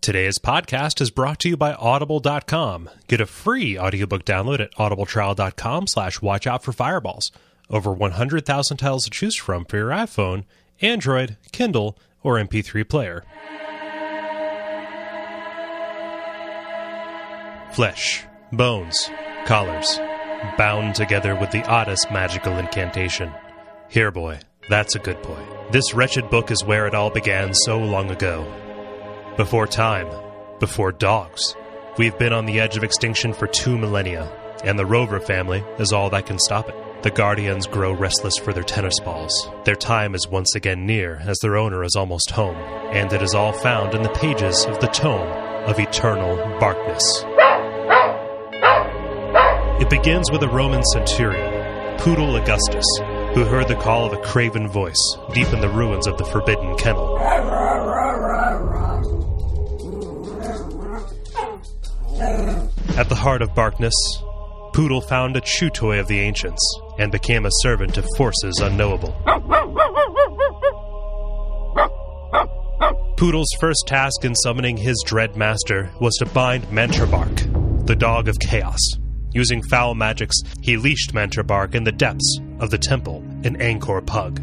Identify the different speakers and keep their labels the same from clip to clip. Speaker 1: Today's podcast is brought to you by Audible.com. Get a free audiobook download at audibletrial.com slash watch out for fireballs. Over 100,000 titles to choose from for your iPhone, Android, Kindle, or MP3 player. Flesh, bones, collars, bound together with the oddest magical incantation. Here, boy, that's a good boy. This wretched book is where it all began so long ago. Before time, before dogs, we've been on the edge of extinction for two millennia, and the Rover family is all that can stop it. The Guardians grow restless for their tennis balls. Their time is once again near, as their owner is almost home, and it is all found in the pages of the Tome of Eternal Darkness. It begins with a Roman centurion, Poodle Augustus, who heard the call of a craven voice deep in the ruins of the Forbidden Kennel. At the heart of Barkness, Poodle found a chew toy of the ancients and became a servant of forces unknowable. Poodle's first task in summoning his dread master was to bind Mantrabark, the dog of chaos. Using foul magics, he leashed Mantrabark in the depths of the temple in Angkor Pug.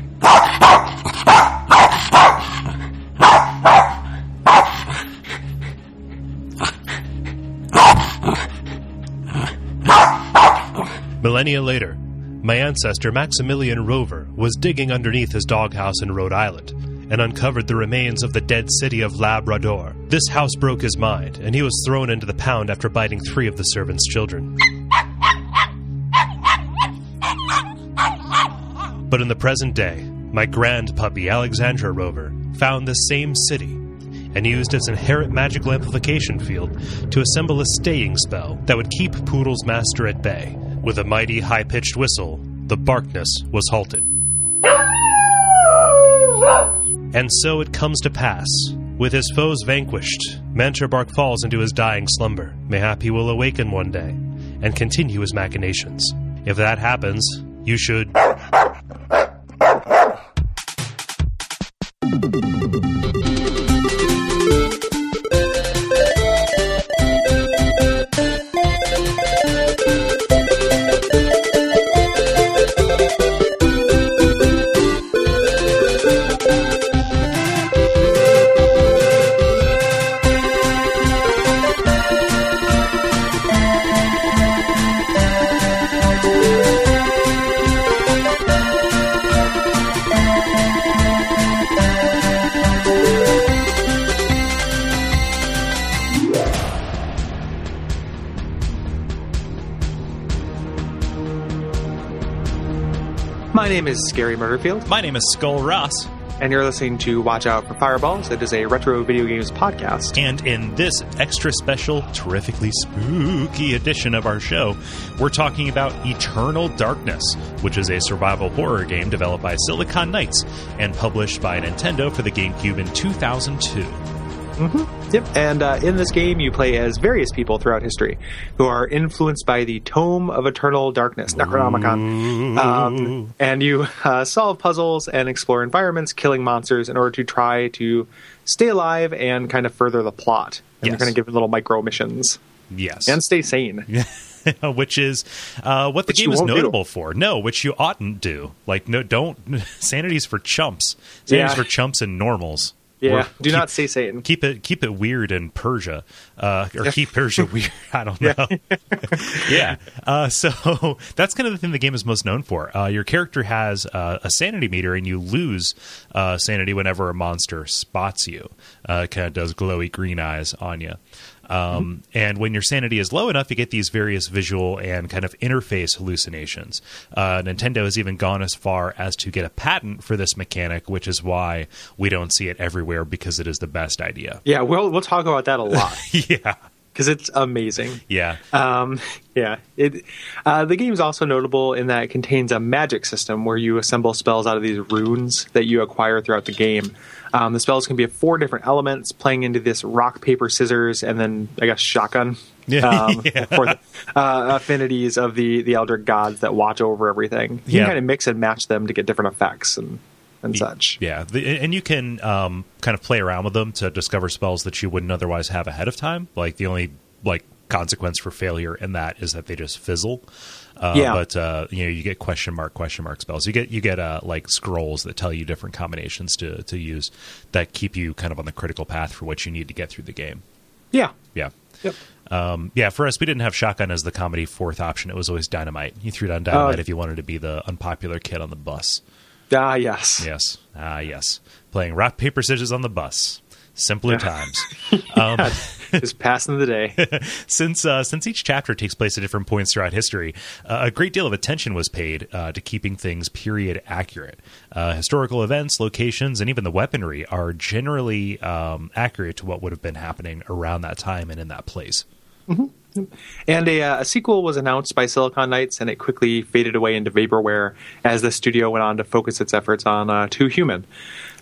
Speaker 1: Millennia later, my ancestor Maximilian Rover was digging underneath his doghouse in Rhode Island and uncovered the remains of the dead city of Labrador. This house broke his mind, and he was thrown into the pound after biting three of the servants' children. But in the present day, my grand puppy Alexandra Rover found the same city and used its inherent magical amplification field to assemble a staying spell that would keep Poodle's master at bay. With a mighty high pitched whistle, the barkness was halted. And so it comes to pass. With his foes vanquished, Mantarbark falls into his dying slumber. Mayhap he will awaken one day and continue his machinations. If that happens, you should.
Speaker 2: My name is Scary Murderfield,
Speaker 3: My name is Skull Ross,
Speaker 2: and you're listening to Watch Out for Fireballs. It is a retro video games podcast.
Speaker 3: and in this extra special, terrifically spooky edition of our show, we're talking about Eternal Darkness, which is a survival horror game developed by Silicon Knights and published by Nintendo for the GameCube in 2002. Mm-hmm.
Speaker 2: Yep. And uh, in this game, you play as various people throughout history who are influenced by the Tome of Eternal Darkness,
Speaker 3: Mm-hmm.
Speaker 2: Necronomicon. Um, and you uh, solve puzzles and explore environments, killing monsters in order to try to stay alive and kind of further the plot. And you're
Speaker 3: Yes.
Speaker 2: going to give little micro missions
Speaker 3: Yes.
Speaker 2: and stay sane.
Speaker 3: which is uh, what the
Speaker 2: Which
Speaker 3: game
Speaker 2: you
Speaker 3: is
Speaker 2: won't do.
Speaker 3: notable for. No, which you oughtn't do. Like, no, don't. Sanity's for chumps. Sanity's
Speaker 2: Yeah.
Speaker 3: for chumps and normals.
Speaker 2: Yeah.
Speaker 3: We're-
Speaker 2: Do
Speaker 3: keep-
Speaker 2: not stay sane.
Speaker 3: keep it keep it weird in Persia, uh, or keep Persia weird. I don't know. Yeah, Uh, so that's kind of the thing the game is most known for. Uh, your character has uh, a sanity meter, and you lose uh, sanity whenever a monster spots you. Uh, kind of does glowy green eyes on you. Um, And when your sanity is low enough, you get these various visual and kind of interface hallucinations. Uh, Nintendo has even gone as far as to get a patent for this mechanic, which is why we don't see it everywhere because it is the best idea.
Speaker 2: Yeah, we'll we'll talk about that a lot
Speaker 3: yeah.
Speaker 2: because it's amazing.
Speaker 3: Yeah.
Speaker 2: Um, yeah, it. Uh, the game's also notable in that it contains a magic system where you assemble spells out of these runes that you acquire throughout the game. Um, the spells can be of four different elements, playing into this rock, paper, scissors, and then I guess shotgun.
Speaker 3: Yeah.
Speaker 2: um, for the, uh, affinities of the the elder gods that watch over everything. You
Speaker 3: Yeah.
Speaker 2: can kind of mix and match them to get different effects, and and such.
Speaker 1: Yeah, the, and you can um, kind of play around with them to discover spells that you wouldn't otherwise have ahead of time. Like the only like consequence for failure in that is that they just fizzle. Uh,
Speaker 2: Yeah.
Speaker 1: But uh, you know, you get question mark question mark spells. You get you get uh, like scrolls that tell you different combinations to to use that keep you kind of on the critical path for what you need to get through the game.
Speaker 2: Yeah.
Speaker 1: Yeah.
Speaker 2: Yep.
Speaker 1: Um, yeah, for us, we didn't have shotgun as the comedy fourth option. It was always dynamite. You threw down dynamite
Speaker 2: Oh.
Speaker 1: if you wanted to be the unpopular kid on the bus.
Speaker 2: Ah, yes.
Speaker 1: Yes. Ah, yes. Playing rock, paper, scissors on the bus. Simpler times. Um,
Speaker 2: Just passing the day.
Speaker 1: since uh, since each chapter takes place at different points throughout history, uh, a great deal of attention was paid uh, to keeping things period accurate. Uh, historical events, locations, and even the weaponry are generally um, accurate to what would have been happening around that time and in that place.
Speaker 2: And a, uh, a sequel was announced by Silicon Knights, and it quickly faded away into vaporware as the studio went on to focus its efforts on uh, Two Human,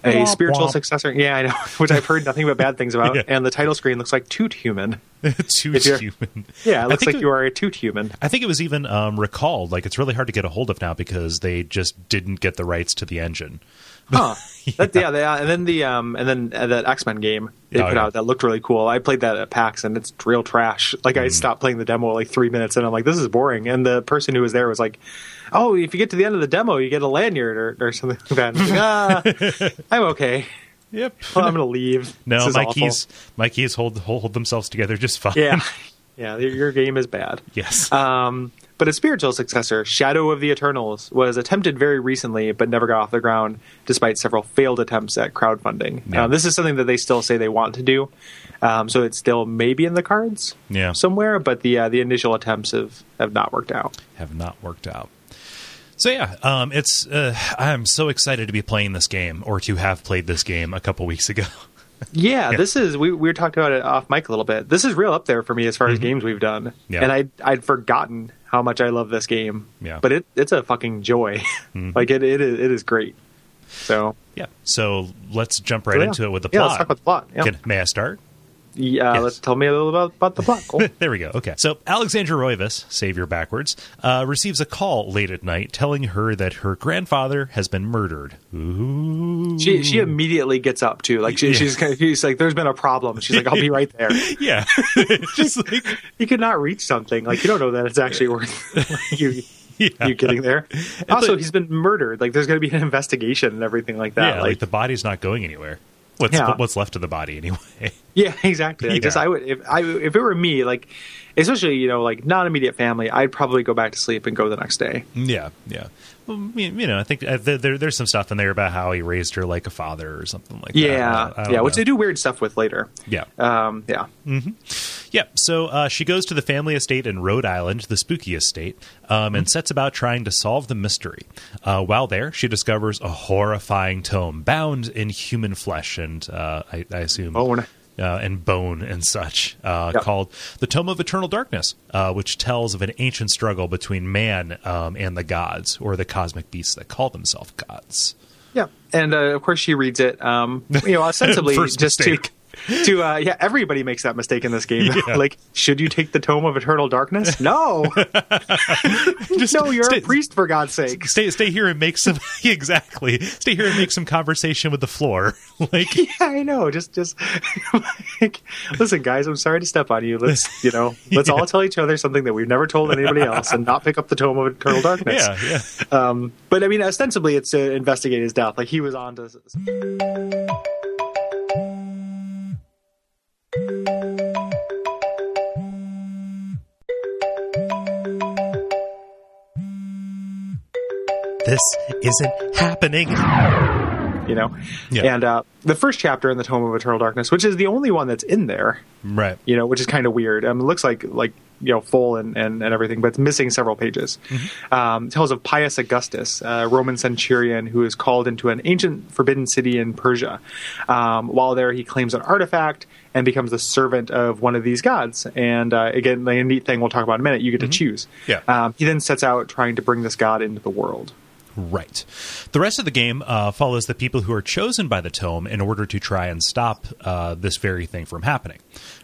Speaker 2: a
Speaker 1: Womp
Speaker 2: spiritual
Speaker 1: womp.
Speaker 2: successor. Yeah, I know, which I've heard nothing but bad things about.
Speaker 1: Yeah.
Speaker 2: And the title screen looks like Toot Human.
Speaker 1: Too
Speaker 2: If you're-
Speaker 1: human. I
Speaker 2: Yeah, it looks
Speaker 1: think
Speaker 2: like
Speaker 1: it-
Speaker 2: you are a Toot Human.
Speaker 1: I think it was even um, recalled. Like it's really hard to get a hold of now because they just didn't get the rights to the engine.
Speaker 2: Huh. That, yeah, they, uh, and then the um, and then uh, that X Men game they
Speaker 1: Oh,
Speaker 2: put
Speaker 1: yeah.
Speaker 2: out that looked really cool. I played that at PAX and it's real trash. Like
Speaker 1: Mm.
Speaker 2: I stopped playing the demo at like three minutes and I'm like, this is boring. And the person who was there was like, oh, if you get to the end of the demo, you get a lanyard or, or something like that. And I'm, like, ah, I'm okay.
Speaker 1: Yep.
Speaker 2: Well, I'm gonna leave.
Speaker 1: No,
Speaker 2: This is
Speaker 1: my
Speaker 2: awful.
Speaker 1: keys, my keys hold hold themselves together just fine.
Speaker 2: Yeah, yeah, your- your game is bad.
Speaker 1: yes.
Speaker 2: Um, but its spiritual successor, Shadow of the Eternals, was attempted very recently but never got off the ground despite several failed attempts at crowdfunding.
Speaker 1: Yeah.
Speaker 2: Um, this is something that they still say they want to do, um, so it's still maybe in the cards
Speaker 1: Yeah.
Speaker 2: somewhere, but the uh, the initial attempts have, have not worked out.
Speaker 1: have not worked out. So yeah, um, it's uh, I'm so excited to be playing this game or to have played this game a couple weeks ago.
Speaker 2: Yeah, this is we, we were talking about it off mic a little bit. This is real up there for me as far as games we've done,
Speaker 1: Mm-hmm. Yeah.
Speaker 2: and I I'd forgotten how much I love this game.
Speaker 1: Yeah. Mm-hmm.
Speaker 2: but it it's a fucking joy. like it it is, it is great. So
Speaker 1: yeah. So let's jump right
Speaker 2: Oh, Yeah.
Speaker 1: into it with the
Speaker 2: Yeah,
Speaker 1: plot.
Speaker 2: let's talk about the plot, yeah.
Speaker 1: Can, may I start?
Speaker 2: Yeah,
Speaker 1: Yes.
Speaker 2: let's tell me a little about, about the plot. Cole.
Speaker 1: there we go. Okay. So Alexandra Roivas, savior backwards, uh, receives a call late at night telling her that her grandfather has been murdered. Ooh.
Speaker 2: she she immediately gets up too. Like she,
Speaker 1: Yeah.
Speaker 2: she's kind of- she's like, "There's been a problem." She's like, "I'll be right there."
Speaker 1: Yeah. Just like
Speaker 2: You could not reach something. Like you don't know that it's actually worth like, you
Speaker 1: Yeah.
Speaker 2: you getting there. Also,
Speaker 1: but-
Speaker 2: he's been murdered. Like there's going to be an investigation and everything like
Speaker 1: yeah,
Speaker 2: that.
Speaker 1: like,
Speaker 2: like
Speaker 1: the body's not going anywhere. What's
Speaker 2: Yeah.
Speaker 1: what's left of the body anyway?
Speaker 2: yeah, exactly. Like,
Speaker 1: Yeah.
Speaker 2: Just I would if I if it were me, like especially you know like non immediate family, I'd probably go back to sleep and go the next day.
Speaker 1: Yeah, yeah. Well, I mean, you know, I think uh, there, there, there's some stuff in there about how he raised her like a father or something like that. I
Speaker 2: Yeah,
Speaker 1: don't- I don't
Speaker 2: yeah.
Speaker 1: know.
Speaker 2: Which they do weird stuff with later.
Speaker 1: Yeah.
Speaker 2: Um, yeah.
Speaker 1: Yeah, so uh, she goes to the family estate in Rhode Island, the spooky estate, um,
Speaker 2: Hmm.
Speaker 1: and sets about trying to solve the mystery. Uh, while there, she discovers a horrifying tome bound in human flesh and, uh, I, I assume,
Speaker 2: Bone.
Speaker 1: Uh, and bone and such, uh,
Speaker 2: Yep.
Speaker 1: called The Tome of Eternal Darkness, uh, which tells of an ancient struggle between man um, and the gods, or the cosmic beasts that call themselves gods.
Speaker 2: Yeah, and uh, of course she reads it. Um, you know, ostensibly
Speaker 1: First
Speaker 2: just
Speaker 1: mistake.
Speaker 2: to to uh, yeah, everybody makes that mistake in this game. like, should you take the Tome of Eternal Darkness? No,
Speaker 1: Just
Speaker 2: no, you're
Speaker 1: stay-
Speaker 2: a priest for God's sake.
Speaker 1: Stay, stay here and make some exactly. Stay here and make some conversation with the floor. like,
Speaker 2: Yeah, I know. Just, just like, listen, guys. I'm sorry to step on you. Let's, you know, let's all tell each other something that we've never told anybody else, and not pick up the Tome of Eternal Darkness.
Speaker 1: yeah, yeah.
Speaker 2: Um, but I mean, ostensibly, it's to investigate his death. Like he was on to.
Speaker 1: This isn't happening.
Speaker 2: you know
Speaker 1: Yeah.
Speaker 2: and uh, the first chapter in the tome of eternal darkness which is the only one that's in there
Speaker 1: Right.
Speaker 2: you know which is kind of weird um, it looks like like you know full and, and, and everything but it's missing several pages
Speaker 1: Mm-hmm.
Speaker 2: um, tells of pius augustus a roman centurion who is called into an ancient forbidden city in persia um, while there he claims an artifact and becomes the servant of one of these gods and uh, again like a neat thing we'll talk about in a minute you get to choose
Speaker 1: Mm-hmm. Yeah.
Speaker 2: um, he then sets out trying to bring this god into the world
Speaker 1: Right. The rest of the game uh, follows the people who are chosen by the tome in order to try and stop uh, this very thing from happening.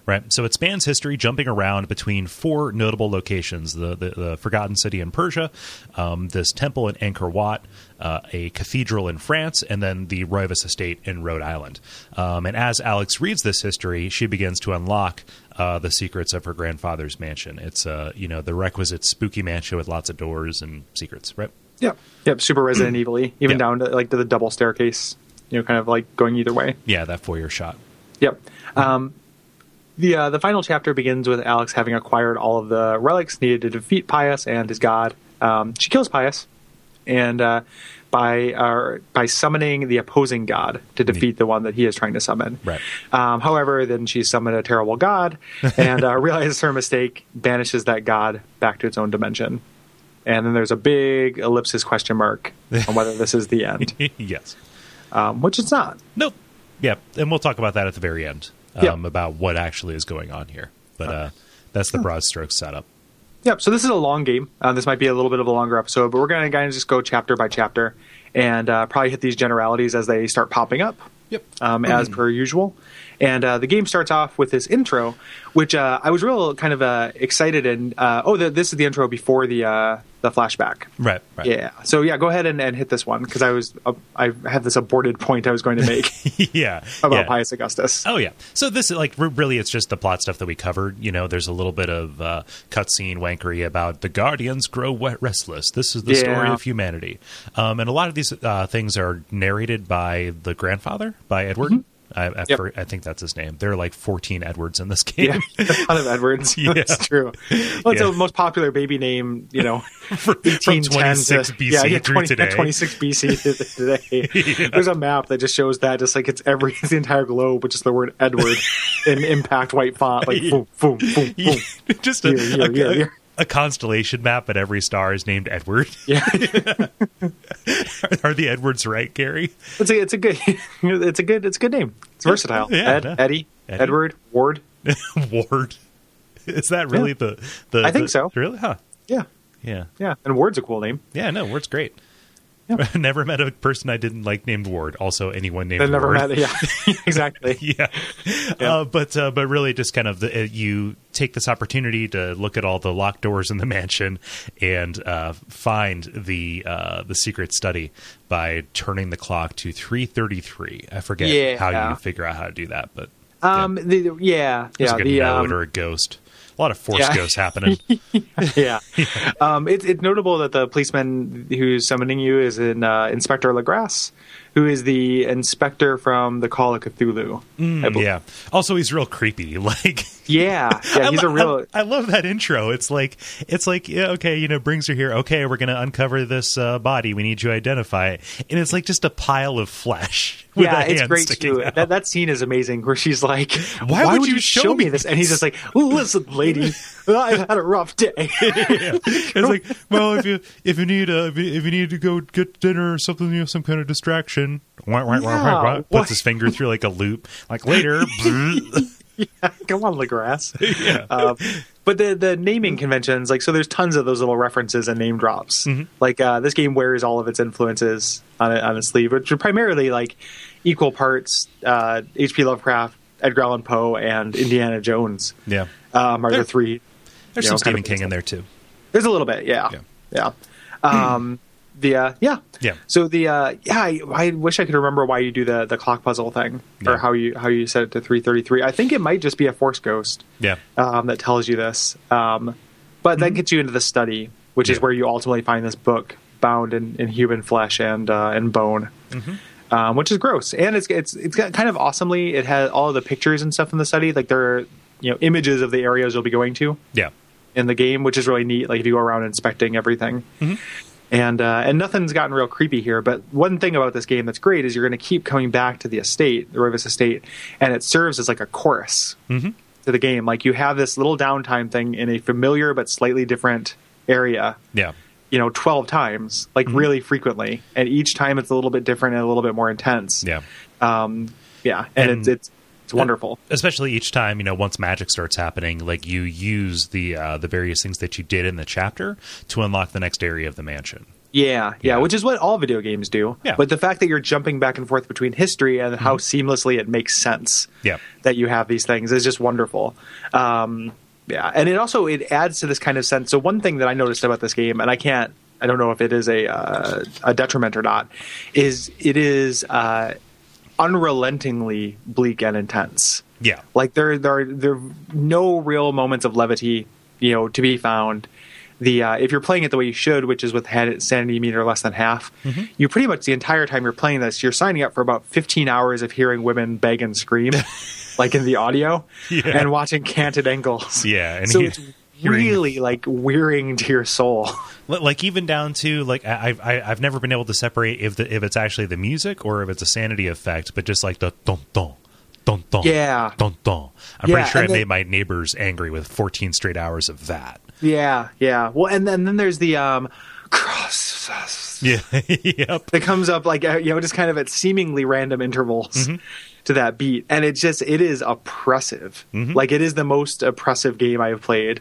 Speaker 1: Right. So it spans history, jumping around between four notable locations: the the, the Forgotten City in Persia, um, this temple in Angkor Wat, uh, a cathedral in France, and then the Roivas Estate in Rhode Island. Um, and as Alex reads this history, she begins to unlock uh, the secrets of her grandfather's mansion. It's uh, you know the requisite spooky mansion with lots of doors and secrets, right?
Speaker 2: Yep. Yep. Super Resident Evil even
Speaker 1: Yeah.
Speaker 2: down to like to the double staircase, you know, kind of like going either way.
Speaker 1: Yeah, that four-year shot.
Speaker 2: Yep. Um, the uh, the final chapter begins with Alex having acquired all of the relics needed to defeat Pius and his god. Um, she kills Pius, and uh, by uh, by summoning the opposing god to defeat the one that he is trying to summon.
Speaker 1: Right.
Speaker 2: Um, however, then she summoned a terrible god and uh, realizes her mistake, banishes that god back to its own dimension, and then there's a big ellipsis question mark on whether this is the end,
Speaker 1: yes.
Speaker 2: um, which it's not.
Speaker 1: Nope. Yeah, and we'll talk about that at the very end um,
Speaker 2: Yeah.
Speaker 1: about what actually is going on here. But uh, that's the broad strokes setup.
Speaker 2: Yep. So this is a long game. Uh, this might be a little bit of a longer episode, but we're going to kind of just go chapter by chapter and uh, probably hit these generalities as they start popping up.
Speaker 1: Yep.
Speaker 2: Um, as
Speaker 1: Mm-hmm.
Speaker 2: per usual, and uh, the game starts off with this intro, which uh, I was real kind of uh, excited and uh, oh, the, this is the intro before the uh, the flashback.
Speaker 1: Right. right.
Speaker 2: Yeah. So yeah, go ahead and, and hit this one because I was uh, I had this aborted point I was going to make
Speaker 1: yeah.
Speaker 2: about
Speaker 1: yeah.
Speaker 2: Pius Augustus.
Speaker 1: Oh yeah. So this is like re- really, it's just the plot stuff that we covered. You know, there's a little bit of uh, cutscene wankery about the guardians grow wet restless. This is the
Speaker 2: Yeah.
Speaker 1: story of humanity, um, and a lot of these uh, things are narrated by the grandfather, by Edward. I, I,
Speaker 2: Yep.
Speaker 1: for- I think that's his name. There are like 14 Edwards in this
Speaker 2: Yeah,
Speaker 1: game.
Speaker 2: a ton of Edwards.
Speaker 1: Yeah.
Speaker 2: That's true. Well, it's
Speaker 1: Yeah.
Speaker 2: the most popular baby name, you know,
Speaker 1: From- from
Speaker 2: 1810
Speaker 1: 26
Speaker 2: to-
Speaker 1: BC
Speaker 2: yeah, yeah,
Speaker 1: through
Speaker 2: 20
Speaker 1: today.
Speaker 2: 26 BC to today. There's a map that just shows that, just like it's every the entire globe, which is the word Edward in impact white font, like boom, boom, boom, boom.
Speaker 1: just a,
Speaker 2: Yeah, yeah,
Speaker 1: a-
Speaker 2: yeah, yeah.
Speaker 1: a constellation map, and every star is named Edward.
Speaker 2: Yeah,
Speaker 1: Are the Edwards right, Gary?
Speaker 2: it's a it's a good it's a good it's a good name. It's versatile.
Speaker 1: Yeah,
Speaker 2: Ed,
Speaker 1: yeah.
Speaker 2: Eddie,
Speaker 1: Eddie.
Speaker 2: Edward, Ward.
Speaker 1: Ward. Is that really
Speaker 2: Yeah.
Speaker 1: the, the?
Speaker 2: I think
Speaker 1: the-
Speaker 2: so.
Speaker 1: Really? Huh.
Speaker 2: Yeah,
Speaker 1: Yeah.
Speaker 2: yeah, and Ward's a cool name.
Speaker 1: Yeah. No, Ward's great. never met a person I didn't like named Ward. Also, anyone named
Speaker 2: I never
Speaker 1: Ward.
Speaker 2: met. Yeah, exactly.
Speaker 1: yeah. Uh, but uh, but really, just kind of the, uh, you take this opportunity to look at all the locked doors in the mansion and uh, find the uh, the secret study by turning the clock to three thirty three. I forget
Speaker 2: Yeah.
Speaker 1: how you figure out how to do that, but
Speaker 2: Um, the, the- yeah,
Speaker 1: yeah, It's
Speaker 2: yeah,
Speaker 1: like a
Speaker 2: the
Speaker 1: note
Speaker 2: um,
Speaker 1: or a ghost. A lot of force
Speaker 2: yeah.
Speaker 1: ghosts happening.
Speaker 2: yeah. Um, it's it's notable that the policeman who's summoning you is in uh, Inspector Lagrasse, who is the inspector from the Call of Cthulhu. I believe.
Speaker 1: yeah. Also, he's real creepy. Like.
Speaker 2: yeah, yeah.
Speaker 1: I
Speaker 2: He's a
Speaker 1: lo-
Speaker 2: real.
Speaker 1: I, I love that intro. It's like it's like yeah, okay, you know, brings her here. Okay, we're gonna uncover this uh, body. We need you to identify it, and it's like just a pile of flesh. With
Speaker 2: Yeah,
Speaker 1: a
Speaker 2: it's
Speaker 1: hand
Speaker 2: great
Speaker 1: sticking
Speaker 2: too.
Speaker 1: out.
Speaker 2: That, that scene is amazing, where she's like,
Speaker 1: Why would you show me
Speaker 2: this?" And he's just like, "Listen, lady, I've had a rough day."
Speaker 1: Yeah. It's like, well, if you if you need uh, if, you, if you need to go get dinner or something, you know, some kind of distraction. Wah, wah, wah, wah, wah.
Speaker 2: Yeah,
Speaker 1: Puts
Speaker 2: what-
Speaker 1: his finger through like a loop. Like later,
Speaker 2: Come on, Lagrasse. Um, but the the
Speaker 1: Mm-hmm.
Speaker 2: naming conventions, like so, there's tons of those little references and name drops.
Speaker 1: Mm-hmm.
Speaker 2: Like uh, this game wears all of its influences on it, on its sleeve, which are primarily like equal parts uh, H.P. Lovecraft, Edgar Allan Poe, and Indiana Jones.
Speaker 1: yeah.
Speaker 2: Um, are
Speaker 1: There-
Speaker 2: the three?
Speaker 1: There's
Speaker 2: you know,
Speaker 1: some
Speaker 2: kind
Speaker 1: Stephen
Speaker 2: of-
Speaker 1: King in there too.
Speaker 2: There's a little bit, yeah, yeah. Um, the uh, yeah,
Speaker 1: Yeah.
Speaker 2: So the uh, yeah, I, I wish I could remember why you do the the clock puzzle thing
Speaker 1: Yeah.
Speaker 2: or how you how you set it to three thirty three. I think it might just be a force ghost
Speaker 1: Yeah.
Speaker 2: um, that tells you this. Um, but that gets you into the study, which is
Speaker 1: Yeah.
Speaker 2: where you ultimately find this book bound in, in human flesh and uh, and bone, um, which is gross. And it's it's it's got kind of awesomely. It has all the pictures and stuff in the study, like there are you know images of the areas you'll be going to
Speaker 1: Yeah.
Speaker 2: in the game, which is really neat. Like if you go around inspecting everything.
Speaker 1: Mm-hmm.
Speaker 2: And uh, and nothing's gotten real creepy here, but one thing about this game that's great is you're going to keep coming back to the estate, the Roivas estate, and it serves as like a chorus
Speaker 1: Mm-hmm.
Speaker 2: to the game. Like you have this little downtime thing in a familiar but slightly different area,
Speaker 1: Yeah.
Speaker 2: you know, twelve times, like
Speaker 1: Mm-hmm.
Speaker 2: really frequently, and each time it's a little bit different and a little bit more intense.
Speaker 1: Yeah.
Speaker 2: um, yeah, and,
Speaker 1: And-
Speaker 2: it's it's it's wonderful.
Speaker 1: especially each time you know once magic starts happening like you use the uh, the various things that you did in the chapter to unlock the next area of the mansion
Speaker 2: Yeah, yeah,
Speaker 1: Yeah.
Speaker 2: which is what all video games do.
Speaker 1: Yeah. Mm-hmm.
Speaker 2: But the fact that you're jumping back and forth between history and how seamlessly it makes sense
Speaker 1: Yeah.
Speaker 2: that you have these things is just wonderful. Um, yeah, and it also it adds to this kind of sense. So one thing that I noticed about this game, and I can't, I don't know if it is a uh, a detriment or not, is it is uh, unrelentingly bleak and intense.
Speaker 1: Yeah.
Speaker 2: Like there, there, are, there are no real moments of levity, you know, to be found. The uh, if you're playing it the way you should, which is with had- sanity meter less than half,
Speaker 1: Mm-hmm.
Speaker 2: you pretty much the entire time you're playing this, you're signing up for about 15 hours of hearing women beg and scream, like in the audio,
Speaker 1: Yeah.
Speaker 2: and watching canted angles.
Speaker 1: Yeah, and
Speaker 2: so
Speaker 1: he-
Speaker 2: it's
Speaker 1: hearing-
Speaker 2: really like wearing to your soul.
Speaker 1: Li- like even down to like I, I I've never been able to separate if the, if it's actually the music or if it's a sanity effect, but just like the don don don don
Speaker 2: Yeah.
Speaker 1: don don. I'm
Speaker 2: Yeah,
Speaker 1: pretty sure I
Speaker 2: and the-
Speaker 1: made my neighbors angry with 14 straight hours of that.
Speaker 2: yeah, yeah. Well, and then then there's the um, cross.
Speaker 1: Yeah, yep.
Speaker 2: that comes up like uh, you know just kind of at seemingly random intervals
Speaker 1: Mm-hmm.
Speaker 2: to that beat and it's just it is oppressive
Speaker 1: Mm-hmm.
Speaker 2: like it is the most oppressive game i have played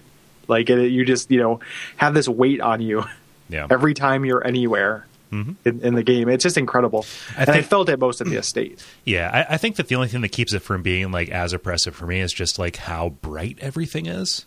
Speaker 2: like it, you just you know have this weight on you
Speaker 1: Yeah. Mm-hmm.
Speaker 2: every time you're anywhere in, in the game it's just incredible and i
Speaker 1: think-
Speaker 2: felt it most at the estate
Speaker 1: Yeah, I, I think that the only thing that keeps it from being like as oppressive for me is just like how bright everything is.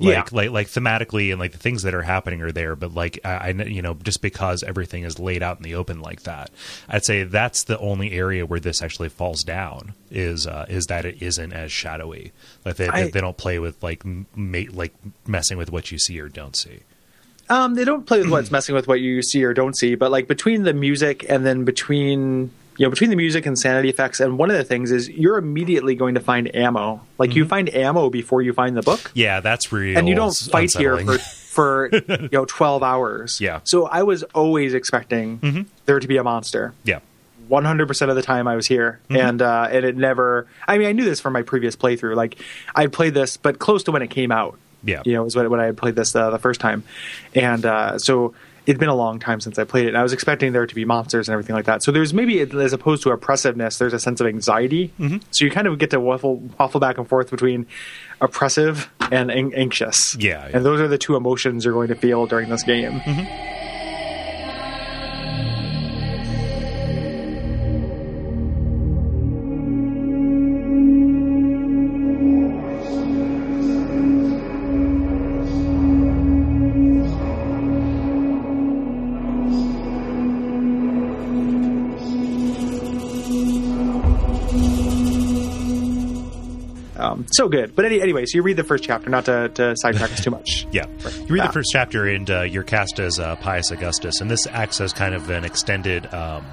Speaker 1: Like,
Speaker 2: Yeah.
Speaker 1: like, like thematically and like the things that are happening are there, but like I, I, kn- you know, just because everything is laid out in the open like that, I'd say that's the only area where this actually falls down is uh, is that it isn't as shadowy. Like they,
Speaker 2: I-
Speaker 1: they don't play with like m- ma- like messing with what you see or don't see.
Speaker 2: Um, they don't play with what's messing with what you see or don't see, but like between the music and then between you know between the music and sanity effects, and one of the things is you're immediately going to find ammo. Like
Speaker 1: Mm-hmm.
Speaker 2: you find ammo before you find the book,
Speaker 1: Yeah, that's real.
Speaker 2: and you don't
Speaker 1: s-
Speaker 2: fight
Speaker 1: unsettling.
Speaker 2: here for for you know twelve hours.
Speaker 1: Yeah. Mm-hmm.
Speaker 2: So I was always expecting there to be a monster.
Speaker 1: yeah,
Speaker 2: 100% of the time I was here
Speaker 1: Mm-hmm.
Speaker 2: and uh, and it never I mean I knew this from my previous playthrough like I played this but close to when it came out
Speaker 1: Yeah.
Speaker 2: you know is when, when I had played this uh, the first time and uh, so it'd been a long time since I played it and I was expecting there to be monsters and everything like that so there's maybe as opposed to oppressiveness there's a sense of anxiety
Speaker 1: Mm-hmm.
Speaker 2: so you kind of get to waffle waffle back and forth between oppressive and an- anxious
Speaker 1: Yeah, Mm-hmm. yeah.
Speaker 2: and those are the two emotions you're going to feel during this game um, so good but any, anyway so you read the first chapter not to, to sidetrack us too much
Speaker 1: Yeah. You read
Speaker 2: Ah.
Speaker 1: the first chapter, and uh, you're cast as uh, Pius Augustus, and this acts as kind of an extended. Um,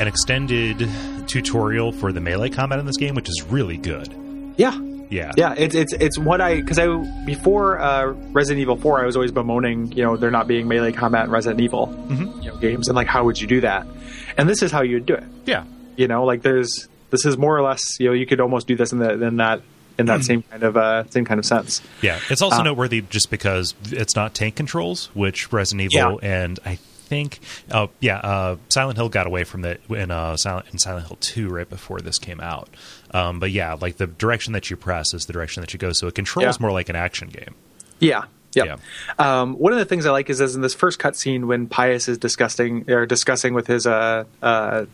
Speaker 1: an extended tutorial for the melee combat in this game, which is really good.
Speaker 2: yeah
Speaker 1: Yeah,
Speaker 2: yeah it's it's it's what i because i before uh resident evil 4 i was always bemoaning you know there not being melee combat in resident evil you know, games and like how would you do that and this is how you'd do it
Speaker 1: yeah,
Speaker 2: you know like there's this is more or less you know you could almost do this in the in that in that same kind of uh same kind of sense
Speaker 1: yeah. It's also
Speaker 2: Ah.
Speaker 1: noteworthy just because it's not tank controls, which Resident Evil and I think, oh yeah, uh, Silent Hill got away from that in uh, Silent in Silent Hill Two right before this came out. Um, but yeah, like the direction that you press is the direction that you go, so it controls
Speaker 2: Yeah.
Speaker 1: more like an action game.
Speaker 2: Yeah.
Speaker 1: Yeah.
Speaker 2: Yep. Um, one of the things I like is, is in this first cutscene when Pius is discussing or discussing with his uh, uh,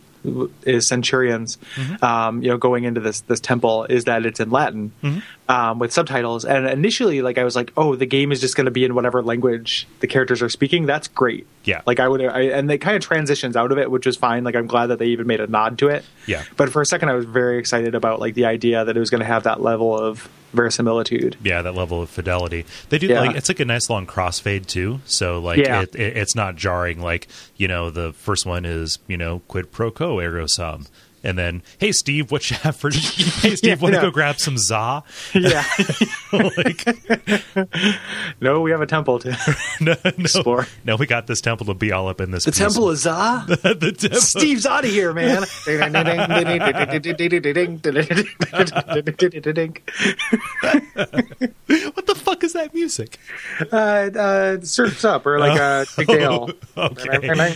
Speaker 2: his centurions,
Speaker 1: Mm-hmm.
Speaker 2: um, you know, going into this this temple is that it's in Latin
Speaker 1: Mm-hmm.
Speaker 2: um, with subtitles. And initially, like I was like, oh, the game is just going to be in whatever language the characters are speaking. That's great.
Speaker 1: Yeah.
Speaker 2: Like I would, I, and they kind of transitions out of it, which is fine. Like I'm glad that they even made a nod to it.
Speaker 1: Yeah.
Speaker 2: But for a second, I was very excited about like the idea that it was going to have that level of verisimilitude.
Speaker 1: yeah that level of fidelity they do
Speaker 2: Yeah.
Speaker 1: like it's like a nice long crossfade too so like
Speaker 2: Yeah.
Speaker 1: it, it, it's not jarring like you know the first one is you know quid pro quo ergo sum and then hey steve what you have for hey steve
Speaker 2: Yeah,
Speaker 1: want to
Speaker 2: yeah.
Speaker 1: go grab some za
Speaker 2: Yeah.
Speaker 1: like
Speaker 2: No, we have a temple to
Speaker 1: no, no,
Speaker 2: Explore.
Speaker 1: no we got this temple to be all up in this
Speaker 2: the temple of Zah.
Speaker 1: the temple
Speaker 2: Steve's out of here, man.
Speaker 1: what the fuck is that music
Speaker 2: Oh. uh, uh, surf's up or like uh, Dick Dale.
Speaker 1: okay
Speaker 2: uh,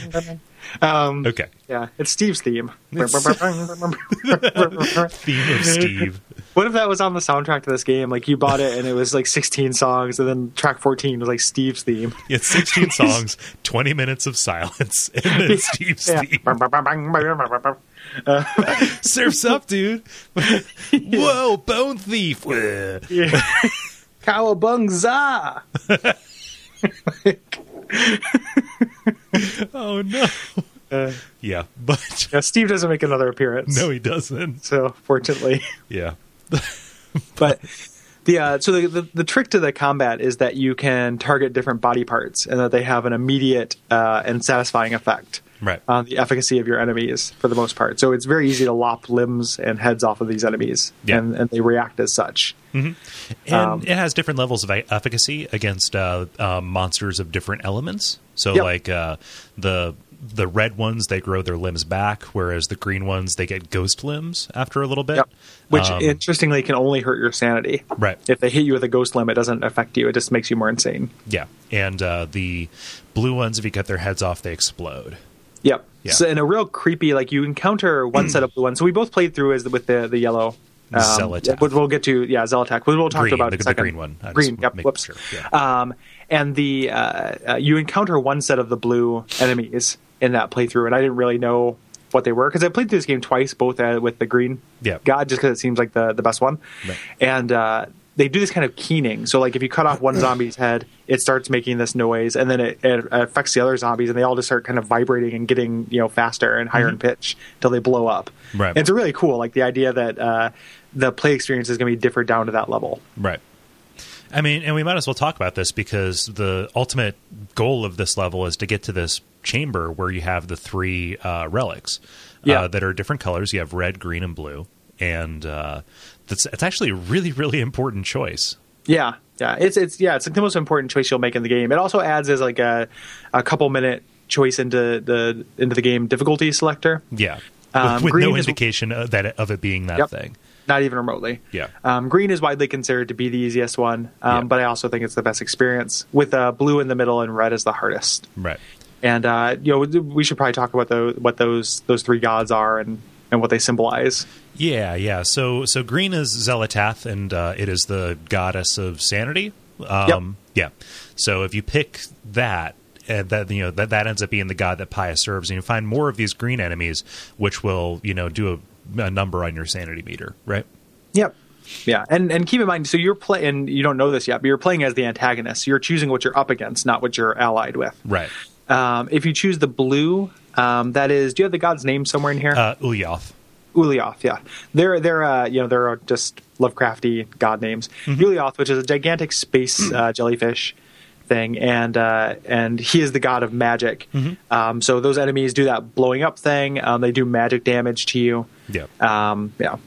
Speaker 2: Um,
Speaker 1: Okay.
Speaker 2: Yeah, it's Steve's theme.
Speaker 1: Theme of Steve.
Speaker 2: What if that was on the soundtrack to this game? Like you bought it and it was like 16 songs, and then track 14 was like Steve's theme.
Speaker 1: It's 16 songs, 20 minutes of silence, and then Steve's
Speaker 2: Yeah.
Speaker 1: theme. Surf's up, dude. Whoa, bone thief. Yeah.
Speaker 2: Cowabunga!
Speaker 1: Oh, no.
Speaker 2: Uh,
Speaker 1: Yeah, but
Speaker 2: yeah, Steve doesn't make another appearance.
Speaker 1: no, he doesn't.
Speaker 2: So, fortunately.
Speaker 1: Yeah.
Speaker 2: but the uh, so the, the the trick to the combat is that you can target different body parts and that they have an immediate uh, and satisfying effect
Speaker 1: Right.
Speaker 2: on the efficacy of your enemies for the most part. So it's very easy to lop limbs and heads off of these enemies,
Speaker 1: Yeah. Mm-hmm.
Speaker 2: and, and they react as such.
Speaker 1: And it has different levels of e- efficacy against uh, uh, monsters of different elements. So,
Speaker 2: Yep.
Speaker 1: like uh, the the red ones, they grow their limbs back, whereas the green ones, they get ghost limbs after a little bit.
Speaker 2: Yep. Which
Speaker 1: Um,
Speaker 2: interestingly can only hurt your sanity.
Speaker 1: Right.
Speaker 2: If they hit you with a ghost limb, it doesn't affect you. It just makes you more insane.
Speaker 1: Yeah, and uh, the blue ones, if you cut their heads off, they explode.
Speaker 2: Yep.
Speaker 1: Yeah. Mm.
Speaker 2: So, and a real creepy, like you encounter one set of blue ones. So we both played through as with the the yellow.
Speaker 1: Zelotac.
Speaker 2: Which we'll get to, yeah, Zelotac. Which we'll talk
Speaker 1: Green,
Speaker 2: about
Speaker 1: the-
Speaker 2: in
Speaker 1: the
Speaker 2: a second.
Speaker 1: green one. I just
Speaker 2: green. Yep.
Speaker 1: make
Speaker 2: Whoops.
Speaker 1: sure, yeah.
Speaker 2: Um, and the uh, uh, you encounter one set of the blue enemies in that playthrough, and I didn't really know what they were because I played through this game twice, both uh, with the green
Speaker 1: Yeah.
Speaker 2: god, just because it seems like the the best one.
Speaker 1: Right.
Speaker 2: And uh, they do this kind of keening. So like if you cut off one zombie's head, it starts making this noise, and then it, it affects the other zombies, and they all just start kind of vibrating and getting you know faster and higher in pitch until they blow up.
Speaker 1: Mm-hmm. Right.
Speaker 2: And it's really cool, like the idea that uh, the play experience is going to be different down to that level.
Speaker 1: Right. I mean, and we might as well talk about this because the ultimate goal of this level is to get to this chamber where you have the three uh, relics
Speaker 2: Yeah.
Speaker 1: uh, that are different colors. You have red, green, and blue, and uh, that's it's actually a really, really important choice.
Speaker 2: Yeah, yeah, it's it's yeah, it's like the most important choice you'll make in the game. It also adds as like a a couple minute choice into the into the game difficulty selector.
Speaker 1: Yeah,
Speaker 2: Um,
Speaker 1: with, with
Speaker 2: green
Speaker 1: no
Speaker 2: is-
Speaker 1: indication of that of it being that
Speaker 2: Yep.
Speaker 1: thing.
Speaker 2: Not even remotely.
Speaker 1: Yeah.
Speaker 2: Um, green is widely considered to be the easiest one, um,
Speaker 1: Yeah.
Speaker 2: but I also think it's the best experience. With uh, blue in the middle and red is the hardest.
Speaker 1: Right.
Speaker 2: And uh, you know we should probably talk about the, what those those three gods are and, and what they symbolize.
Speaker 1: Yeah, yeah. So so green is Zelatath, and uh, it is the goddess of sanity. Um, Yeah. So if you pick that, uh, that you know that that ends up being the god that Pius serves, and you find more of these green enemies, which will you know do a, a number on your sanity meter, right?
Speaker 2: Yep. Yeah, and and keep in mind, so you're playing, and you don't know this yet, but you're playing as the antagonist. You're choosing what you're up against, not what you're allied with.
Speaker 1: Right.
Speaker 2: Um, if you choose the blue, um, that is, do you have the god's name somewhere in here?
Speaker 1: Uh, Ulyoth.
Speaker 2: Ulioth, yeah. They're they're uh, you know they're just Lovecrafty god names.
Speaker 1: Mm-hmm.
Speaker 2: Ulioth, which is a gigantic space
Speaker 1: Mm.
Speaker 2: uh, jellyfish thing, and uh, and he is the god of magic.
Speaker 1: Mm-hmm.
Speaker 2: Um, so those enemies do that blowing up thing. Um, they do magic damage to you.
Speaker 1: Yeah.
Speaker 2: Um, yeah.
Speaker 1: Uh,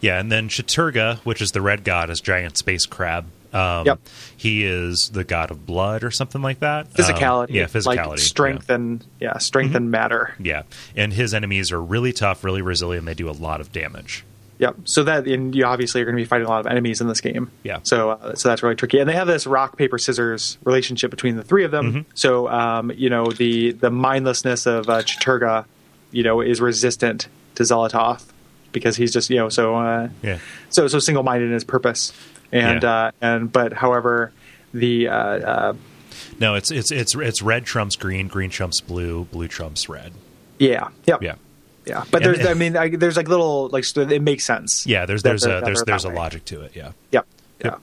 Speaker 1: Yeah, and then Chaturga, which is the red god, is giant space crab. Um,
Speaker 2: Yep.
Speaker 1: He is the god of blood or something like that. Um,
Speaker 2: Physicality,
Speaker 1: yeah, physicality.
Speaker 2: like
Speaker 1: yeah. Mm-hmm.
Speaker 2: strength and yeah, strength and matter.
Speaker 1: Yeah, and his enemies are really tough, really resilient. They do a lot of damage.
Speaker 2: Yep. So that and you obviously are going to be fighting a lot of enemies in this game.
Speaker 1: Yeah.
Speaker 2: So uh, so that's really tricky, and they have this rock paper scissors relationship between the three of them.
Speaker 1: Mm-hmm.
Speaker 2: So um, you know the the mindlessness of uh, Chaturga, you know, is resistant to Zolotov because he's just you know so uh,
Speaker 1: Yeah.
Speaker 2: so so single minded in his purpose, and
Speaker 1: Yeah.
Speaker 2: uh, and but however the uh, uh,
Speaker 1: No, it's it's it's it's red trumps green, green trumps blue, blue trumps red.
Speaker 2: yeah yep.
Speaker 1: Yeah.
Speaker 2: Yeah, but
Speaker 1: And-
Speaker 2: there's, I mean, I, there's like little, like, so it makes sense.
Speaker 1: Yeah, there's
Speaker 2: that
Speaker 1: there's
Speaker 2: they're-
Speaker 1: a
Speaker 2: that
Speaker 1: there's
Speaker 2: they're
Speaker 1: there's a
Speaker 2: that way.
Speaker 1: logic to it. Yeah.
Speaker 2: Yep. Yeah.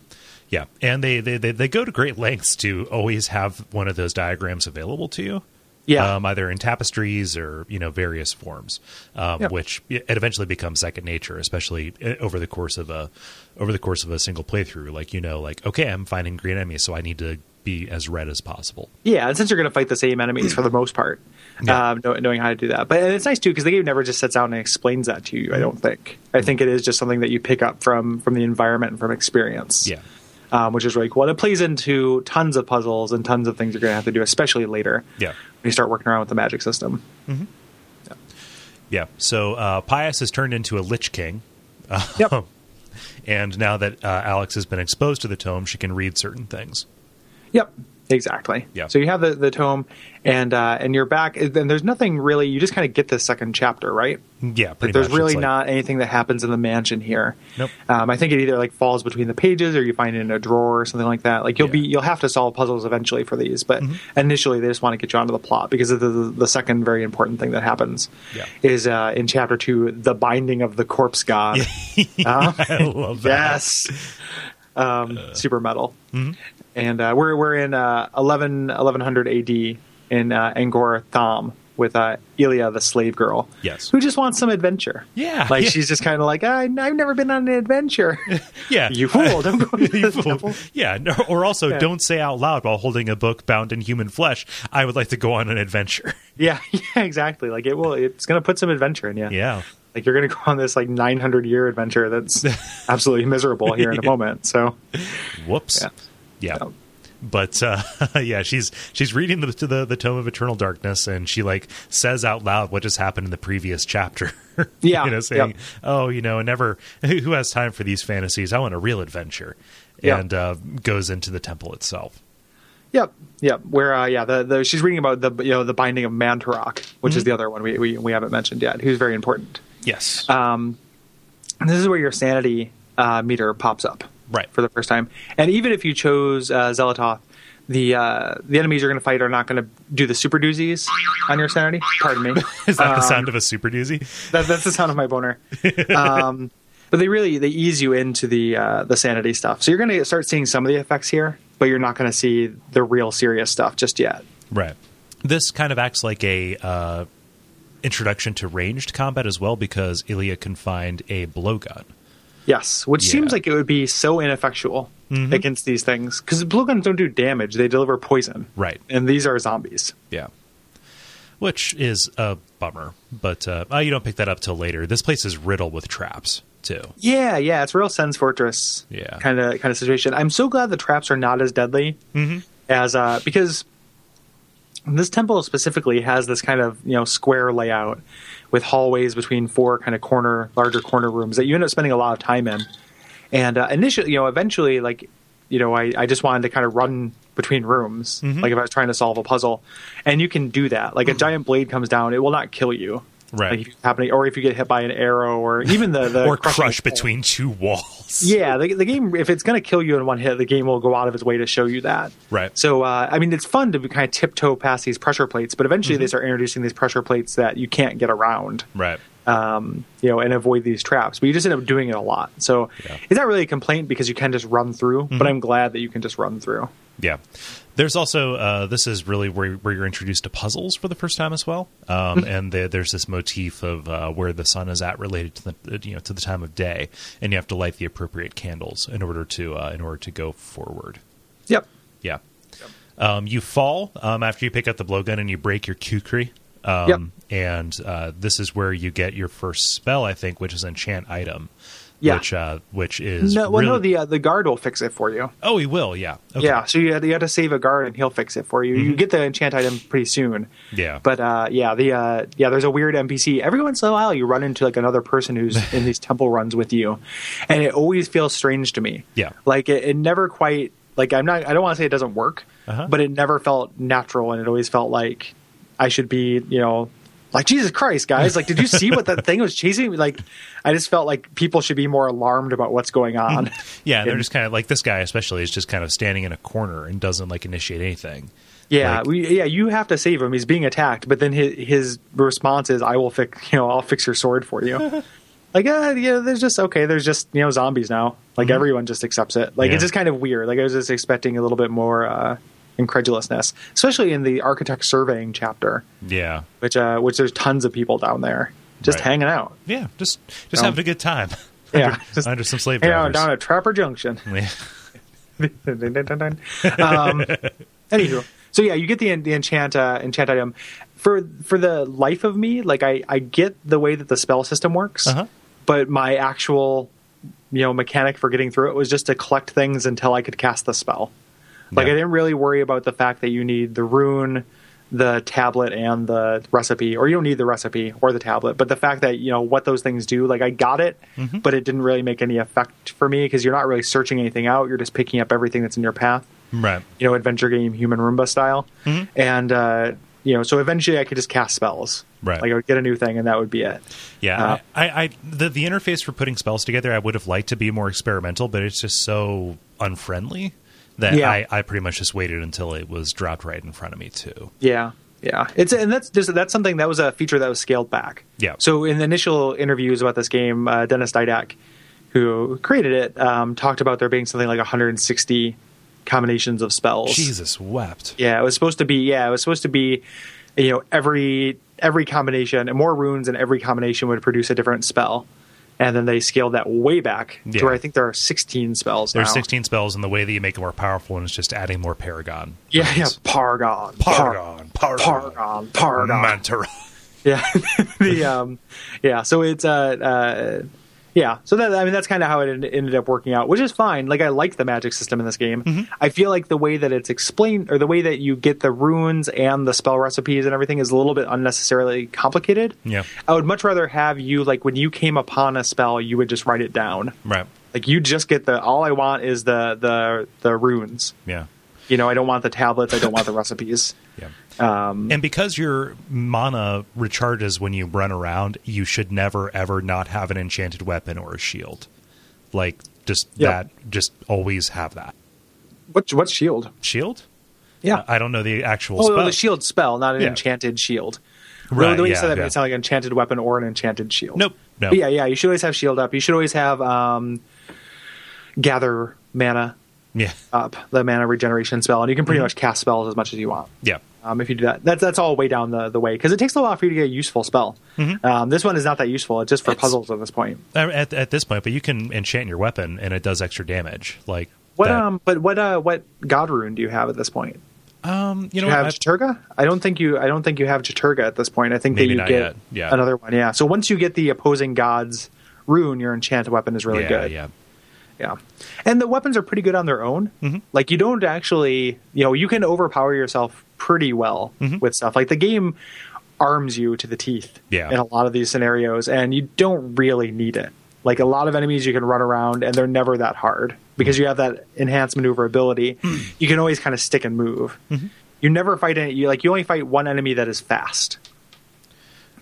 Speaker 1: Yeah. And they, they they they go to great lengths to always have one of those diagrams available to you.
Speaker 2: Yeah.
Speaker 1: Um, either in tapestries or you know various forms, um,
Speaker 2: Yeah.
Speaker 1: which it eventually becomes second nature, especially uh, over the course of a over the course of a single playthrough. Like you know, like okay, I'm finding green enemies, so I need to be as red as possible.
Speaker 2: Yeah, and since you're going to fight the same enemies for the most part,
Speaker 1: Mm. Yeah.
Speaker 2: um, know- knowing how to do that. But and it's nice too because the game never just sets out and explains that to you. I don't think.
Speaker 1: Mm.
Speaker 2: I think it is just something that you pick up from from the environment and from experience.
Speaker 1: Yeah.
Speaker 2: Um, which is really cool. And it plays into tons of puzzles and tons of things you're going to have to do, especially later.
Speaker 1: Yeah.
Speaker 2: When you start working around with the magic system.
Speaker 1: Yeah. So uh, Pius has turned into a Lich King.
Speaker 2: Yep.
Speaker 1: And now that uh, Alex has been exposed to the tome, she can read certain things.
Speaker 2: Yep. Exactly.
Speaker 1: Yeah.
Speaker 2: So you have the, the tome, and uh, and you're back. And there's nothing really. You just kind of get the second chapter, right?
Speaker 1: Yeah, pretty
Speaker 2: Like, there's
Speaker 1: much. It's
Speaker 2: really
Speaker 1: like-
Speaker 2: not anything that happens in the mansion here.
Speaker 1: Nope.
Speaker 2: Um, I think it either like falls between the pages, or you find it in a drawer or something like that. Like you'll be
Speaker 1: Yeah. Mm-hmm.
Speaker 2: you'll have to solve puzzles eventually for these, but initially they just want to get you onto the plot because of the, the, the second very important thing that happens.
Speaker 1: Yeah.
Speaker 2: Is uh, in chapter two, the binding of the corpse god. Um,
Speaker 1: I love that.
Speaker 2: Yes. Um,
Speaker 1: Uh,
Speaker 2: super metal.
Speaker 1: mm-hmm.
Speaker 2: And uh, we're we're in uh, 11 1100 AD in uh, Angora Tham with uh, Ilya the slave girl.
Speaker 1: Yes.
Speaker 2: Who just wants some adventure.
Speaker 1: Yeah,
Speaker 2: Like
Speaker 1: yeah.
Speaker 2: she's just kind of like I I've never been on an adventure.
Speaker 1: Yeah.
Speaker 2: you fool! Don't go to
Speaker 1: You
Speaker 2: the
Speaker 1: fool.
Speaker 2: temple.
Speaker 1: Yeah, no, or also
Speaker 2: Yeah.
Speaker 1: don't say out loud while holding a book bound in human flesh. I would like to go on an adventure.
Speaker 2: Yeah, yeah, exactly. Like it will. It's gonna put some adventure in you.
Speaker 1: Yeah,
Speaker 2: Like you're gonna go on this like 900 year adventure that's absolutely miserable here in a moment. So
Speaker 1: whoops.
Speaker 2: Yeah.
Speaker 1: Yeah.
Speaker 2: No.
Speaker 1: But uh, yeah, she's she's reading the, the the tome of eternal darkness, and she like says out loud what just happened in the previous chapter.
Speaker 2: Yeah,
Speaker 1: you know,
Speaker 2: yep.
Speaker 1: saying, "Oh, you know, never. Who has time for these fantasies? I want a real adventure."
Speaker 2: Yeah.
Speaker 1: And uh, goes into the temple itself.
Speaker 2: Yep, yep. Where uh, yeah, the, the she's reading about the you know the binding of Mantarok, which
Speaker 1: Mm-hmm.
Speaker 2: is the other one we, we we haven't mentioned yet, who's very important.
Speaker 1: Yes.
Speaker 2: Um, and this is where your sanity uh, meter pops up,
Speaker 1: Right.
Speaker 2: for the first time. And even if you chose uh, Zelatoth, the uh, the enemies you're going to fight are not going to do the super doozies on your sanity. Pardon me.
Speaker 1: Is that the
Speaker 2: Um,
Speaker 1: sound of a super doozy?
Speaker 2: that, that's the sound of my boner. Um, but they really they ease you into the uh, the sanity stuff. So you're going to start seeing some of the effects here, but you're not going to see the real serious stuff just yet.
Speaker 1: Right. This kind of acts like a uh, introduction to ranged combat as well, because Ilya can find a blowgun.
Speaker 2: Yes, which
Speaker 1: Yeah. Mm-hmm.
Speaker 2: seems like it would be so ineffectual against these things because blowguns don't do damage; they deliver poison.
Speaker 1: Right.
Speaker 2: and these are zombies.
Speaker 1: Yeah. Which is a bummer, but uh, oh, you don't pick that up till later. This place is riddled with traps too.
Speaker 2: Yeah, yeah, it's a real sense fortress.
Speaker 1: Yeah.
Speaker 2: kind of kind of situation. I'm so glad the traps are not as deadly
Speaker 1: Mm-hmm.
Speaker 2: as uh, because this temple specifically has this kind of you know square layout with hallways between four kind of corner larger corner rooms that you end up spending a lot of time in. And uh, initially, you know, eventually, like you know, I, I just wanted to kind of run between rooms,
Speaker 1: Mm-hmm.
Speaker 2: like if I was trying to solve a puzzle, and you can do that. Like a giant blade comes down, it will not kill you.
Speaker 1: Right.
Speaker 2: Like if you happening, or if you get hit by an arrow, or even the, the
Speaker 1: or
Speaker 2: Uh, crushing
Speaker 1: crush
Speaker 2: blow.
Speaker 1: between two walls.
Speaker 2: Yeah, the, the game. If it's going to kill you in one hit, the game will go out of its way to show you that.
Speaker 1: Right.
Speaker 2: So, uh, I mean, it's fun to be kind of tiptoe past these pressure plates, but eventually
Speaker 1: Mm-hmm.
Speaker 2: they start introducing these pressure plates that you can't get around,
Speaker 1: Right.
Speaker 2: um, you know, and avoid these traps. But you just end up doing it a lot. So,
Speaker 1: Yeah. Mm-hmm.
Speaker 2: it's not really a complaint because you can just run through. But I'm glad that you can just run through.
Speaker 1: Yeah. There's also uh, this is really where where you're introduced to puzzles for the first time as well,
Speaker 2: Mm-hmm.
Speaker 1: um, and the, there's this motif of uh, where the sun is at related to the you know to the time of day, and you have to light the appropriate candles in order to uh, in order to go forward.
Speaker 2: Yep.
Speaker 1: Yeah. Um, you fall um, after you pick up the blowgun and you break your kukri. Um, And uh, this is where you get your first spell, I think, which is enchant item.
Speaker 2: Yeah.
Speaker 1: Which uh, which is
Speaker 2: No, well, no,
Speaker 1: really-
Speaker 2: the uh, the guard will fix it for you.
Speaker 1: oh he will yeah Okay. Mm-hmm.
Speaker 2: Yeah, so you had, you had to save a guard and he'll fix it for you. You get the enchant item pretty soon.
Speaker 1: Yeah.
Speaker 2: But uh, yeah, the uh, yeah, there's a weird NPC. Every once in a while, you run into like another person who's in these temple runs with you, and it always feels strange to me.
Speaker 1: Yeah.
Speaker 2: Like it, it never quite like I'm not. I don't want to say it doesn't work,
Speaker 1: Uh-huh.
Speaker 2: but it never felt natural, and it always felt like I should be, you know. Like Jesus Christ, guys! Like, did you see what that thing was chasing? me? Like, I just felt like people should be more alarmed about what's going on.
Speaker 1: Yeah, and they're
Speaker 2: And-
Speaker 1: just kind of like this guy, especially, is just kind of standing in a corner and doesn't like initiate anything.
Speaker 2: Yeah,
Speaker 1: Like-
Speaker 2: we, yeah, you have to save him. He's being attacked, but then his, his response is, "I will fix, you know, I'll fix your sword for you." like, uh, yeah, there's just okay, there's just you know zombies now. Like everyone just accepts it. Like
Speaker 1: Mm-hmm. Yeah.
Speaker 2: it's just kind of weird. Like I was just expecting a little bit more uh, incredulousness, especially in the architect surveying chapter,
Speaker 1: Yeah,
Speaker 2: which uh, which there's tons of people down there just
Speaker 1: Right.
Speaker 2: hanging out.
Speaker 1: yeah, just just
Speaker 2: No.
Speaker 1: having a good time.
Speaker 2: Yeah,
Speaker 1: under,
Speaker 2: just
Speaker 1: under some slave
Speaker 2: Hanging out
Speaker 1: drivers.
Speaker 2: down at Trapper Junction.
Speaker 1: Yeah.
Speaker 2: Dun, dun, dun, dun, dun. um, anywho, so yeah, you get the the enchant uh, enchant item. For for the life of me, like I I get the way that the spell system works,
Speaker 1: Uh-huh.
Speaker 2: but my actual you know mechanic for getting through it was just to collect things until I could cast the spell. Like
Speaker 1: Yeah.
Speaker 2: I didn't really worry about the fact that you need the rune, the tablet, and the recipe, or you don't need the recipe or the tablet, but the fact that you know what those things do. Like I got it,
Speaker 1: Mm-hmm.
Speaker 2: but it didn't really make any effect for me because you're not really searching anything out. You're just picking up everything that's in your path.
Speaker 1: Right.
Speaker 2: you know, adventure game, human Roomba style.
Speaker 1: Mm-hmm.
Speaker 2: And, uh, you know, so eventually I could just cast spells.
Speaker 1: Right.
Speaker 2: Like I would get a new thing and that would be it.
Speaker 1: Yeah,
Speaker 2: Uh,
Speaker 1: I, I, I the the interface for putting spells together, I would have liked to be more experimental, but it's just so unfriendly that
Speaker 2: Yeah.
Speaker 1: I, I pretty much just waited until it was dropped right in front of me too.
Speaker 2: Yeah. Yeah. It's and that's just that's something that was a feature that was scaled back.
Speaker 1: Yeah.
Speaker 2: So in the initial interviews about this game, uh, Dennis Didak, who created it, um, talked about there being something like 160 combinations of spells.
Speaker 1: Jesus wept.
Speaker 2: Yeah, it was supposed to be. Yeah, it was supposed to be. You know, every every combination, more runes, and every combination would produce a different spell. And then they scaled that way back
Speaker 1: Yeah.
Speaker 2: to where I think there are 16 spells
Speaker 1: There's
Speaker 2: now.
Speaker 1: 16 spells, and the way that you make it more powerful one is just adding more Paragon.
Speaker 2: Yeah, yeah.
Speaker 1: runes.
Speaker 2: Paragon.
Speaker 1: Paragon,
Speaker 2: Par-
Speaker 1: Paragon,
Speaker 2: Paragon. Paragon.
Speaker 1: Mantara.
Speaker 2: Yeah. the um, yeah. So it's uh, uh yeah. So that I mean that's kind of how it en- ended up working out, which is fine. Like I like the magic system in this game. I feel like the way that it's explained or the way that you get the runes and the spell recipes and everything is a little bit unnecessarily complicated.
Speaker 1: Yeah.
Speaker 2: I would much rather have you like when you came upon a spell, you would just write it down.
Speaker 1: Right.
Speaker 2: Like you just get the all I want is the the the runes.
Speaker 1: Yeah.
Speaker 2: You know, I don't want the tablets. I don't want the recipes.
Speaker 1: Yeah.
Speaker 2: Um,
Speaker 1: And because your mana recharges when you run around, you should never ever not have an enchanted weapon or a shield. Like just
Speaker 2: Yep.
Speaker 1: that just always have that.
Speaker 2: what what's shield?
Speaker 1: Shield?
Speaker 2: Yeah,
Speaker 1: I don't know the actual
Speaker 2: Oh,
Speaker 1: spell.
Speaker 2: the shield spell, not an
Speaker 1: Yeah.
Speaker 2: enchanted shield.
Speaker 1: Right,
Speaker 2: Right, the way you
Speaker 1: yeah,
Speaker 2: said that
Speaker 1: yeah.
Speaker 2: made it sound like an enchanted weapon or an enchanted shield.
Speaker 1: Nope, no.
Speaker 2: But yeah, yeah. You should always have shield up. You should always have um, gather mana
Speaker 1: Yeah.
Speaker 2: up, the mana regeneration spell, and you can pretty
Speaker 1: Mm-hmm.
Speaker 2: much cast spells as much as you want.
Speaker 1: Yeah.
Speaker 2: Um, if you do that, that's that's all way down the, the way because it takes a while for you to get a useful spell. Um, this one is not that useful. It's just for
Speaker 1: Mm-hmm. It's-
Speaker 2: puzzles at this point.
Speaker 1: Uh, At, at this point, but you can enchant your weapon and it does extra damage. Like
Speaker 2: What
Speaker 1: that-
Speaker 2: um, but what uh, what god rune do you have at this point?
Speaker 1: um, you know
Speaker 2: you
Speaker 1: what?
Speaker 2: have
Speaker 1: I-
Speaker 2: Chaturga? I don't think you. I don't think you have Chaturga at this point. I think
Speaker 1: Maybe
Speaker 2: that you
Speaker 1: not
Speaker 2: get
Speaker 1: yet. Yeah.
Speaker 2: another one. Yeah. So once you get the opposing god's rune, your enchanted weapon is really
Speaker 1: yeah,
Speaker 2: good.
Speaker 1: yeah.
Speaker 2: Yeah. And the weapons are pretty good on their own.
Speaker 1: Mm-hmm.
Speaker 2: Like you don't actually, you know, you can overpower yourself pretty well
Speaker 1: Mm-hmm.
Speaker 2: with stuff. Like the game arms you to the teeth
Speaker 1: Yeah.
Speaker 2: in a lot of these scenarios, and you don't really need it. Like a lot of enemies, you can run around, and they're never that hard
Speaker 1: Mm-hmm.
Speaker 2: because you have that enhanced maneuverability. You can always kind of stick and move.
Speaker 1: Mm-hmm.
Speaker 2: You never fight any. You like you only fight one enemy that is fast.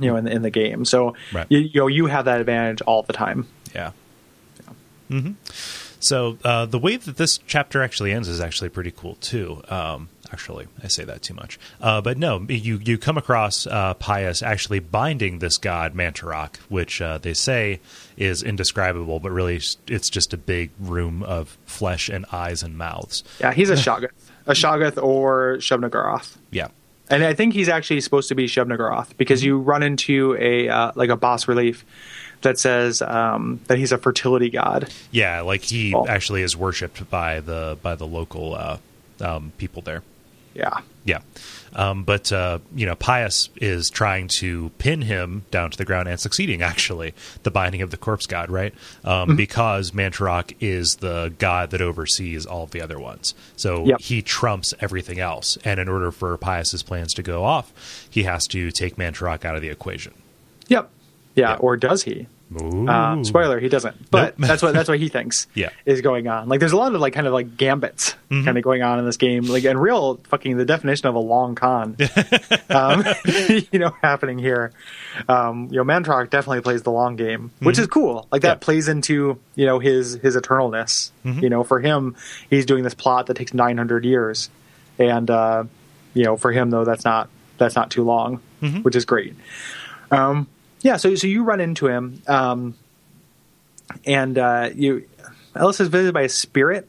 Speaker 2: You know, in the, in the game, so
Speaker 1: Right.
Speaker 2: you, you know you have that advantage all the time.
Speaker 1: Yeah. hmm So uh, the way that this chapter actually ends is actually pretty cool too. Um, actually, I say that too much, uh, but no, you you come across uh, Pius actually binding this god Mantarok, which uh, they say is indescribable, but really s- it's just a big room of flesh and eyes and mouths.
Speaker 2: Yeah, he's a Shoggoth. A Shoggoth or Shubnagaroth.
Speaker 1: Yeah.
Speaker 2: And I think he's actually supposed to be Shubnagaroth because you run into a uh, like a boss relief that says um, that he's a fertility god.
Speaker 1: Yeah, like he
Speaker 2: Cool.
Speaker 1: actually is worshipped by the by the local uh, um, people there.
Speaker 2: Yeah.
Speaker 1: Yeah, um, but uh, you know, Pius is trying to pin him down to the ground and succeeding. Actually, the binding of the corpse god, right? Um,
Speaker 2: Mm-hmm.
Speaker 1: Because Mantarok is the god that oversees all of the other ones, so
Speaker 2: Yep.
Speaker 1: he trumps everything else. And in order for Pius's plans to go off, he has to take Mantarok out of the equation.
Speaker 2: Yep. Yeah.
Speaker 1: Yeah.
Speaker 2: Or does he?
Speaker 1: Ooh.
Speaker 2: Um, spoiler: He doesn't. But
Speaker 1: Nope.
Speaker 2: that's what that's what he thinks
Speaker 1: Yeah. Mm-hmm.
Speaker 2: is going on. Like, there's a lot of like kind of like gambits kind of going on in this game. Like, and real fucking the definition of a long con, um, you know, happening here. Um, you know, Mantrock definitely plays the long game, which is cool. Like
Speaker 1: Mm-hmm.
Speaker 2: that
Speaker 1: Yeah. Mm-hmm.
Speaker 2: plays into you know his his eternalness. You know, for him, he's doing this plot that takes 900 years, and uh, you know, for him though, that's not that's not too long,
Speaker 1: Mm-hmm.
Speaker 2: which is great. Um, yeah, so so you run into him, um, and uh, you Ellis is visited by a spirit.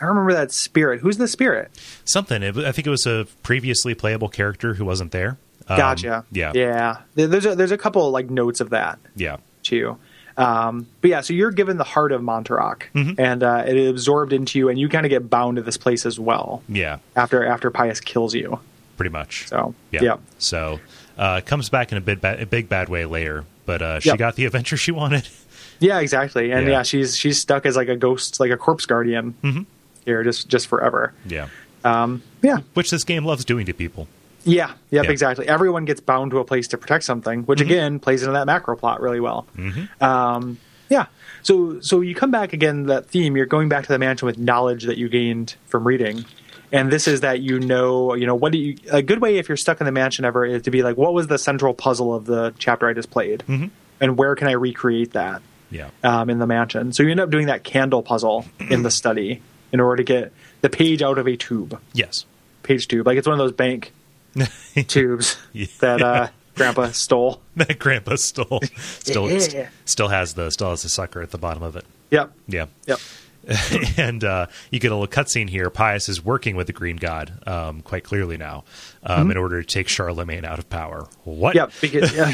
Speaker 2: I remember that spirit. Who's the spirit?
Speaker 1: Something. It, I think it was a previously playable character who wasn't there. Um,
Speaker 2: Gotcha.
Speaker 1: Yeah.
Speaker 2: yeah. There- There's a, there's a couple like notes of that
Speaker 1: Yeah.
Speaker 2: too. Um, but yeah, so you're given the heart of Montaroc,
Speaker 1: Mm-hmm.
Speaker 2: and uh, it absorbed into you, and you kind of get bound to this place as well.
Speaker 1: Yeah.
Speaker 2: After after Pius kills you,
Speaker 1: pretty much.
Speaker 2: So,
Speaker 1: yeah.
Speaker 2: yeah.
Speaker 1: So uh, comes back in a big, ba- a big bad way later, but uh, she
Speaker 2: Yep.
Speaker 1: got the adventure she wanted.
Speaker 2: yeah, exactly. And
Speaker 1: Yeah. Mm-hmm.
Speaker 2: yeah. she's she's stuck as like a ghost, like a corpse guardian here, just just forever.
Speaker 1: yeah,
Speaker 2: Um, yeah,
Speaker 1: which this game loves doing to people.
Speaker 2: Yeah, yep,
Speaker 1: Yeah.
Speaker 2: exactly. Everyone gets bound to a place to protect something, which again plays into that macro plot really well. Um, Yeah. So so you come back again that theme. You're going back to the mansion with knowledge that you gained from reading, and this is that you know you know what do you a good way if you're stuck in the mansion ever is to be like what was the central puzzle of the chapter I just played, and where can I recreate that
Speaker 1: Yeah.
Speaker 2: um, in the mansion? So you end up doing that candle puzzle in the study in order to get the page out of a tube,
Speaker 1: Yes.
Speaker 2: page tube. Like it's one of those bank tubes
Speaker 1: Yeah.
Speaker 2: that uh, Grandpa stole.
Speaker 1: that grandpa stole still
Speaker 2: Yeah.
Speaker 1: st- still has the still has the sucker at the bottom of it.
Speaker 2: Yep.
Speaker 1: Yeah.
Speaker 2: Yep.
Speaker 1: and uh, you get a little cutscene here. Pius is working with the Green God um, quite clearly now um, in order to take Charlemagne out of power. What?
Speaker 2: Yep. Because, yeah.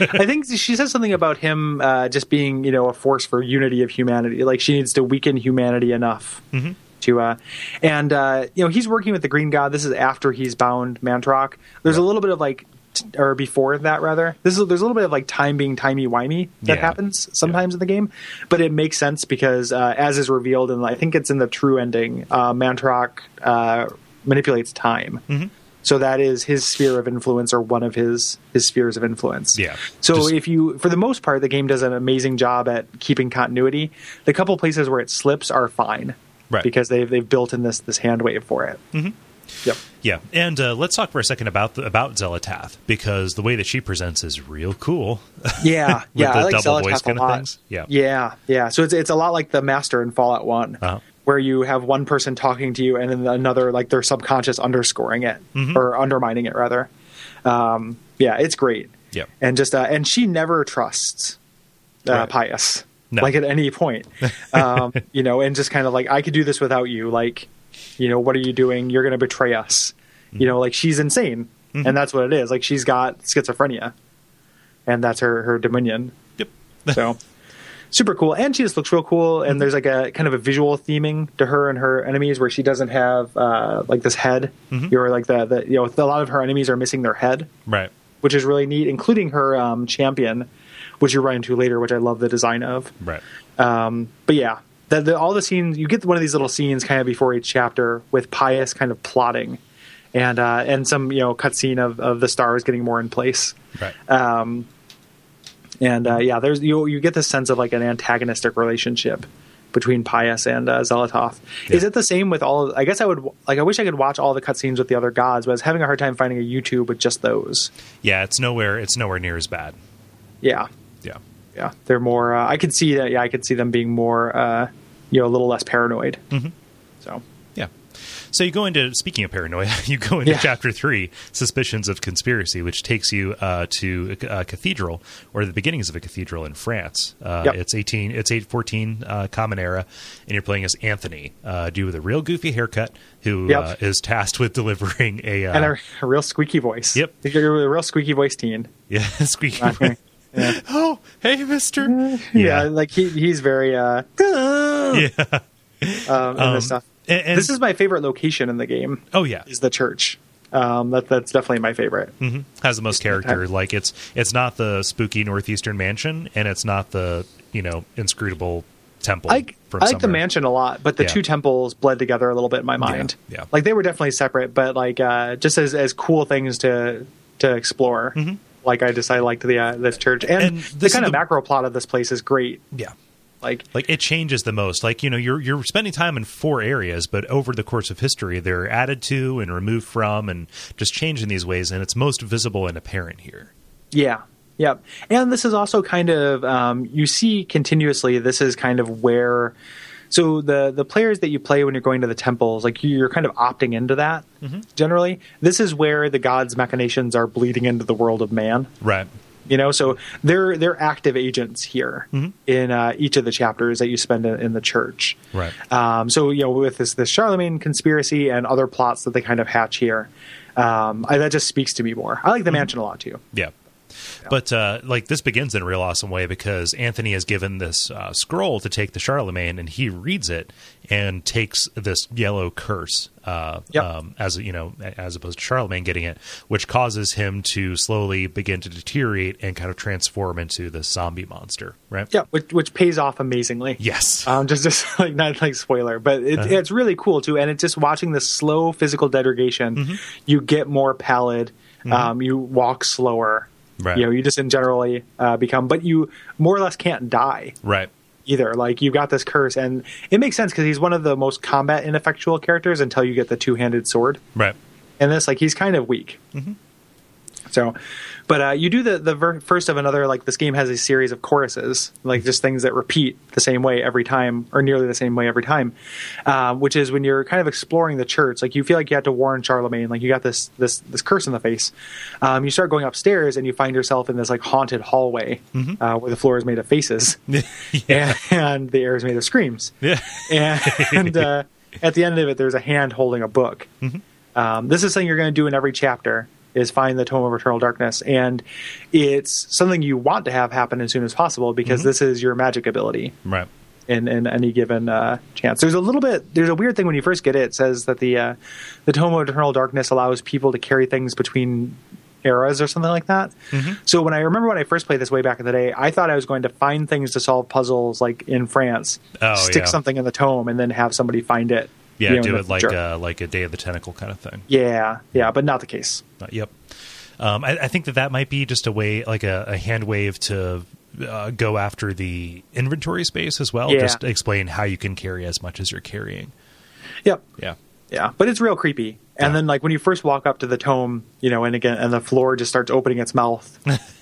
Speaker 2: I think she says something about him uh, just being, you know, a force for unity of humanity. Like she needs to weaken humanity enough
Speaker 1: Mm-hmm.
Speaker 2: to, uh, and uh, you know, he's working with the Green God. This is after he's bound Mantrock. There's a little bit of like, t- or before that rather. This is there's a little bit of like time being timey wimey that
Speaker 1: Yeah.
Speaker 2: happens sometimes in the game, but it makes sense because uh, as is revealed, and I think it's in the true ending, uh, Mantrock uh, manipulates time.
Speaker 1: Mm-hmm.
Speaker 2: So that is his sphere of influence, or one of his his spheres of influence.
Speaker 1: Yeah.
Speaker 2: So
Speaker 1: Just-
Speaker 2: if you, for the most part, the game does an amazing job at keeping continuity. The couple places where it slips are fine,
Speaker 1: Right.
Speaker 2: Because they've they've built in this this hand wave for it. Mm-hmm. Yep.
Speaker 1: Yeah, and uh, let's talk for a second about the, about Zelatath because the way that she presents is real cool.
Speaker 2: Yeah. yeah.
Speaker 1: the
Speaker 2: I like
Speaker 1: double
Speaker 2: Zelotaph
Speaker 1: voice
Speaker 2: a
Speaker 1: kinda
Speaker 2: lot.
Speaker 1: things? Yeah.
Speaker 2: Yeah. Yeah. So it's it's a lot like the master in Fallout One.
Speaker 1: Uh-huh.
Speaker 2: Where you have one person talking to you and then another, like their subconscious underscoring it
Speaker 1: Mm-hmm.
Speaker 2: or undermining it, rather. Um, yeah, it's great.
Speaker 1: Yep.
Speaker 2: and just uh, and she never trusts uh,
Speaker 1: Right.
Speaker 2: Pius
Speaker 1: No.
Speaker 2: like at any point, um, you know, and just kind of like I could do this without you, like you know, what are you doing? You're going to betray us,
Speaker 1: Mm-hmm.
Speaker 2: you know, like she's insane, and that's what it is. Like she's got schizophrenia, and that's her her dominion.
Speaker 1: Yep.
Speaker 2: So. Super cool, and she just looks real cool.
Speaker 1: Mm-hmm.
Speaker 2: And there's like a kind of a visual theming to her and her enemies, where she doesn't have uh, like this head.
Speaker 1: Mm-hmm.
Speaker 2: You're like the, the you know a lot of her enemies are missing their head,
Speaker 1: Right.
Speaker 2: which is really neat, including her um, champion, which you run into later, which I love the design of.
Speaker 1: Right.
Speaker 2: Um, but yeah, the, the, all the scenes you get one of these little scenes kind of before each chapter with Pius kind of plotting, and uh, and some you know cutscene of of the stars getting more in place.
Speaker 1: Right.
Speaker 2: Um, and uh, yeah, there's you you get the sense of like an antagonistic relationship between Pius and uh, Zelotov. Is
Speaker 1: Yeah.
Speaker 2: it the same with all? I guess I would like. I wish I could watch all the cutscenes with the other gods, but I was having a hard time finding a YouTube with just those.
Speaker 1: yeah, it's nowhere. It's nowhere near as bad.
Speaker 2: Yeah,
Speaker 1: Yeah.
Speaker 2: yeah they're more uh, i could see that yeah i could see them being more uh you know a little less paranoid
Speaker 1: Mm-hmm.
Speaker 2: so
Speaker 1: Yeah. So you go into speaking of paranoia, you go into
Speaker 2: Yeah.
Speaker 1: chapter three, suspicions of conspiracy, which takes you uh, to a, a cathedral or the beginnings of a cathedral in France. Uh,
Speaker 2: Yep.
Speaker 1: It's eighteen, it's eight fourteen uh, Common Era, and you're playing as Anthony, uh, dude with a real goofy haircut, who
Speaker 2: Yep.
Speaker 1: uh, is tasked with delivering a uh,
Speaker 2: and a, a real squeaky voice
Speaker 1: Yep.
Speaker 2: you're a real squeaky voice teen
Speaker 1: yeah squeaky.
Speaker 2: Okay. yeah.
Speaker 1: Oh, hey, Mister.
Speaker 2: Yeah, like he, he's very uh yeah um, and
Speaker 1: Um,
Speaker 2: this stuff
Speaker 1: and- and-
Speaker 2: this is my favorite location in the game
Speaker 1: Oh yeah,
Speaker 2: is the church um that that's definitely my favorite
Speaker 1: hmm has the most character. Like it's it's not the spooky northeastern mansion, and it's not the you know inscrutable temple.
Speaker 2: I, I
Speaker 1: from
Speaker 2: like the
Speaker 1: somewhere.
Speaker 2: mansion a lot, but the
Speaker 1: Yeah.
Speaker 2: two temples bled together a little bit in my mind.
Speaker 1: yeah.
Speaker 2: Like they were definitely separate, but like uh, just as, as cool things to to explore. Like I just I liked the uh, this church and,
Speaker 1: Mm-hmm. And
Speaker 2: the
Speaker 1: this
Speaker 2: kind
Speaker 1: is
Speaker 2: of
Speaker 1: the-
Speaker 2: macro plot of this place is great.
Speaker 1: Yeah.
Speaker 2: Like
Speaker 1: Like it changes the most. Like you know, you're you're spending time in four areas, but over the course of history, they're added to and removed from, and just changed in these ways. And it's most visible and apparent here.
Speaker 2: yeah. Yep. And this is also kind of um, you see continuously this is kind of where so the the players that you play when you're going to the temples, like you're kind of opting into that
Speaker 1: Mm-hmm.
Speaker 2: generally. This is where the gods' machinations are bleeding into the world of man.
Speaker 1: Right.
Speaker 2: you know so they're they're active agents here
Speaker 1: Mm-hmm.
Speaker 2: in uh, each of the chapters that you spend in, in the church
Speaker 1: Right.
Speaker 2: um, so you know with this this charlemagne conspiracy and other plots that they kind of hatch here um, I, that just speaks to me more i
Speaker 1: Mm-hmm.
Speaker 2: like the mansion a lot too
Speaker 1: Yeah. But uh, like this begins in a real awesome way because Anthony is given this uh, scroll to take the Charlemagne, and he reads it and takes this yellow curse uh,
Speaker 2: Yep.
Speaker 1: um, as you know, as opposed to Charlemagne getting it, which causes him to slowly begin to deteriorate and kind of transform into the zombie monster. Right?
Speaker 2: yeah which, which pays off amazingly
Speaker 1: Yes.
Speaker 2: um, just just like not like spoiler but it,
Speaker 1: Uh-huh.
Speaker 2: it's really cool too and it's just watching the
Speaker 1: Mm-hmm.
Speaker 2: slow physical degradation you get more pallid um, you walk slower
Speaker 1: Right.
Speaker 2: You know, you just in generally uh, become, but you more or less can't die
Speaker 1: Right.
Speaker 2: either. Like you got this curse, and it makes sense because he's one of the most combat ineffectual characters until you get the two handed sword.
Speaker 1: Right.
Speaker 2: And this, like, he's kind of weak. So, but uh, you do the the ver- first of another. Like this game has a series of choruses, like just things that repeat the same way every time, or nearly the same way every time. Um, which is when you're kind of exploring the church, like you feel like you have to warn Charlemagne, like you got this this this curse in the face. Um, you start going upstairs, and you find yourself in this like haunted hallway uh, where the floor is made of faces, and, and the air is made of screams
Speaker 1: Yeah.
Speaker 2: and uh, at the end of it, there's a hand holding a book. Um, this is something you're going to do in every chapter: is find the Tome of Eternal Darkness, and it's something you want to have happen as soon as possible because this is your magic ability
Speaker 1: right.
Speaker 2: in, in any given uh, chance. There's a little bit. There's a weird thing when you first get it. It says that the uh, the Tome of Eternal Darkness allows people to carry things between eras or something like that.
Speaker 1: Mm-hmm.
Speaker 2: So when I remember when I first played this way back in the day, I thought I was going to find things to solve puzzles like in France,
Speaker 1: Oh,
Speaker 2: stick
Speaker 1: yeah.
Speaker 2: something in the tome, and then have somebody find it.
Speaker 1: Yeah.
Speaker 2: you know, in
Speaker 1: do
Speaker 2: the
Speaker 1: it like
Speaker 2: future.
Speaker 1: uh, like a Day of the Tentacle kind of thing.
Speaker 2: yeah, yeah, but not the case.
Speaker 1: Uh, yep. Um, I, I think that that might be just a way, like a, a hand wave to uh, go after the inventory space as well.
Speaker 2: Yeah.
Speaker 1: Just explain how you can carry as much as you're carrying.
Speaker 2: Yep.
Speaker 1: Yeah.
Speaker 2: Yeah, but it's real creepy.
Speaker 1: Yeah.
Speaker 2: And then, like when you first walk up to the tome, you know, and again, and the floor just starts opening its mouth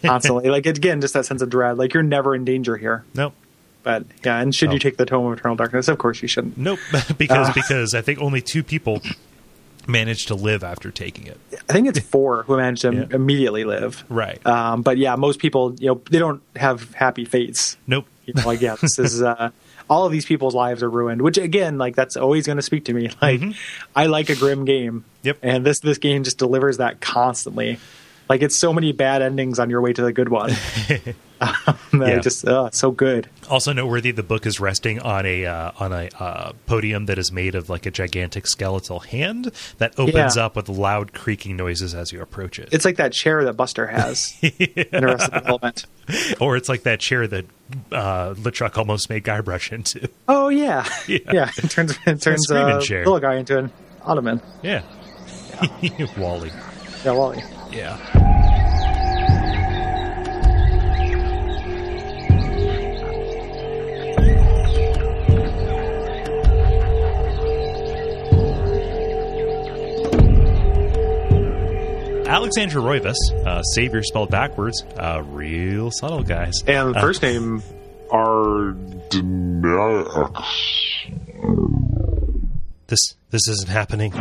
Speaker 2: constantly. like again, just that sense of dread. Like you're never in danger here.
Speaker 1: Nope.
Speaker 2: But yeah, and should
Speaker 1: Oh.
Speaker 2: you take the tome of eternal darkness? Of course you shouldn't.
Speaker 1: Nope. because because I think only two people managed to live after taking it.
Speaker 2: I think it's four who manage to
Speaker 1: Yeah.
Speaker 2: immediately live.
Speaker 1: Right.
Speaker 2: Um, but yeah, most people, you know, they don't have happy fates.
Speaker 1: Nope.
Speaker 2: You know, like yeah, this is uh, all of these people's lives are ruined. Which again, like that's always going to speak to me. Like I like a grim game.
Speaker 1: Mm-hmm. Yep.
Speaker 2: And this this game just delivers that constantly. Like it's so many bad endings on your way to the good one. um,
Speaker 1: Yeah.
Speaker 2: yeah. Just uh, so good.
Speaker 1: Also noteworthy, the book is resting on a uh, on a uh, podium that is made of like a gigantic skeletal hand that opens
Speaker 2: Yeah.
Speaker 1: up with loud creaking noises as you approach it.
Speaker 2: It's like that chair that Buster has in Arrested Development.
Speaker 1: or it's like that chair that uh, Luchuk almost made Guybrush into.
Speaker 2: Oh yeah, yeah. It turns it turns
Speaker 1: screaming
Speaker 2: uh,
Speaker 1: chair.
Speaker 2: little guy into an ottoman.
Speaker 1: Yeah. Wally.
Speaker 2: Yeah, Wally.
Speaker 1: Yeah. Alexandra Roivas, uh, savior spelled backwards, uh, real subtle guys.
Speaker 2: And the first name
Speaker 4: Ardnax.
Speaker 5: This this isn't happening.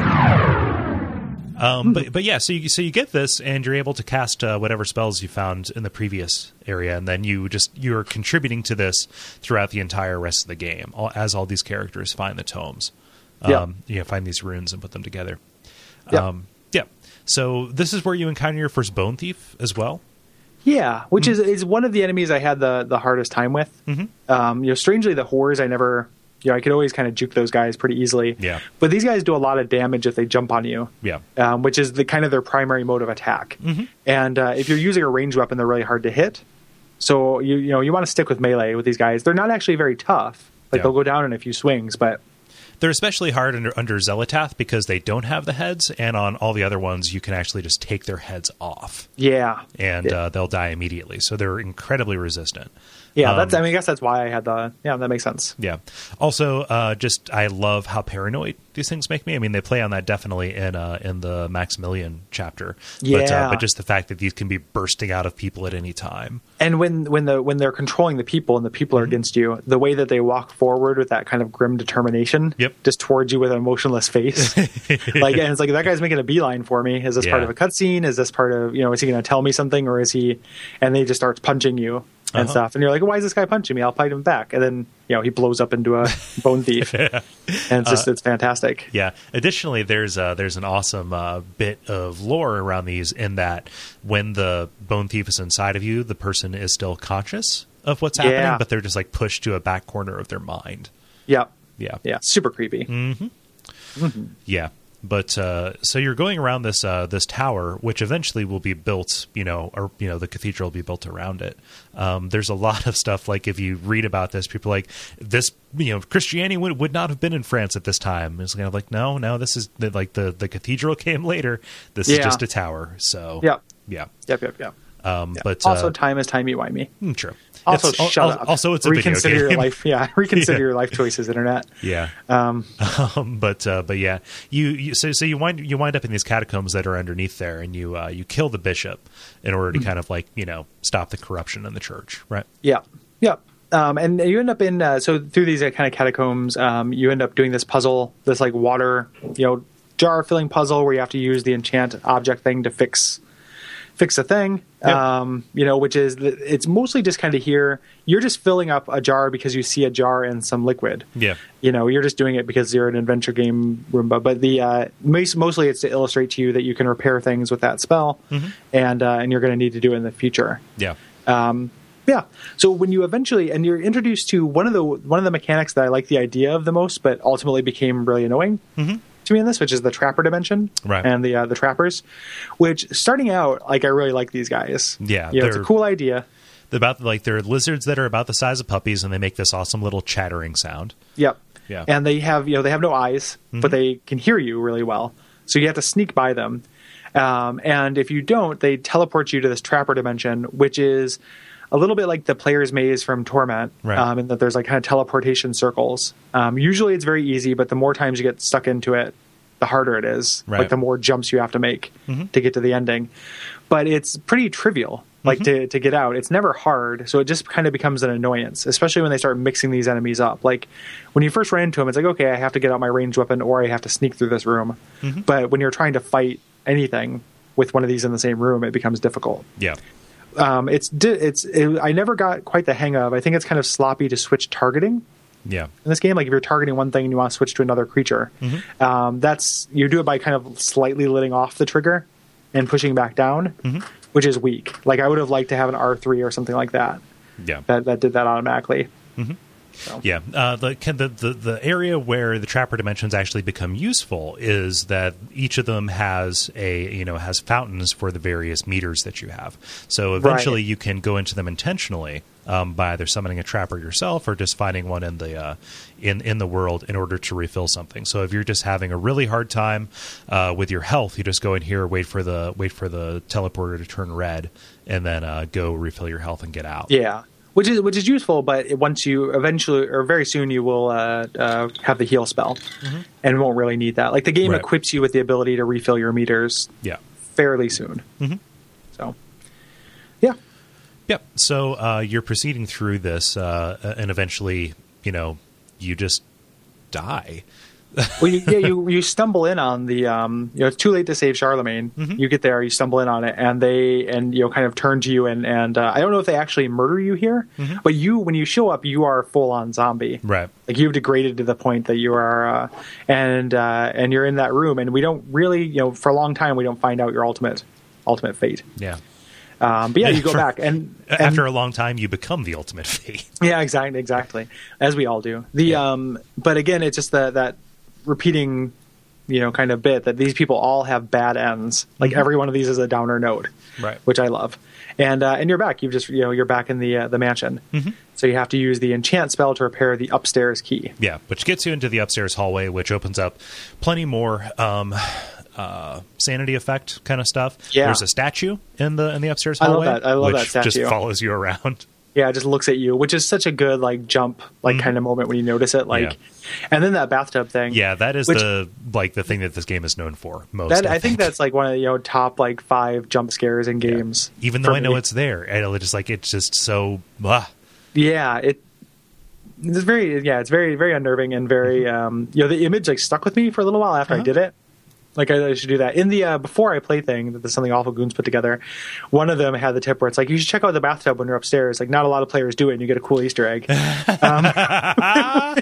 Speaker 1: Um, but but yeah, so you so you get this, and you're able to cast uh, whatever spells you found in the previous area, and then you just you are contributing to this throughout the entire rest of the game, all, as all these characters find the tomes. Um,
Speaker 2: Yeah.
Speaker 1: You know, find these runes and put them together.
Speaker 2: Yeah.
Speaker 1: Um, yeah. So this is where you encounter your first bone thief as well.
Speaker 2: Yeah, which
Speaker 1: Mm-hmm.
Speaker 2: is is one of the enemies I had the the hardest time with. Um, you know, strangely, the whores I never, you know, I could always kind of juke those guys pretty easily.
Speaker 1: Yeah.
Speaker 2: but these guys do a lot of damage if they jump on you.
Speaker 1: Yeah. Mm-hmm.
Speaker 2: um, which is the kind of their primary mode of attack. And uh, if you're using a ranged weapon, they're really hard to hit. So you you know you want to stick with melee with these guys. They're not actually very tough. Like
Speaker 1: Yeah.
Speaker 2: they'll go down in a few swings, but
Speaker 1: They're especially hard under, under Zelatath because they don't have the heads, and on all the other ones, you can actually just take their heads off,
Speaker 2: yeah,
Speaker 1: and
Speaker 2: Yeah.
Speaker 1: uh, they'll die immediately. So they're incredibly resistant.
Speaker 2: yeah.
Speaker 1: Um,
Speaker 2: that's I mean I guess that's why I had the yeah that makes sense.
Speaker 1: Yeah. Also, uh, just I love how paranoid these things make me. I mean, they play on that definitely in uh, in the Maximilian chapter. But, uh,
Speaker 2: Yeah.
Speaker 1: but just the fact that these can be bursting out of people at any time.
Speaker 2: and when when the when they're controlling the people and the people
Speaker 1: Mm-hmm.
Speaker 2: are against you the way that they walk forward with that kind of grim determination
Speaker 1: Yep.
Speaker 2: just towards you with an emotionless face like uh, and it's like that guy's making a beeline for me is this part
Speaker 1: Yeah.
Speaker 2: of a cutscene is this part of you know is he going to tell me something or is he and they just starts punching you and
Speaker 1: Uh-huh.
Speaker 2: stuff and you're like why is this guy punching me i'll fight him back and then you know he blows up into a bone thief and it's
Speaker 1: Uh,
Speaker 2: just it's fantastic
Speaker 1: Yeah. Additionally, there's uh, there's an awesome uh, bit of lore around these in that when the bone thief is inside of you, the person is still conscious of what's happening,
Speaker 2: Yeah.
Speaker 1: but they're just like pushed to a back corner of their mind.
Speaker 2: yeah
Speaker 1: Yeah.
Speaker 2: yeah super creepy
Speaker 1: mm. Yeah, but uh, so you're going around this uh, this tower, which eventually will be built. You know, or you know, the cathedral will be built around it. Um, there's a lot of stuff like if you read about this, people are like this. You know, Christianity would, would not have been in France at this time. It's kind of like no, no, this is like the the cathedral came later. This is
Speaker 2: Yeah.
Speaker 1: just a tower. So
Speaker 2: Yeah.
Speaker 1: yeah.
Speaker 2: yep yep yep
Speaker 1: Um,
Speaker 2: Yeah.
Speaker 1: But
Speaker 2: also,
Speaker 1: uh,
Speaker 2: time is timey wimey.
Speaker 1: mm, true.
Speaker 2: Also,
Speaker 1: It's- al-
Speaker 2: shut
Speaker 1: al-
Speaker 2: up.
Speaker 1: Also, it's a
Speaker 2: reconsider
Speaker 1: video game.
Speaker 2: your life. Yeah, reconsider
Speaker 1: Yeah.
Speaker 2: your life choices, internet.
Speaker 1: Yeah.
Speaker 2: Um,
Speaker 1: Um, but uh, but yeah, you, you so so you wind you wind up in these catacombs that are underneath there, and you uh, you kill the bishop in order to kind of like you know stop the corruption in the church, right?
Speaker 2: Yeah. Yeah. Um, and you end up in uh, so through these uh, kind of catacombs, um, you end up doing this puzzle, this like water, you know, jar filling puzzle where you have to use the enchant object thing to fix fix a thing.
Speaker 1: Yeah.
Speaker 2: Um, you know, which is it's mostly just kind of here. You're just filling up a jar because you see a jar and some liquid.
Speaker 1: Yeah.
Speaker 2: You know, you're just doing it because you're an adventure game Roomba. But the uh, most, mostly it's to illustrate to you that you can repair things with that spell,
Speaker 1: Mm-hmm.
Speaker 2: and uh, and you're going to need to do it in the future.
Speaker 1: Yeah.
Speaker 2: Yeah. So when you eventually and you're introduced to one of the one of the mechanics that I like the idea of the most, but ultimately became really annoying to me in this, which is the trapper dimension
Speaker 1: Mm-hmm. Right.
Speaker 2: and the uh, the trappers. Which starting out, like I really like these guys.
Speaker 1: Yeah,
Speaker 2: you know, it's a
Speaker 1: they're-
Speaker 2: cool idea.
Speaker 1: About like there are lizards that are about the size of puppies, and they make this awesome little chattering sound.
Speaker 2: Yep.
Speaker 1: Yeah. Mm-hmm.
Speaker 2: And they have you know they have no eyes, but they can hear you really well. So you have to sneak by them. Um, and if you don't, they teleport you to this trapper dimension, which is a little bit like the player's maze from Torment,
Speaker 1: Right.
Speaker 2: um, in that there's like kind of teleportation circles. Um, usually it's very easy, but the more times you get stuck into it, the harder it is.
Speaker 1: Right.
Speaker 2: Like the more jumps you have to make to get to the ending. But it's pretty trivial, like to, to get out. It's never hard, so it just kind of becomes an annoyance, especially when they start mixing these enemies up. Like when you first run into them, it's like okay, I have to get out my ranged weapon or I have to sneak through this room. But when you're trying to fight anything with one of these in the same room, it becomes difficult
Speaker 1: Yeah.
Speaker 2: um, it's di- it's it, I never got quite the hang of. I think it's kind of sloppy to switch targeting
Speaker 1: Yeah.
Speaker 2: in this game. Like if you're targeting one thing and you want to switch to another creature, um, that's you do it by kind of slightly letting off the trigger and pushing back down, which is weak. Like I would have liked to have an R three or something like that
Speaker 1: Yeah.
Speaker 2: that that did that automatically.
Speaker 1: Yeah, uh, the, can the, the the area where the trapper dimensions actually become useful is that each of them has a you know has fountains for the various meters that you have. So eventually,
Speaker 2: Right.
Speaker 1: you can go into them intentionally um, by either summoning a trapper yourself or just finding one in the uh, in in the world in order to refill something. So if you're just having a really hard time uh, with your health, you just go in here, wait for the wait for the teleporter to turn red, and then uh, go refill your health and get out.
Speaker 2: Yeah. Which is which is useful, but it- once you eventually or very soon you will uh, uh, have the heal spell, and won't really need that. Like the game
Speaker 1: Right.
Speaker 2: equips you with the ability to refill your meters
Speaker 1: yeah.
Speaker 2: fairly soon.
Speaker 1: Mm-hmm.
Speaker 2: So, yeah,
Speaker 1: Yep. So uh, you're proceeding through this, uh, and eventually, you know, you just die.
Speaker 2: well, you, yeah, you you stumble in on the um, you know, it's too late to save Charlemagne.
Speaker 1: Mm-hmm.
Speaker 2: You get there, you stumble in on it, and they and you know, kind of turn to you and and uh, I don't know if they actually murder you here, but you when you show up, you are full on zombie,
Speaker 1: Mm-hmm. Right.
Speaker 2: Like you've degraded to the point that you are, uh, and uh, and you're in that room, and we don't really, you know, for a long time we don't find out your ultimate ultimate fate.
Speaker 1: Yeah.
Speaker 2: Um, but yeah, you go
Speaker 1: For-
Speaker 2: back and, and
Speaker 1: After a long time, you become the ultimate fate.
Speaker 2: Yeah, exactly, exactly. As we all do. The um, but again, it's just the, that repeating, you know, kind of bit that these people all have bad ends. Like every one of these is a downer node,
Speaker 1: Mm-hmm. Right.
Speaker 2: Which I love. And uh, and you're back. You've just you know you're back in the uh, the mansion.
Speaker 1: Mm-hmm.
Speaker 2: So you have to use the enchant spell to repair the upstairs key.
Speaker 1: Yeah, which gets you into the upstairs hallway, which opens up plenty more um, uh, sanity effect kind of stuff.
Speaker 2: Yeah.
Speaker 1: There's a statue in the in the upstairs
Speaker 2: I love
Speaker 1: hallway.
Speaker 2: that. I love
Speaker 1: which
Speaker 2: that statue.
Speaker 1: Just follows you around.
Speaker 2: Yeah, it just looks at you, which is such a good like jump like
Speaker 1: Mm-hmm.
Speaker 2: kind of moment when you notice it. Like, and then that bathtub thing.
Speaker 1: Yeah, that is
Speaker 2: Which-
Speaker 1: the like the thing that this game is known for most.
Speaker 2: That, I think that's like one of the you know, top like five jump scares in games.
Speaker 1: even though
Speaker 2: for
Speaker 1: I know
Speaker 2: me.
Speaker 1: it's there, it'll just like it's just so. ah.
Speaker 2: yeah it it's very yeah it's very very unnerving and very
Speaker 1: Mm-hmm.
Speaker 2: um you know the image like stuck with me for a little while
Speaker 1: Uh-huh.
Speaker 2: after i did it like I, I should do that in the uh, before I play thing that there's something awful goons put together. One of them had the tip where it's like you should check out the bathtub when you're upstairs. Like not a lot of players do it, and you get a cool Easter egg, um,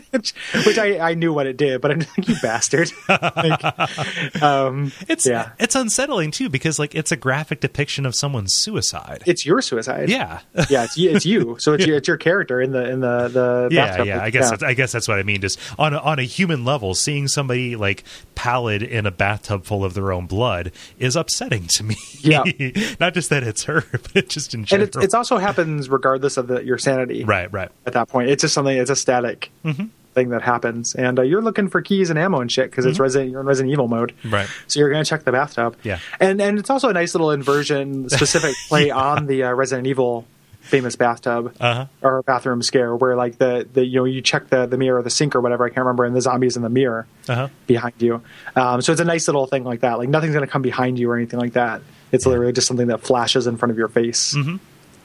Speaker 2: which, which I, I knew what it did, but I'm just like you bastard. Like, um,
Speaker 1: It's
Speaker 2: Yeah.
Speaker 1: it's unsettling too because like it's a graphic depiction of someone's suicide.
Speaker 2: it's your suicide.
Speaker 1: yeah.
Speaker 2: yeah, it's, it's you. So it's, your, it's your character in the in the the
Speaker 1: Yeah,
Speaker 2: bathtub.
Speaker 1: yeah.
Speaker 2: Like,
Speaker 1: I guess That's, I guess that's what I mean. Just on a, on a human level, seeing somebody like pallid in a bathtub full of their own blood is upsetting to me.
Speaker 2: Yeah.
Speaker 1: not just that it's her, but just in
Speaker 2: and
Speaker 1: general.
Speaker 2: it, it's also happens regardless of the, your sanity
Speaker 1: right, Mm-hmm. right.
Speaker 2: at that point it's just something it's a static thing that happens. And uh, you're looking for keys and ammo and shit because it's Resident you're in Resident Evil mode,
Speaker 1: Mm-hmm. Right.
Speaker 2: So you're gonna check the bathtub.
Speaker 1: Yeah.
Speaker 2: and and it's also a nice little inversion specific play on the uh, Resident Evil famous bathtub
Speaker 1: Uh-huh.
Speaker 2: or bathroom scare where like the, the you know you check the the mirror or the sink or whatever I can't remember and the zombies in the mirror
Speaker 1: Uh-huh.
Speaker 2: behind you. Um, so it's a nice little thing like that. Like nothing's going to come behind you or anything like that. It's literally just something that flashes in front of your face. Mm-hmm.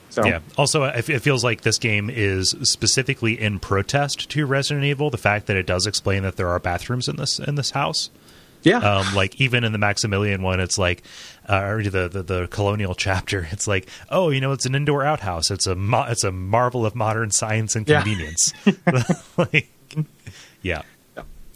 Speaker 2: So
Speaker 1: Yeah. Also, I f- it feels like this game is specifically in protest to Resident Evil. The fact that it does explain that there are bathrooms in this in this house.
Speaker 2: yeah,
Speaker 1: Um, like even in the Maximilian one, it's like, uh, or the, the the colonial chapter, it's like, oh, you know, it's an indoor outhouse. It's a mo- it's a marvel of modern science and
Speaker 2: Yeah.
Speaker 1: convenience. like, yeah.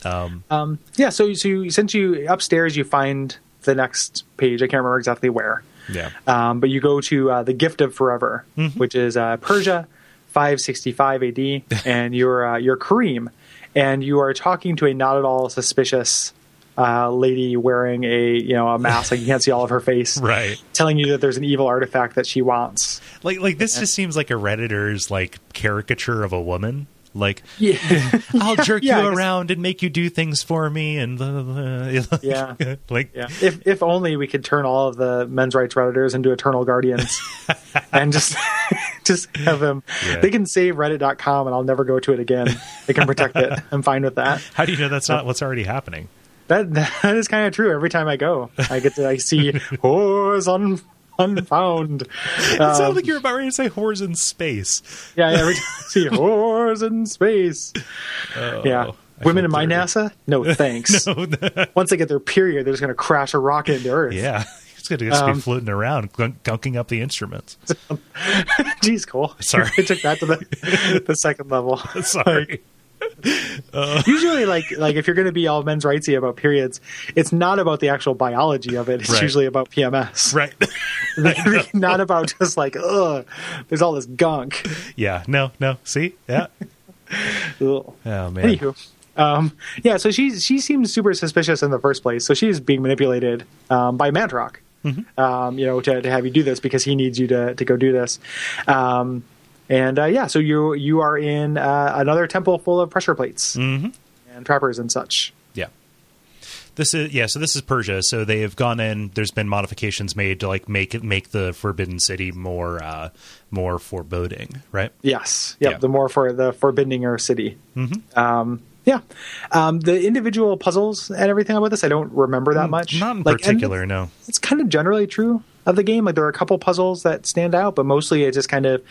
Speaker 1: Um,
Speaker 2: um, yeah. So so you, since you upstairs, you find the next page. I can't remember exactly where,
Speaker 1: yeah.
Speaker 2: um, but you go to uh, the Gift of Forever,
Speaker 1: Mm-hmm.
Speaker 2: which is uh, Persia, five sixty five A.D. and you're uh, you're Kareem, and you are talking to a not at all suspicious. Uh, lady wearing a you know a mask like you can't see all of her face
Speaker 1: Right.
Speaker 2: telling you that there's an evil artifact that she wants.
Speaker 1: Like like this just seems like a redditor's like caricature of a woman. Like
Speaker 2: Yeah.
Speaker 1: I'll jerk
Speaker 2: yeah, I
Speaker 1: you
Speaker 2: guess-
Speaker 1: around and make you do things for me and blah, blah, blah.
Speaker 2: Yeah.
Speaker 1: like
Speaker 2: yeah. If if only we could turn all of the men's rights redditors into eternal guardians and just just have them
Speaker 1: Yeah.
Speaker 2: they can save reddit.com and I'll never go to it again. They can protect it. I'm fine with that.
Speaker 1: how do you know that's not what's already happening?
Speaker 2: That that is kind of true every time I go. I get to I see whores un, unfound.
Speaker 1: it
Speaker 2: Um,
Speaker 1: sounds like you're about ready to say whores in space.
Speaker 2: yeah, every time I see whores in space. yeah.
Speaker 1: Oh, I
Speaker 2: Women
Speaker 1: feel
Speaker 2: in my
Speaker 1: dirty.
Speaker 2: NASA? No, thanks. Once they get their period, they're just going to crash a rocket into Earth.
Speaker 1: Yeah. It's going to just
Speaker 2: Um,
Speaker 1: be floating around, gunk- gunking up the instruments.
Speaker 2: Jeez, Cole.
Speaker 1: Sorry.
Speaker 2: I took that to the, the second level.
Speaker 1: Sorry.
Speaker 2: Usually, like like if you're going to be all men's rightsy about periods, it's not about the actual biology of it. It's
Speaker 1: Right.
Speaker 2: usually about PMS.
Speaker 1: right.
Speaker 2: not about just like ugh, there's all this gunk.
Speaker 1: yeah. No, no. See? Yeah.
Speaker 2: Ugh.
Speaker 1: Oh, man.
Speaker 2: Anywho, um, yeah. So she she seems super suspicious in the first place. So she's being manipulated um, by Mantrock,
Speaker 1: Mm-hmm.
Speaker 2: um, you know, to, to have you do this because he needs you to to go do this. Um, and uh, yeah, so you you are in uh, another temple full of pressure plates
Speaker 1: Mm-hmm.
Speaker 2: and trappers and such.
Speaker 1: Yeah. This is yeah. So this is Persia. So they have gone in. There's been modifications made to like make it make the Forbidden City more uh more foreboding, right?
Speaker 2: Yes. Yep.
Speaker 1: Yeah. Mm-hmm.
Speaker 2: The more for the forbidding or city. Um, yeah. Um, the individual puzzles and everything about this, I don't remember that much.
Speaker 1: Mm, Not in
Speaker 2: Like, and
Speaker 1: particular. No.
Speaker 2: it's kind of generally true of the game. Like there are a couple puzzles that stand out, but mostly it's just kind of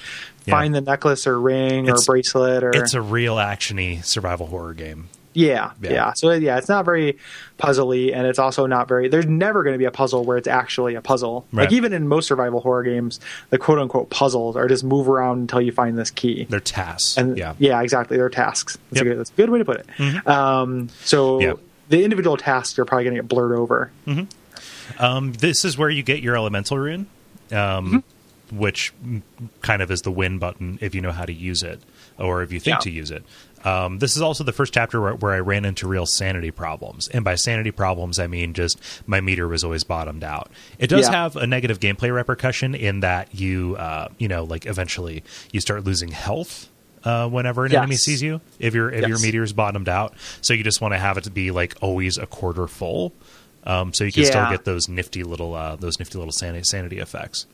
Speaker 1: Yeah.
Speaker 2: find the necklace or ring
Speaker 1: It's-
Speaker 2: or bracelet or
Speaker 1: It's a real actiony survival horror game.
Speaker 2: yeah,
Speaker 1: Yeah.
Speaker 2: yeah, So yeah, it's not very puzzly, and it's also not very. There's never going to be a puzzle where it's actually a puzzle.
Speaker 1: Right.
Speaker 2: Like even in most survival horror games, the quote unquote puzzles are just move around until you find this key.
Speaker 1: They're tasks.
Speaker 2: And
Speaker 1: yeah.
Speaker 2: yeah, exactly. They're tasks.
Speaker 1: Yep.
Speaker 2: That's,
Speaker 1: Mm-hmm.
Speaker 2: a, good, that's a good way to put it. Um, so
Speaker 1: Yep.
Speaker 2: the individual tasks are probably going to get blurred over.
Speaker 1: Um, this is where you get your elemental rune, um,
Speaker 2: Mm-hmm.
Speaker 1: which mm, kind of is the win button if you know how to use it or if you think
Speaker 2: Yeah.
Speaker 1: to use it. Um, this is also the first chapter where, where I ran into real sanity problems, and by sanity problems, I mean just my meter was always bottomed out. It does
Speaker 2: Yeah.
Speaker 1: have a negative gameplay repercussion in that you, uh, you know, like eventually you start losing health. Uh, whenever an
Speaker 2: Yes.
Speaker 1: enemy sees you, if your if your
Speaker 2: Yes.
Speaker 1: meteor's bottomed out, so you just want to have it to be like always a quarter full, um, so you can still
Speaker 2: Yeah.
Speaker 1: get those nifty little uh, those nifty little sanity, sanity effects.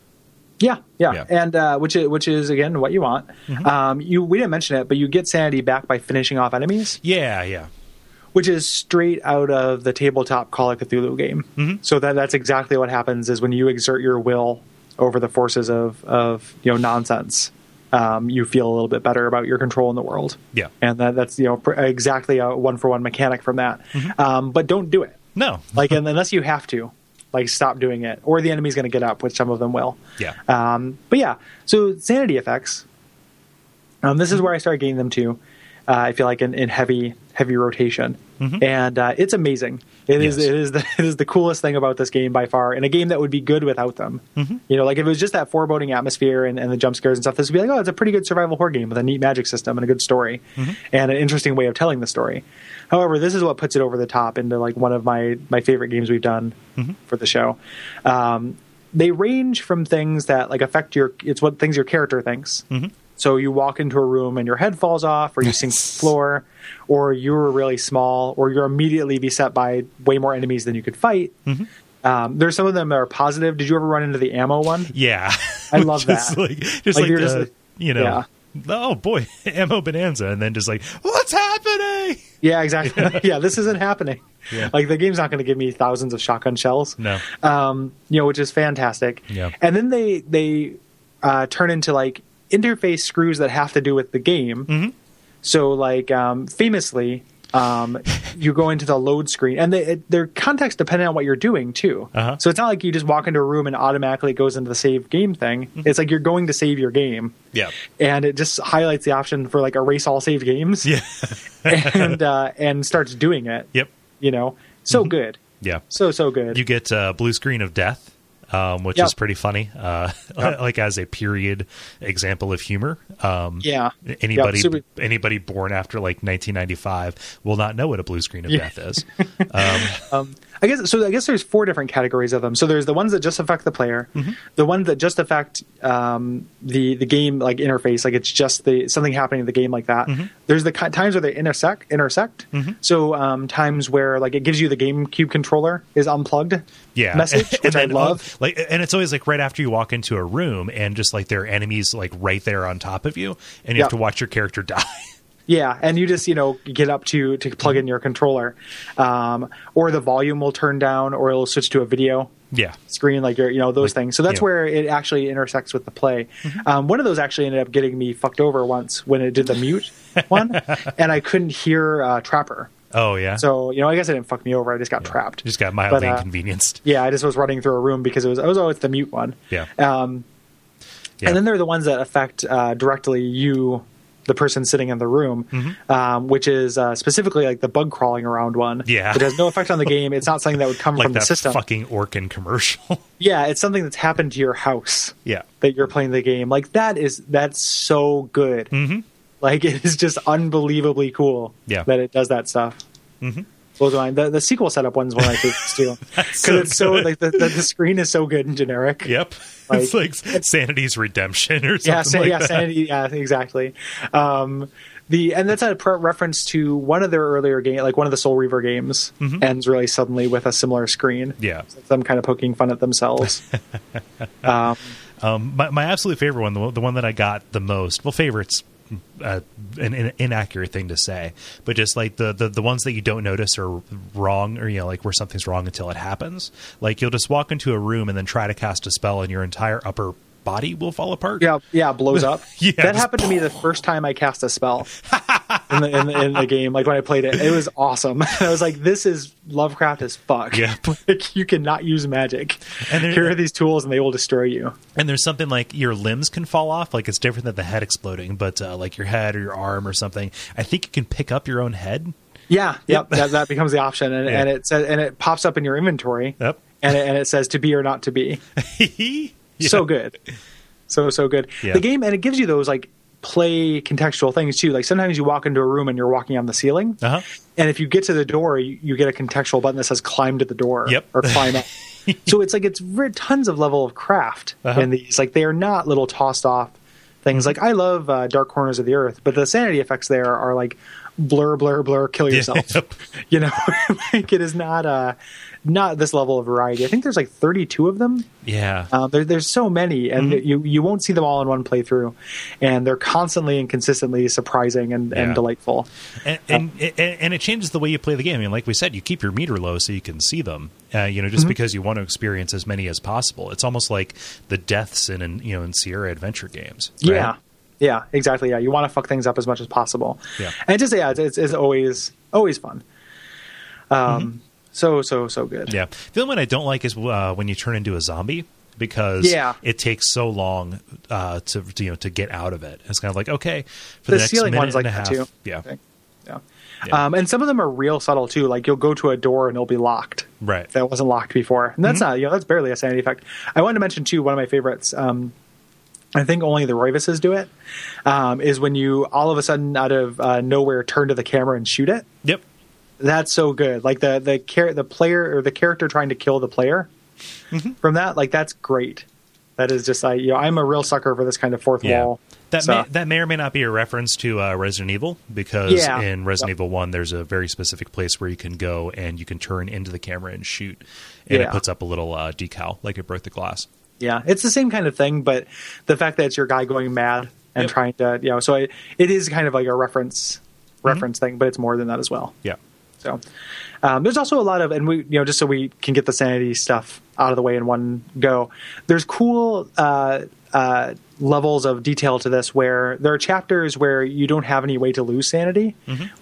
Speaker 2: Yeah, yeah,
Speaker 1: Yeah.
Speaker 2: and uh, which is, which is again what you want. Um, you we didn't mention it, but you get sanity back by finishing off enemies,
Speaker 1: Yeah, yeah,
Speaker 2: which is straight out of the tabletop Call of Cthulhu game. So that that's exactly what happens is when you exert your will over the forces of of you know nonsense, um, you feel a little bit better about your control in the world.
Speaker 1: yeah.
Speaker 2: and that, that's you know pr- exactly a one for one mechanic from that. Um, but don't do it
Speaker 1: No,
Speaker 2: like and unless you have to like stop doing it or the enemy's going to get up which some of them will
Speaker 1: Yeah.
Speaker 2: um, but yeah so sanity effects um, this is where i started getting them too uh, i feel like in, in heavy heavy rotation and uh, it's amazing It is
Speaker 1: Yes.
Speaker 2: it is the, it is the coolest thing about this game by far and a game that would be good without them you know like if it was just that foreboding atmosphere and, and the jump scares and stuff this would be like oh it's a pretty good survival horror game with a neat magic system and a good story and an interesting way of telling the story however this is what puts it over the top into like one of my my favorite games we've done for the show um, they range from things that like affect your it's what things your character thinks So you walk into a room and your head falls off, or you sink to the floor, or you're really small, or you're immediately beset by way more enemies than you could fight. Um, there's some of them that are positive. Did you ever run into the ammo one?
Speaker 1: Yeah,
Speaker 2: I love
Speaker 1: just
Speaker 2: that.
Speaker 1: Like, just
Speaker 2: Like,
Speaker 1: like,
Speaker 2: you're
Speaker 1: the,
Speaker 2: just like-
Speaker 1: you know,
Speaker 2: yeah.
Speaker 1: oh boy, ammo bonanza, and then just like what's happening?
Speaker 2: Yeah, exactly. yeah, this isn't happening.
Speaker 1: Yeah.
Speaker 2: Like the game's not going to give me thousands of shotgun shells.
Speaker 1: No,
Speaker 2: um, you know, which is fantastic.
Speaker 1: Yeah.
Speaker 2: And then they they uh, turn into like interface screws that have to do with the game.
Speaker 1: Mm-hmm.
Speaker 2: So like um, famously, um, you go into the load screen, and they, it, they're context dependent on what you're doing too.
Speaker 1: Uh-huh.
Speaker 2: So it's not like you just walk into a room and automatically it goes into the save game thing.
Speaker 1: Mm-hmm.
Speaker 2: It's like you're going to save your game.
Speaker 1: yeah,
Speaker 2: And it just highlights the option for like erase all save games,
Speaker 1: yeah,
Speaker 2: and uh, and starts doing it.
Speaker 1: yep,
Speaker 2: You know, so good,
Speaker 1: yeah.
Speaker 2: so so good.
Speaker 1: You get uh, blue screen of death, um, which
Speaker 2: Yeah.
Speaker 1: is pretty funny. Uh, like as a period example of humor. Um,
Speaker 2: yeah,
Speaker 1: Anybody,
Speaker 2: Yeah, super-
Speaker 1: anybody born after like 1995 will not know what a blue screen of
Speaker 2: Yeah.
Speaker 1: death is. Um,
Speaker 2: Um, I guess so. I guess there's four different categories of them. So there's the ones that just affect the player,
Speaker 1: Mm-hmm.
Speaker 2: the ones that just affect um, the the game like interface, like it's just the something happening in the game like that.
Speaker 1: Mm-hmm.
Speaker 2: There's the ki- times where they intersect. Intersect. So um, times where like it gives you the GameCube controller is unplugged.
Speaker 1: yeah
Speaker 2: Message which I
Speaker 1: oh,
Speaker 2: love.
Speaker 1: like and it's always like right after you walk into a room and just like there are enemies like right there on top of you and you
Speaker 2: Yeah.
Speaker 1: have to watch your character die
Speaker 2: Yeah, and you just you know get up to to plug in your controller, um, or the volume will turn down, or it'll switch to a video.
Speaker 1: yeah
Speaker 2: screen, like your, you know those
Speaker 1: Like,
Speaker 2: things. So that's
Speaker 1: yeah. Mm-hmm.
Speaker 2: where it actually intersects with the play. Um, one of those actually ended up getting me fucked over once when it did the mute one, and I couldn't hear uh, Trapper.
Speaker 1: oh yeah
Speaker 2: So you know, I guess it didn't fuck me over. I just got trapped.
Speaker 1: just got mildly
Speaker 2: But, uh,
Speaker 1: inconvenienced
Speaker 2: yeah, I just was running through a room because it was. I was oh, it's the mute one.
Speaker 1: yeah
Speaker 2: Um,
Speaker 1: Yeah.
Speaker 2: And then there are the ones that affect uh, directly you, the person sitting in the room,
Speaker 1: Mm-hmm.
Speaker 2: um, which is uh, specifically like the bug crawling around one.
Speaker 1: Yeah.
Speaker 2: it has no effect on the game. It's not something that would come
Speaker 1: like
Speaker 2: from the
Speaker 1: that
Speaker 2: system.
Speaker 1: fucking Orkin commercial
Speaker 2: Yeah, it's something that's happened to your house.
Speaker 1: yeah
Speaker 2: that you're playing the game. Like that is that's so good.
Speaker 1: mm-hmm
Speaker 2: Like it is just unbelievably cool.
Speaker 1: Yeah.
Speaker 2: that it does that stuff.
Speaker 1: Mhm.
Speaker 2: Blows my mind. The, the sequel setup one's one I think too, because
Speaker 1: so
Speaker 2: it's so
Speaker 1: good.
Speaker 2: like the, the, the screen is so good and generic.
Speaker 1: yep it's like sanity's redemption or something
Speaker 2: Yeah, sa-
Speaker 1: like
Speaker 2: yeah,
Speaker 1: that
Speaker 2: sanity. Yeah, exactly. Um, the and that's a pre- reference to one of their earlier game, like one of the Soul Reaver games, ends really suddenly with a similar screen.
Speaker 1: Mm-hmm. yeah
Speaker 2: them kind of poking fun at themselves. um,
Speaker 1: Um, my, my absolute favorite one, the, one- the one that I got the most, well, favorite's uh, an, an inaccurate thing to say, but just like the, the, the ones that you don't notice are wrong or, you know, like where something's wrong until it happens. Like you'll just walk into a room and then try to cast a spell and your entire upper body will fall apart.
Speaker 2: Yeah, yeah, blows up.
Speaker 1: Yeah,
Speaker 2: that
Speaker 1: just-
Speaker 2: happened to me the first time I cast a spell in the, in the in the game. Like when I played it, it was awesome. I was like, "This is Lovecraft as fuck."
Speaker 1: Yep.
Speaker 2: like, you cannot use magic.
Speaker 1: And there-
Speaker 2: here are these tools, and they will destroy you.
Speaker 1: And there's something like your limbs can fall off. Like it's different than the head exploding, but uh, like your head or your arm or something. I think you can pick up your own head.
Speaker 2: Yeah, yep. that, that becomes the option, and,
Speaker 1: Yeah.
Speaker 2: and it says, and it pops up in your inventory,
Speaker 1: Yep.
Speaker 2: and it, and it says to be or not to be.
Speaker 1: yeah.
Speaker 2: so good so so good
Speaker 1: Yeah.
Speaker 2: the game and it gives you those like play contextual things too like sometimes you walk into a room and you're walking on the ceiling
Speaker 1: Uh-huh.
Speaker 2: and if you get to the door you, you get a contextual button that says climb to the door
Speaker 1: Yep.
Speaker 2: or climb up so it's like it's re- tons of level of craft
Speaker 1: Uh-huh.
Speaker 2: in these like they are not little tossed off things like i love uh, dark corners of the earth but the sanity effects there are like blur blur blur kill yourself
Speaker 1: Yep.
Speaker 2: you know like it is not uh not this level of variety i think there's like 32 of them
Speaker 1: Yeah.
Speaker 2: um, there, there's so many, and
Speaker 1: Mm-hmm.
Speaker 2: you you won't see them all in one playthrough, and they're constantly and consistently surprising and,
Speaker 1: Yeah.
Speaker 2: and delightful.
Speaker 1: and, and,
Speaker 2: Um,
Speaker 1: and and it changes the way you play the game. I mean, like we said, you keep your meter low so you can see them. Uh, you know,
Speaker 2: Mm-hmm.
Speaker 1: just because you want to experience as many as possible. It's almost like the deaths in, in you know in Sierra adventure games. right?
Speaker 2: Yeah, yeah, exactly. Yeah, you want to fuck things up as much as possible.
Speaker 1: Yeah.
Speaker 2: and just yeah, it's, it's, it's always always fun. Um, so so so good.
Speaker 1: Mm-hmm. yeah. The only one I don't like is uh, when you turn into a zombie because
Speaker 2: Yeah.
Speaker 1: it takes so long uh, to, to you know to get out of it. It's kind of like okay for
Speaker 2: The
Speaker 1: the, next
Speaker 2: ceiling
Speaker 1: minute
Speaker 2: one's like
Speaker 1: and a
Speaker 2: that
Speaker 1: half.
Speaker 2: too.
Speaker 1: Yeah,
Speaker 2: I think. Yeah.
Speaker 1: Yeah.
Speaker 2: Um, and some of them are real subtle too. Like you'll go to a door and it'll be locked.
Speaker 1: right.
Speaker 2: that wasn't locked before. And that's
Speaker 1: Mm-hmm.
Speaker 2: not, you know, that's barely a sanity effect. I wanted to mention too, one of my favorites. Um, I think only the Roivises do it. Um, is when you all of a sudden out of uh, nowhere turn to the camera and shoot it.
Speaker 1: yep.
Speaker 2: That's so good. Like the the char- the player or the character trying to kill the player
Speaker 1: Mm-hmm.
Speaker 2: from that. Like that's great. That is just I you know I'm a real sucker for this kind of fourth
Speaker 1: Yeah.
Speaker 2: wall.
Speaker 1: That
Speaker 2: So-
Speaker 1: may, that may or may not be a reference to uh, Resident Evil because
Speaker 2: Yeah.
Speaker 1: in Resident Evil One, there's a very specific place where you can go and you can turn into the camera and shoot, and it
Speaker 2: Yeah.
Speaker 1: puts up a little uh, decal like it broke the glass.
Speaker 2: Yeah, it's the same kind of thing, but the fact that it's your guy going mad and
Speaker 1: Yep.
Speaker 2: trying to, you know, so it, it is kind of like a reference
Speaker 1: Mm-hmm.
Speaker 2: reference thing, but it's more than that as well.
Speaker 1: Yeah,
Speaker 2: So um, there's also a lot of, and we, you know, just so we can get the sanity stuff out of the way in one go. There's cool uh, uh, levels of detail to this where there are chapters where you don't have any way to lose sanity,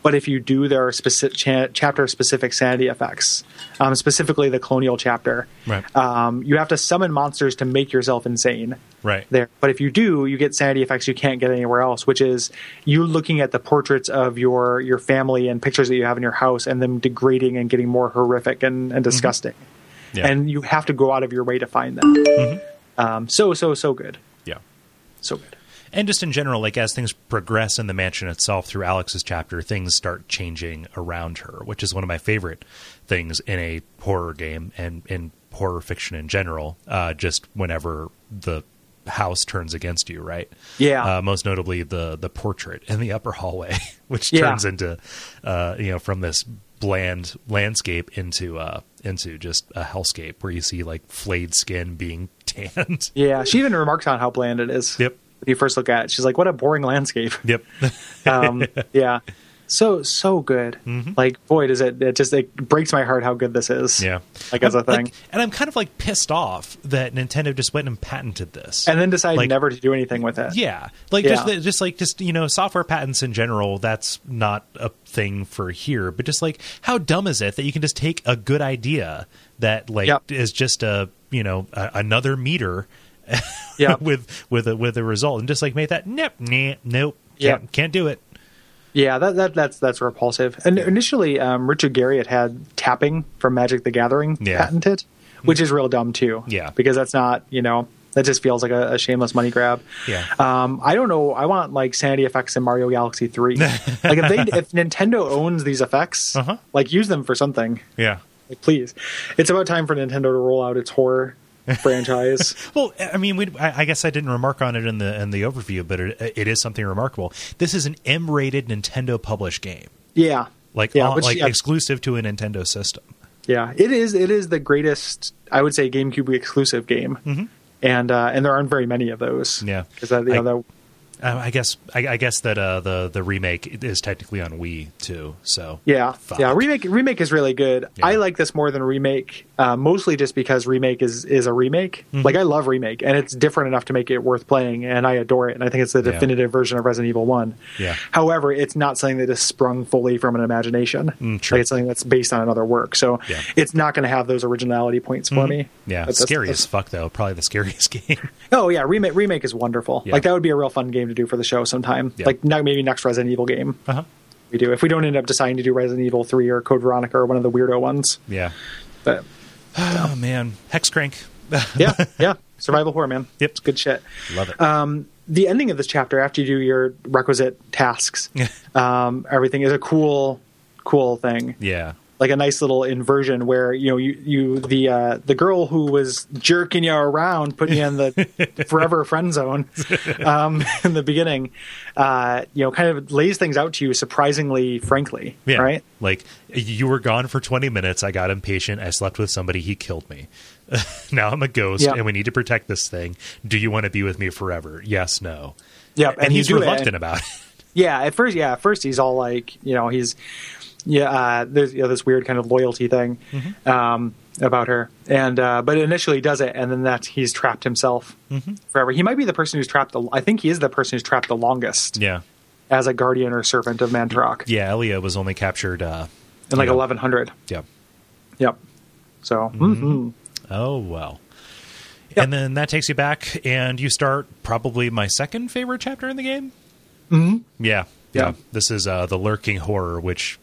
Speaker 2: but if you do, there are specific cha- chapter specific sanity effects. Um, specifically, the colonial chapter.
Speaker 1: Right.
Speaker 2: Um, you have to summon monsters to make yourself insane
Speaker 1: right.
Speaker 2: there. But if you do, you get sanity effects you can't get anywhere else, which is you looking at the portraits of your your family and pictures that you have in your house and them degrading and getting more horrific and, and disgusting.
Speaker 1: Mm-hmm. Yeah. Mm-hmm.
Speaker 2: And you have to go out of your way to find them. Um, so so so good,
Speaker 1: yeah.
Speaker 2: so good.
Speaker 1: And just in general, like as things progress in the mansion itself through Alex's chapter, things start changing around her, which is one of my favorite things in a horror game and in horror fiction in general. Uh, just whenever the house turns against you, right?
Speaker 2: Yeah.
Speaker 1: Uh, most notably, the the portrait in the upper hallway, which
Speaker 2: Yeah.
Speaker 1: turns into uh, you know from this bland landscape into uh, into just a hellscape where you see like flayed skin being tanned.
Speaker 2: Yeah, she even remarks on how bland it is.
Speaker 1: Yep.
Speaker 2: When you first look at it, she's like, "What a boring landscape."
Speaker 1: yep.
Speaker 2: Um, yeah, so so good.
Speaker 1: Mm-hmm.
Speaker 2: Like, boy, does it it just it breaks my heart how good this is.
Speaker 1: Yeah,
Speaker 2: like as
Speaker 1: I'm,
Speaker 2: a thing,
Speaker 1: and I'm kind of like pissed off that Nintendo just went and patented this.
Speaker 2: and then decide
Speaker 1: like-
Speaker 2: never to do anything with it.
Speaker 1: yeah, like
Speaker 2: Yeah.
Speaker 1: just the- just like just you know software patents in general. That's not a thing for here. But just like how dumb is it that you can just take a good idea that like
Speaker 2: Yep.
Speaker 1: is just a you know a, another meter
Speaker 2: yeah,
Speaker 1: with with a with a result and just like make that nope nah, nope
Speaker 2: Yeah.
Speaker 1: can't, can't do it.
Speaker 2: Yeah, that, that that's that's repulsive. And initially, um, Richard Garriott had tapping from Magic the Gathering
Speaker 1: Yeah. Hmm.
Speaker 2: patented, which is real dumb too.
Speaker 1: Yeah.
Speaker 2: because that's not you know that just feels like a, a shameless money grab.
Speaker 1: Yeah.
Speaker 2: Um, I don't know. I want like sanity effects in Mario Galaxy Three. like if they if Nintendo owns these effects,
Speaker 1: Uh-huh.
Speaker 2: like use them for something.
Speaker 1: Yeah.
Speaker 2: Like please, it's about time for Nintendo to roll out its horror franchise.
Speaker 1: Well, I mean, we, I I guess I didn't remark on it in the in the overview, but it, it is something remarkable. This is an M-rated Nintendo published game.
Speaker 2: Yeah,
Speaker 1: like
Speaker 2: yeah,
Speaker 1: on-
Speaker 2: which-
Speaker 1: like
Speaker 2: yeah.
Speaker 1: exclusive to a Nintendo system.
Speaker 2: Yeah, it is. It is the greatest, I would say, GameCube exclusive game, and uh, and there aren't very many of those.
Speaker 1: Mm-hmm. Yeah.
Speaker 2: is that you
Speaker 1: I-
Speaker 2: know that,
Speaker 1: Uh, I guess I, I guess that uh, the the remake is technically on Wii too. So
Speaker 2: yeah,
Speaker 1: Fuck.
Speaker 2: yeah. Remake remake is really good.
Speaker 1: Yeah.
Speaker 2: I like this more than remake, uh, mostly just because remake is is a remake.
Speaker 1: Mm-hmm.
Speaker 2: Like I love remake, and it's different enough to make it worth playing, and I adore it, and I think it's the
Speaker 1: Yeah.
Speaker 2: definitive version of Resident Evil One.
Speaker 1: Yeah.
Speaker 2: However, it's not something that is sprung fully from an imagination.
Speaker 1: Mm, true.
Speaker 2: Like, it's something that's based on another work, so
Speaker 1: Yeah. Mm-hmm.
Speaker 2: it's not going to have those originality points for me.
Speaker 1: yeah,
Speaker 2: But that's-
Speaker 1: scary
Speaker 2: that's-
Speaker 1: as fuck though. Probably the scariest game.
Speaker 2: Oh yeah, remake remake is wonderful.
Speaker 1: Yeah.
Speaker 2: Like that would be a real fun game to do for the show sometime.
Speaker 1: Yeah.
Speaker 2: Like not, maybe next Resident Evil game
Speaker 1: uh-huh.
Speaker 2: we do if we don't end up deciding to do Resident Evil three or Code Veronica or one of the weirdo ones.
Speaker 1: Yeah.
Speaker 2: But
Speaker 1: Oh man, Hexcrank.
Speaker 2: yeah, yeah, survival horror man.
Speaker 1: Yep.
Speaker 2: it's good shit.
Speaker 1: Love it.
Speaker 2: Um, the ending of this chapter after you do your requisite tasks, um, everything is a cool, cool thing.
Speaker 1: yeah.
Speaker 2: Like a nice little inversion where you know you you the uh, the girl who was jerking you around, putting you in the forever friend zone um, in the beginning, uh, you know, kind of lays things out to you surprisingly frankly,
Speaker 1: Yeah.
Speaker 2: right?
Speaker 1: Like you were gone for 20 minutes. I got impatient. I slept with somebody. He killed me. now I'm a ghost
Speaker 2: Yeah.
Speaker 1: and we need to protect this thing. Do you want to be with me forever? Yes, no.
Speaker 2: Yeah,
Speaker 1: And, he's reluctant about it.
Speaker 2: Yeah, at first, yeah, at first he's all like, you know, he's yeah, uh, there's you know, this weird kind of loyalty thing um, about her, and uh, but initially he does it, and then that he's trapped himself forever. He might be the person who's trapped. The, I think he is the person who's trapped the longest
Speaker 1: yeah.
Speaker 2: as a guardian or servant of Mantarok
Speaker 1: Yeah. Elia was only captured. Uh,
Speaker 2: in like
Speaker 1: yeah.
Speaker 2: 1100.
Speaker 1: Yeah.
Speaker 2: Yep. So mhm.
Speaker 1: Oh well.
Speaker 2: Yep.
Speaker 1: And then that takes you back, and you start probably my second favorite chapter in the game. Mm-hmm. Yeah, yeah,
Speaker 2: Yeah.
Speaker 1: This is uh, the lurking horror, which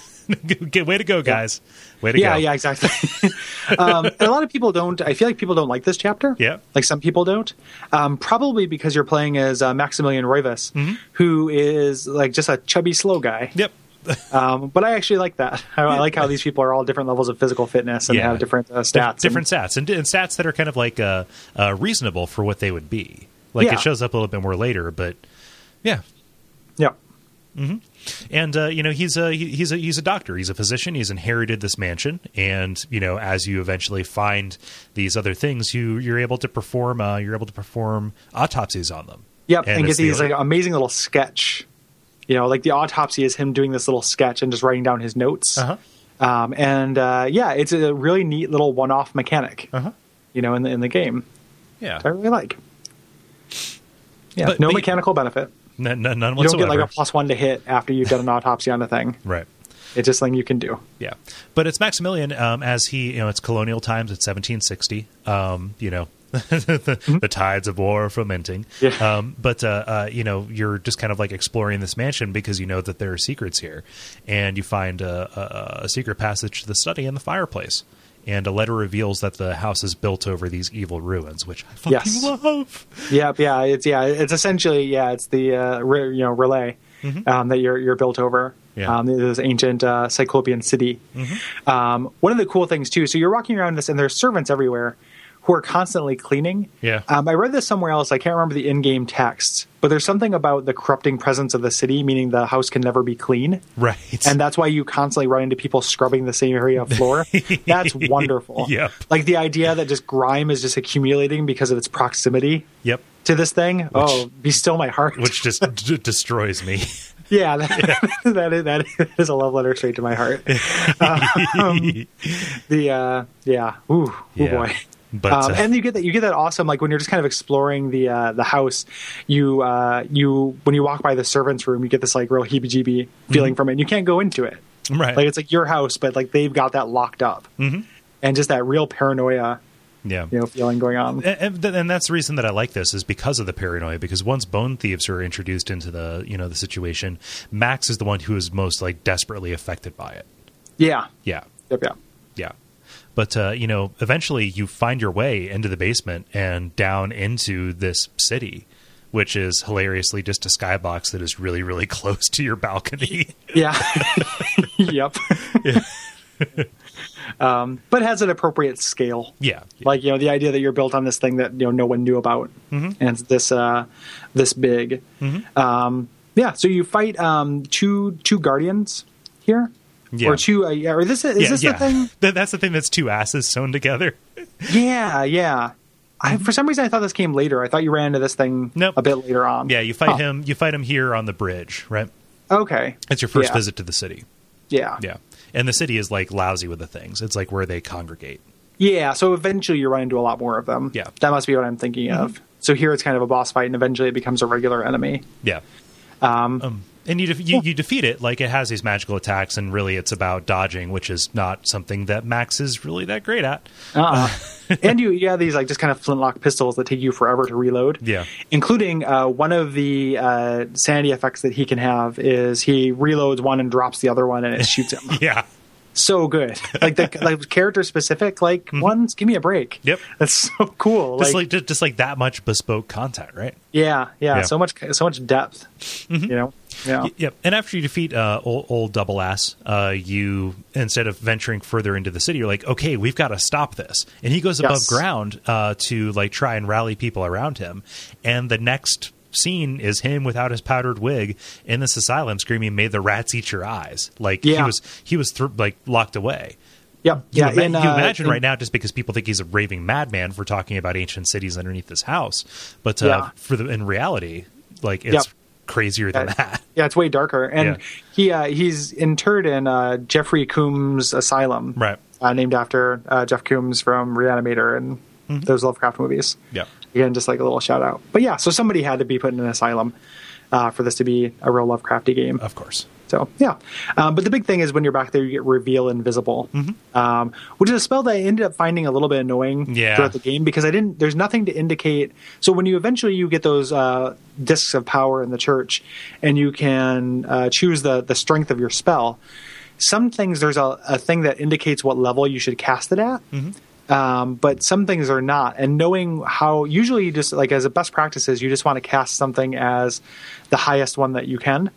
Speaker 1: Good- way to go, guys. Way to
Speaker 2: yeah,
Speaker 1: go.
Speaker 2: yeah, exactly. um, and a lot of people don't. I feel like people don't like this chapter.
Speaker 1: Yeah.
Speaker 2: like some people don't. Um, probably because you're playing as uh, Maximilian Roivas,
Speaker 1: Mm-hmm.
Speaker 2: who is like just a chubby, slow guy.
Speaker 1: Yep.
Speaker 2: Um, but I actually like that. I, I like how these people are all different levels of physical fitness and
Speaker 1: Yeah.
Speaker 2: have different uh, stats. and-
Speaker 1: Different stats and, and stats that are kind of like uh, uh, reasonable for what they would be. Like
Speaker 2: Yeah.
Speaker 1: it shows up a little bit more later, but Yeah.
Speaker 2: Yeah.
Speaker 1: And uh, you know he's a he- he's a he's a doctor. He's a physician. He's inherited this mansion, and you know as you eventually find these other things, you you're able to perform uh, you're able to perform autopsies on them.
Speaker 2: Yep, and,
Speaker 1: it's
Speaker 2: gets
Speaker 1: the
Speaker 2: these
Speaker 1: other-
Speaker 2: like amazing little sketch. You know, like the autopsy is him doing this little sketch and just writing down his notes.
Speaker 1: Uh-huh.
Speaker 2: Um, and uh, yeah, it's a really neat little one-off mechanic.
Speaker 1: Uh-huh.
Speaker 2: You know, in the in the game,
Speaker 1: yeah,
Speaker 2: I really like. Yeah,
Speaker 1: But-
Speaker 2: no
Speaker 1: but you-
Speaker 2: mechanical benefit.
Speaker 1: N- n- none
Speaker 2: You don't
Speaker 1: whatsoever.
Speaker 2: get like a plus one to hit after you've done an autopsy on a thing.
Speaker 1: right.
Speaker 2: It's just something you can do.
Speaker 1: Yeah, but it's Maximilian um, as he you know it's colonial times. It's 1760. Um, you know. the, the tides of war are fermenting.
Speaker 2: Mm-hmm. Yeah.
Speaker 1: Um, but uh, uh, you know, you're just kind of like exploring this mansion because you know that there are secrets here, and you find a, a, a secret passage to the study and the fireplace. And a letter reveals that the house is built over these evil ruins, which I fucking
Speaker 2: Yes.
Speaker 1: love.
Speaker 2: Yep, yeah, it's yeah, it's essentially yeah, it's the uh, re, you know relay um, that you're you're built over.
Speaker 1: Mm-hmm. Yeah. Mm-hmm.
Speaker 2: Um, this ancient uh, Cyclopean city. Um, one of the cool things too, so you're walking around this, and there's servants everywhere who are constantly cleaning.
Speaker 1: Yeah.
Speaker 2: Um, I read this somewhere else. I can't remember the in-game text, but there's something about the corrupting presence of the city, meaning the house can never be clean.
Speaker 1: Right.
Speaker 2: And that's why you constantly run into people scrubbing the same area of floor. That's wonderful.
Speaker 1: Yep.
Speaker 2: Like the idea that just grime is just accumulating because of its proximity
Speaker 1: yep.
Speaker 2: to this thing. oh, be still my heart.
Speaker 1: Which just d- destroys me.
Speaker 2: yeah, that, that, is, that is a love letter straight to my heart. Um, the uh, yeah, ooh, ooh
Speaker 1: Yeah.
Speaker 2: Oh, boy.
Speaker 1: But
Speaker 2: um,
Speaker 1: uh,
Speaker 2: and you get that you get that awesome like when you're just kind of exploring the uh, the house, you uh, you when you walk by the servants' room, you get this like real heebie-jeebie feeling from it. And you can't go into it.
Speaker 1: Mm-hmm. right.
Speaker 2: Like it's like your house, but like they've got that locked up, mm-hmm. and just that real paranoia
Speaker 1: yeah.
Speaker 2: you know feeling going on.
Speaker 1: and, and th- and that's the reason that I like this is because of the paranoia. Because once bone thieves are introduced into the you know the situation, Max is the one who is most like desperately affected by it.
Speaker 2: Yeah,
Speaker 1: Yeah,
Speaker 2: yep, yeah.
Speaker 1: yeah. But uh, you know, eventually you find your way into the basement and down into this city, which is hilariously just a skybox that is really really close to your balcony.
Speaker 2: Yeah. yep. um, but has an appropriate scale.
Speaker 1: yeah,
Speaker 2: Like you know, the idea that you're built on this thing that you know no one knew about,
Speaker 1: Mm-hmm.
Speaker 2: and it's this uh, this big. Um, yeah. So you fight um, two two guardians here,
Speaker 1: Yeah.
Speaker 2: or two. Uh, yeah, or this is
Speaker 1: yeah,
Speaker 2: this
Speaker 1: yeah.
Speaker 2: the thing?
Speaker 1: Th- that's the thing that's two asses sewn together.
Speaker 2: Yeah, yeah. I, for some reason, I thought this came later. I thought you ran into this thing
Speaker 1: Nope.
Speaker 2: a bit later on.
Speaker 1: Yeah, you fight
Speaker 2: Huh.
Speaker 1: him. You fight him here on the bridge, right?
Speaker 2: Okay.
Speaker 1: It's your first
Speaker 2: Yeah.
Speaker 1: visit to the city.
Speaker 2: Yeah.
Speaker 1: Yeah. And the city is like lousy with the things. It's like where they congregate.
Speaker 2: Yeah, so eventually you run into a lot more of them.
Speaker 1: Yeah. Mm-hmm.
Speaker 2: That must be what I'm thinking of. So here it's kind of a boss fight, and eventually it becomes a regular enemy.
Speaker 1: Yeah. Um, and you, def- you you defeat it like it has these magical attacks and really it's about dodging, which is not something that Max is really that great at.
Speaker 2: Uh-uh. and you, you have these like just kind of flintlock pistols that take you forever to reload.
Speaker 1: Yeah.
Speaker 2: Including uh, one of the uh, sanity effects that he can have is he reloads one and drops the other one, and it shoots him.
Speaker 1: Yeah.
Speaker 2: so good, like the like character specific like ones. Give me a break.
Speaker 1: Mm-hmm. Yep.
Speaker 2: That's so cool.
Speaker 1: Just like just, just like that much bespoke content, right?
Speaker 2: yeah, yeah,
Speaker 1: Yeah. Mm-hmm.
Speaker 2: So much so much depth. You know. Yeah.
Speaker 1: Y- Yep. And after you defeat uh, old, old double ass, uh, you instead of venturing further into the city, you're like, okay, we've got to stop this. And he goes above
Speaker 2: Yes.
Speaker 1: ground uh, to like try and rally people around him. And the next scene is him without his powdered wig in this asylum screaming, "May the rats eat your eyes!" Like he
Speaker 2: Yeah.
Speaker 1: was he was thr like locked away.
Speaker 2: Yep.
Speaker 1: You,
Speaker 2: Yeah.
Speaker 1: ima-
Speaker 2: and,
Speaker 1: you
Speaker 2: uh,
Speaker 1: imagine
Speaker 2: and-
Speaker 1: right now just because people think he's a raving madman for talking about ancient cities underneath his house, but uh,
Speaker 2: Yeah.
Speaker 1: for the in reality, like it's
Speaker 2: Yep.
Speaker 1: crazier than
Speaker 2: Yeah.
Speaker 1: that.
Speaker 2: Yeah, it's way darker. And
Speaker 1: Yeah.
Speaker 2: he uh, he's interred in uh, Jeffrey Coombs Asylum,
Speaker 1: Right.
Speaker 2: Uh, named after uh, Jeff Coombs from Reanimator and those Lovecraft movies.
Speaker 1: Mm-hmm. Yeah.
Speaker 2: Again, just like a little shout out. But yeah, so somebody had to be put in an asylum uh, for this to be a real Lovecrafty game.
Speaker 1: Of course.
Speaker 2: So yeah, um, but the big thing is when you're back there, you get reveal invisible, um, which is a spell that I ended up finding a little bit annoying
Speaker 1: Yeah.
Speaker 2: throughout the game because I didn't. There's nothing to indicate. So when you eventually you get those uh, discs of power in the church, and you can uh, choose the the strength of your spell. Some things there's a, a thing that indicates what level you should cast it at. Um, but some things are not, and knowing how usually you just like as a best practice is you just want to cast something as the highest one that you can.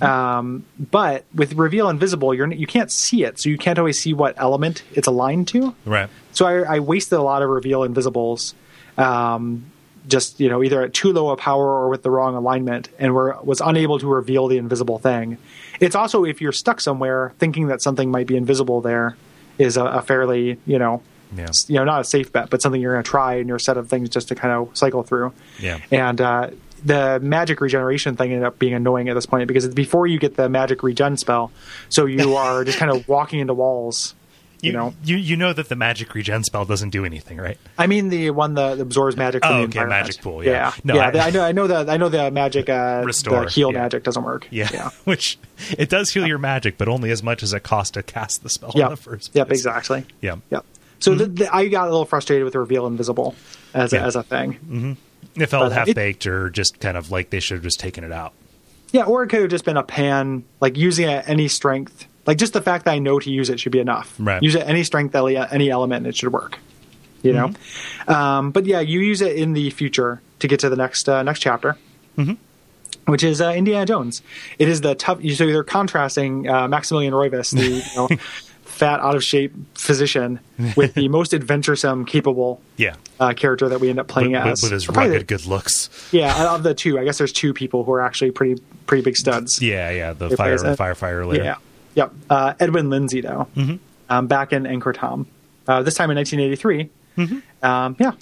Speaker 2: Um, but with reveal invisible, you're you can't see it, so you can't always see what element it's aligned to.
Speaker 1: Right.
Speaker 2: So I, I wasted a lot of reveal invisibles um, just you know either at too low a power or with the wrong alignment and were was unable to reveal the invisible thing it's also if you're stuck somewhere thinking that something might be invisible there is a, a fairly you know
Speaker 1: Yeah.
Speaker 2: s- you know not a safe bet but something you're going to try in your set of things just to kind of cycle through
Speaker 1: Yeah.
Speaker 2: and uh, the magic regeneration thing ended up being annoying at this point because it's before you get the magic regen spell so you are just kind of walking into walls you, know
Speaker 1: you you know that the magic regen spell doesn't do anything, right?
Speaker 2: I mean the one that absorbs magic. From
Speaker 1: Oh,
Speaker 2: the
Speaker 1: okay,
Speaker 2: environment.
Speaker 1: magic pool, yeah.
Speaker 2: yeah.
Speaker 1: No,
Speaker 2: yeah,
Speaker 1: I-
Speaker 2: the- I, know. I know that. I know the magic. Uh,
Speaker 1: Restore,
Speaker 2: the heal
Speaker 1: yeah.
Speaker 2: magic doesn't work.
Speaker 1: Yeah. Which it does heal your magic, but only as much as it costs to cast the spell in
Speaker 2: Yep.
Speaker 1: the first place.
Speaker 2: Yep. Exactly.
Speaker 1: Yeah. Hmm.
Speaker 2: Yep. So the, the, I got a little frustrated with the reveal invisible as
Speaker 1: Yeah.
Speaker 2: a, as a thing.
Speaker 1: It felt
Speaker 2: But, uh,
Speaker 1: half
Speaker 2: it-
Speaker 1: baked or just kind of like they should have just taken it out.
Speaker 2: Yeah, or it could have just been a pan, like using it at any strength. Like just the fact that I know to use it should be enough.
Speaker 1: Right.
Speaker 2: Use it at any strength, ele- any element, and it should work. You know,
Speaker 1: Mm-hmm.
Speaker 2: um, but yeah, you use it in the future to get to the next uh, next chapter,
Speaker 1: Mm-hmm.
Speaker 2: which is uh, Indiana Jones. It is the tough. So they're contrasting uh, Maximilian Roivas, the you know, fat, out of shape physician, with the most adventuresome, capable
Speaker 1: Yeah.
Speaker 2: uh, character that we end up playing
Speaker 1: With-
Speaker 2: as.
Speaker 1: with, with his
Speaker 2: Probably the-
Speaker 1: rugged good looks.
Speaker 2: yeah, of the two, I guess there's two people who are actually pretty pretty big studs.
Speaker 1: Yeah, yeah. The
Speaker 2: It
Speaker 1: fire
Speaker 2: plays that.
Speaker 1: firefighter later.
Speaker 2: Yeah. Yep. Uh, Edwin Lindsay, though,
Speaker 1: Mm-hmm.
Speaker 2: um, back in Anchor Tom, uh, this time in 1983.
Speaker 1: Mm-hmm.
Speaker 2: Um, yeah.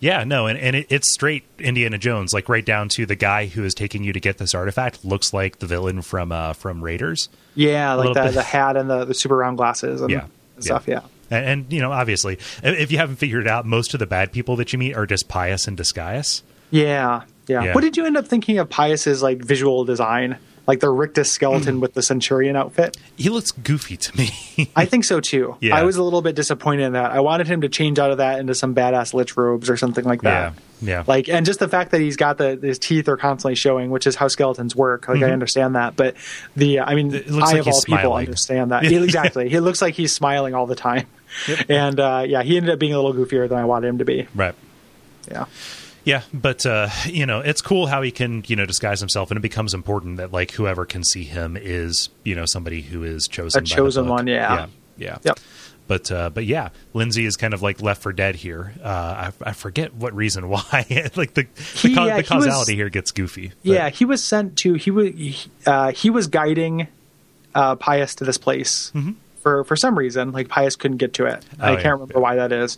Speaker 1: Yeah, no, and, and it, it's straight Indiana Jones, like right down to the guy who is taking you to get this artifact looks like the villain from uh, from Raiders.
Speaker 2: Yeah, like
Speaker 1: little
Speaker 2: the,
Speaker 1: bit.
Speaker 2: the hat and the, the super round glasses and,
Speaker 1: Yeah.
Speaker 2: and stuff. Yeah.
Speaker 1: And, and you know, obviously, i- if you haven't figured it out, most of the bad people that you meet are just pious in disguise.
Speaker 2: yeah. Yeah.
Speaker 1: Yeah.
Speaker 2: What did you end up thinking of Pius's like visual design? Like the rictus
Speaker 1: Mm.
Speaker 2: skeleton with the centurion outfit?
Speaker 1: He looks goofy to me.
Speaker 2: I think so too.
Speaker 1: Yeah.
Speaker 2: I was a little bit disappointed in that. I wanted him to change out of that into some badass lich robes or something like that.
Speaker 1: Yeah, yeah.
Speaker 2: Like, and just the fact that he's got the his teeth are constantly showing, which is how skeletons work. Like, I understand that, but the uh, I mean,
Speaker 1: Mm-hmm. It looks
Speaker 2: I
Speaker 1: like
Speaker 2: of
Speaker 1: he's
Speaker 2: all people
Speaker 1: smiling.
Speaker 2: understand that exactly. He looks like he's smiling all the time, and uh, yeah, he ended up being a little goofier than I wanted him to be.
Speaker 1: right.
Speaker 2: Yeah.
Speaker 1: Yeah, but uh, you know, it's cool how he can, you know, disguise himself and it becomes important that like whoever can see him is, you know, somebody who is chosen
Speaker 2: A
Speaker 1: by the
Speaker 2: chosen
Speaker 1: book.
Speaker 2: one, yeah.
Speaker 1: Yeah. Yeah.
Speaker 2: Yep.
Speaker 1: But uh, but yeah, Lindsay is kind of like left for dead here. Uh, I, I forget what reason why. like the the,
Speaker 2: He,
Speaker 1: cau-
Speaker 2: uh,
Speaker 1: the
Speaker 2: he was-
Speaker 1: causality here gets goofy. but-
Speaker 2: Yeah, he was sent to he was he, uh, he was guiding uh, Pius to this place for for some reason. Like Pius couldn't get to it.
Speaker 1: Mm-hmm. Oh,
Speaker 2: I can't
Speaker 1: yeah.
Speaker 2: remember why that is.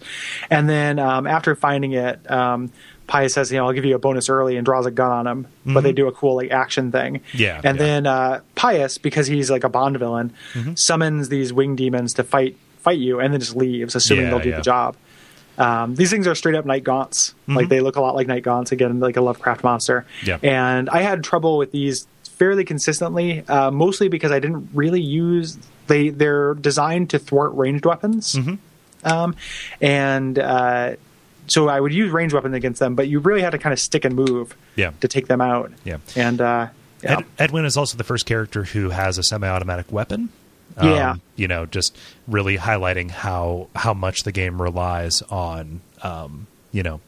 Speaker 2: And then um, after finding it, um, Pius says, "You know, I'll give you a bonus early," and draws a gun on him. But they do a cool like action thing.
Speaker 1: Mm-hmm. Yeah,
Speaker 2: And
Speaker 1: yeah. Mm-hmm.
Speaker 2: then uh, Pius, because he's like a Bond villain, summons these wing demons to fight fight you, and then just leaves, assuming
Speaker 1: Yeah,
Speaker 2: they'll do
Speaker 1: yeah.
Speaker 2: the job. Um, these things are straight up night gaunts. Like they look a lot like night gaunts again, like a Lovecraft monster.
Speaker 1: Mm-hmm. Yeah.
Speaker 2: And I had trouble with these fairly consistently, uh, mostly because I didn't really use they. They're designed to thwart ranged weapons,
Speaker 1: Mm-hmm.
Speaker 2: um, and uh, so I would use ranged weapons against them. But you really had to kind of stick and move
Speaker 1: Yeah.
Speaker 2: to take them out.
Speaker 1: Yeah.
Speaker 2: And uh, yeah.
Speaker 1: Ed, Edwin is also the first character who has a semi-automatic weapon. Um,
Speaker 2: Yeah.
Speaker 1: you know, just really highlighting how how much the game relies on, um, you know,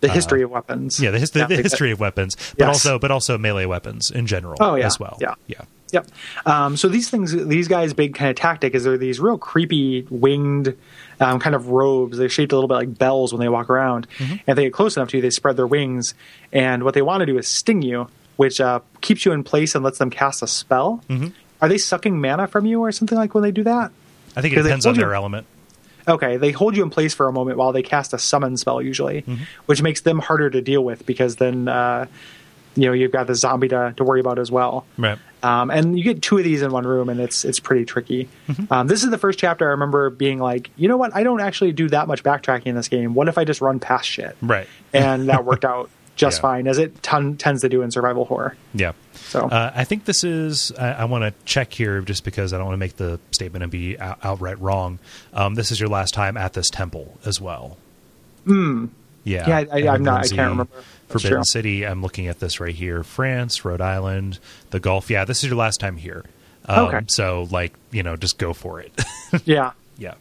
Speaker 2: the history of weapons.
Speaker 1: uh, yeah, the, his- the, the
Speaker 2: like that.
Speaker 1: history of weapons, but
Speaker 2: Yes.
Speaker 1: also but also melee weapons in general.
Speaker 2: Oh, yeah,
Speaker 1: as well.
Speaker 2: yeah.
Speaker 1: yeah,
Speaker 2: Yep. Um, so these things, these guys' big kind of tactic is they're these real creepy winged um, kind of robes. They're shaped a little bit like bells when they walk around. And if they get close enough to you, they spread their wings. And what they want to do is sting you, which uh, keeps you in place and lets them cast a spell. Are they sucking mana from you or something like when they do that?
Speaker 1: I think it
Speaker 2: 'Cause they
Speaker 1: depends on
Speaker 2: told you-
Speaker 1: their element.
Speaker 2: Okay, they hold you in place for a moment while they cast a summon spell, usually, which makes them harder to deal with because then uh, you know you've got the zombie to, to worry about as well.
Speaker 1: Right.
Speaker 2: Um, and you get two of these in one room, and it's it's pretty tricky.
Speaker 1: Mm-hmm.
Speaker 2: Um, this is the first chapter I remember being like, you know what? I don't actually do that much backtracking in this game. What if I just run past shit?
Speaker 1: Right.
Speaker 2: And that worked out just
Speaker 1: Yeah.
Speaker 2: fine, as it ton- tends to do in survival horror.
Speaker 1: Yeah.
Speaker 2: So
Speaker 1: Uh, I think this is. I, I want to check here just because I don't want to make the statement and be out, outright wrong. Um, this is your last time at this temple as well. Hmm. Yeah.
Speaker 2: Yeah, I- I-
Speaker 1: And
Speaker 2: I'm not- I
Speaker 1: Lindsay,
Speaker 2: can't remember. That's
Speaker 1: Forbidden
Speaker 2: true.
Speaker 1: City. I'm looking at this right here. France, Rhode Island, the Gulf. Yeah, this is your last time here. Um,
Speaker 2: Okay.
Speaker 1: So, like, you know, just go for it.
Speaker 2: yeah,
Speaker 1: Yeah.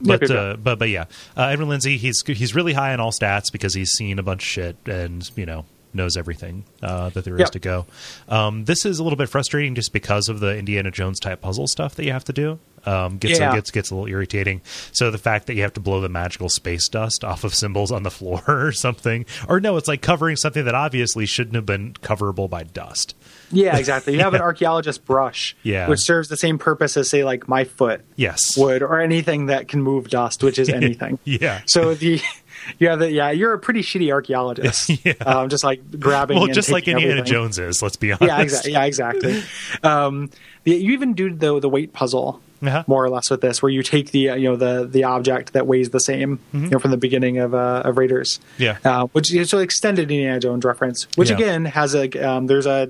Speaker 2: Yep,
Speaker 1: But,
Speaker 2: yep,
Speaker 1: uh, but but yeah, uh, Edwin Lindsay he's he's really high on all stats because he's seen a bunch of shit and you know knows everything uh, that there is
Speaker 2: Yep.
Speaker 1: to go. Um, this is a little bit frustrating just because of the Indiana Jones type puzzle stuff that you have to do. um, gets
Speaker 2: Yeah.
Speaker 1: gets gets a little irritating. So the fact that you have to blow the magical space dust off of symbols on the floor or something, or no, it's like covering something that obviously shouldn't have been coverable by dust.
Speaker 2: Yeah, exactly. You have an archaeologist brush,
Speaker 1: Yeah.
Speaker 2: which serves the same purpose as say like my foot
Speaker 1: Yes.
Speaker 2: would or anything that can move dust, which is anything.
Speaker 1: Yeah.
Speaker 2: So the yeah, the, yeah, you're a pretty shitty archaeologist.
Speaker 1: Yeah.
Speaker 2: Um, just like grabbing.
Speaker 1: Well,
Speaker 2: and
Speaker 1: just like
Speaker 2: taking
Speaker 1: Indiana
Speaker 2: everything.
Speaker 1: Jones is. Let's be honest.
Speaker 2: Yeah, exactly. Yeah, exactly. um, the, you even do the the weight puzzle
Speaker 1: Uh-huh.
Speaker 2: more or less with this, where you take the uh, you know the the object that weighs the same you know, from the beginning of uh, of Raiders.
Speaker 1: Mm-hmm. Yeah.
Speaker 2: uh, which is an extended Indiana Jones reference, which
Speaker 1: Yeah.
Speaker 2: again has a um, there's a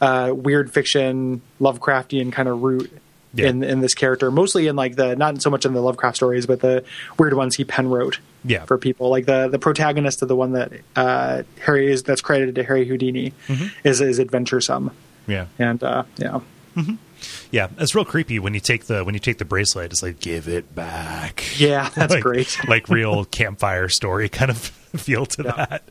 Speaker 2: uh, weird fiction Lovecraftian kind of root.
Speaker 1: Yeah.
Speaker 2: In in this character, mostly in like the not so much in the Lovecraft stories, but the weird ones he pen wrote
Speaker 1: Yeah.
Speaker 2: for people. Like the the protagonist of the one that uh, Harry is that's credited to Harry Houdini
Speaker 1: Mm-hmm.
Speaker 2: is is adventuresome,
Speaker 1: Yeah.
Speaker 2: and uh, yeah,
Speaker 1: Yeah, it's real creepy when you take the when you take the bracelet. It's like give it back.
Speaker 2: yeah, that's
Speaker 1: like,
Speaker 2: great.
Speaker 1: like real campfire story kind of feel to
Speaker 2: Yeah.
Speaker 1: that.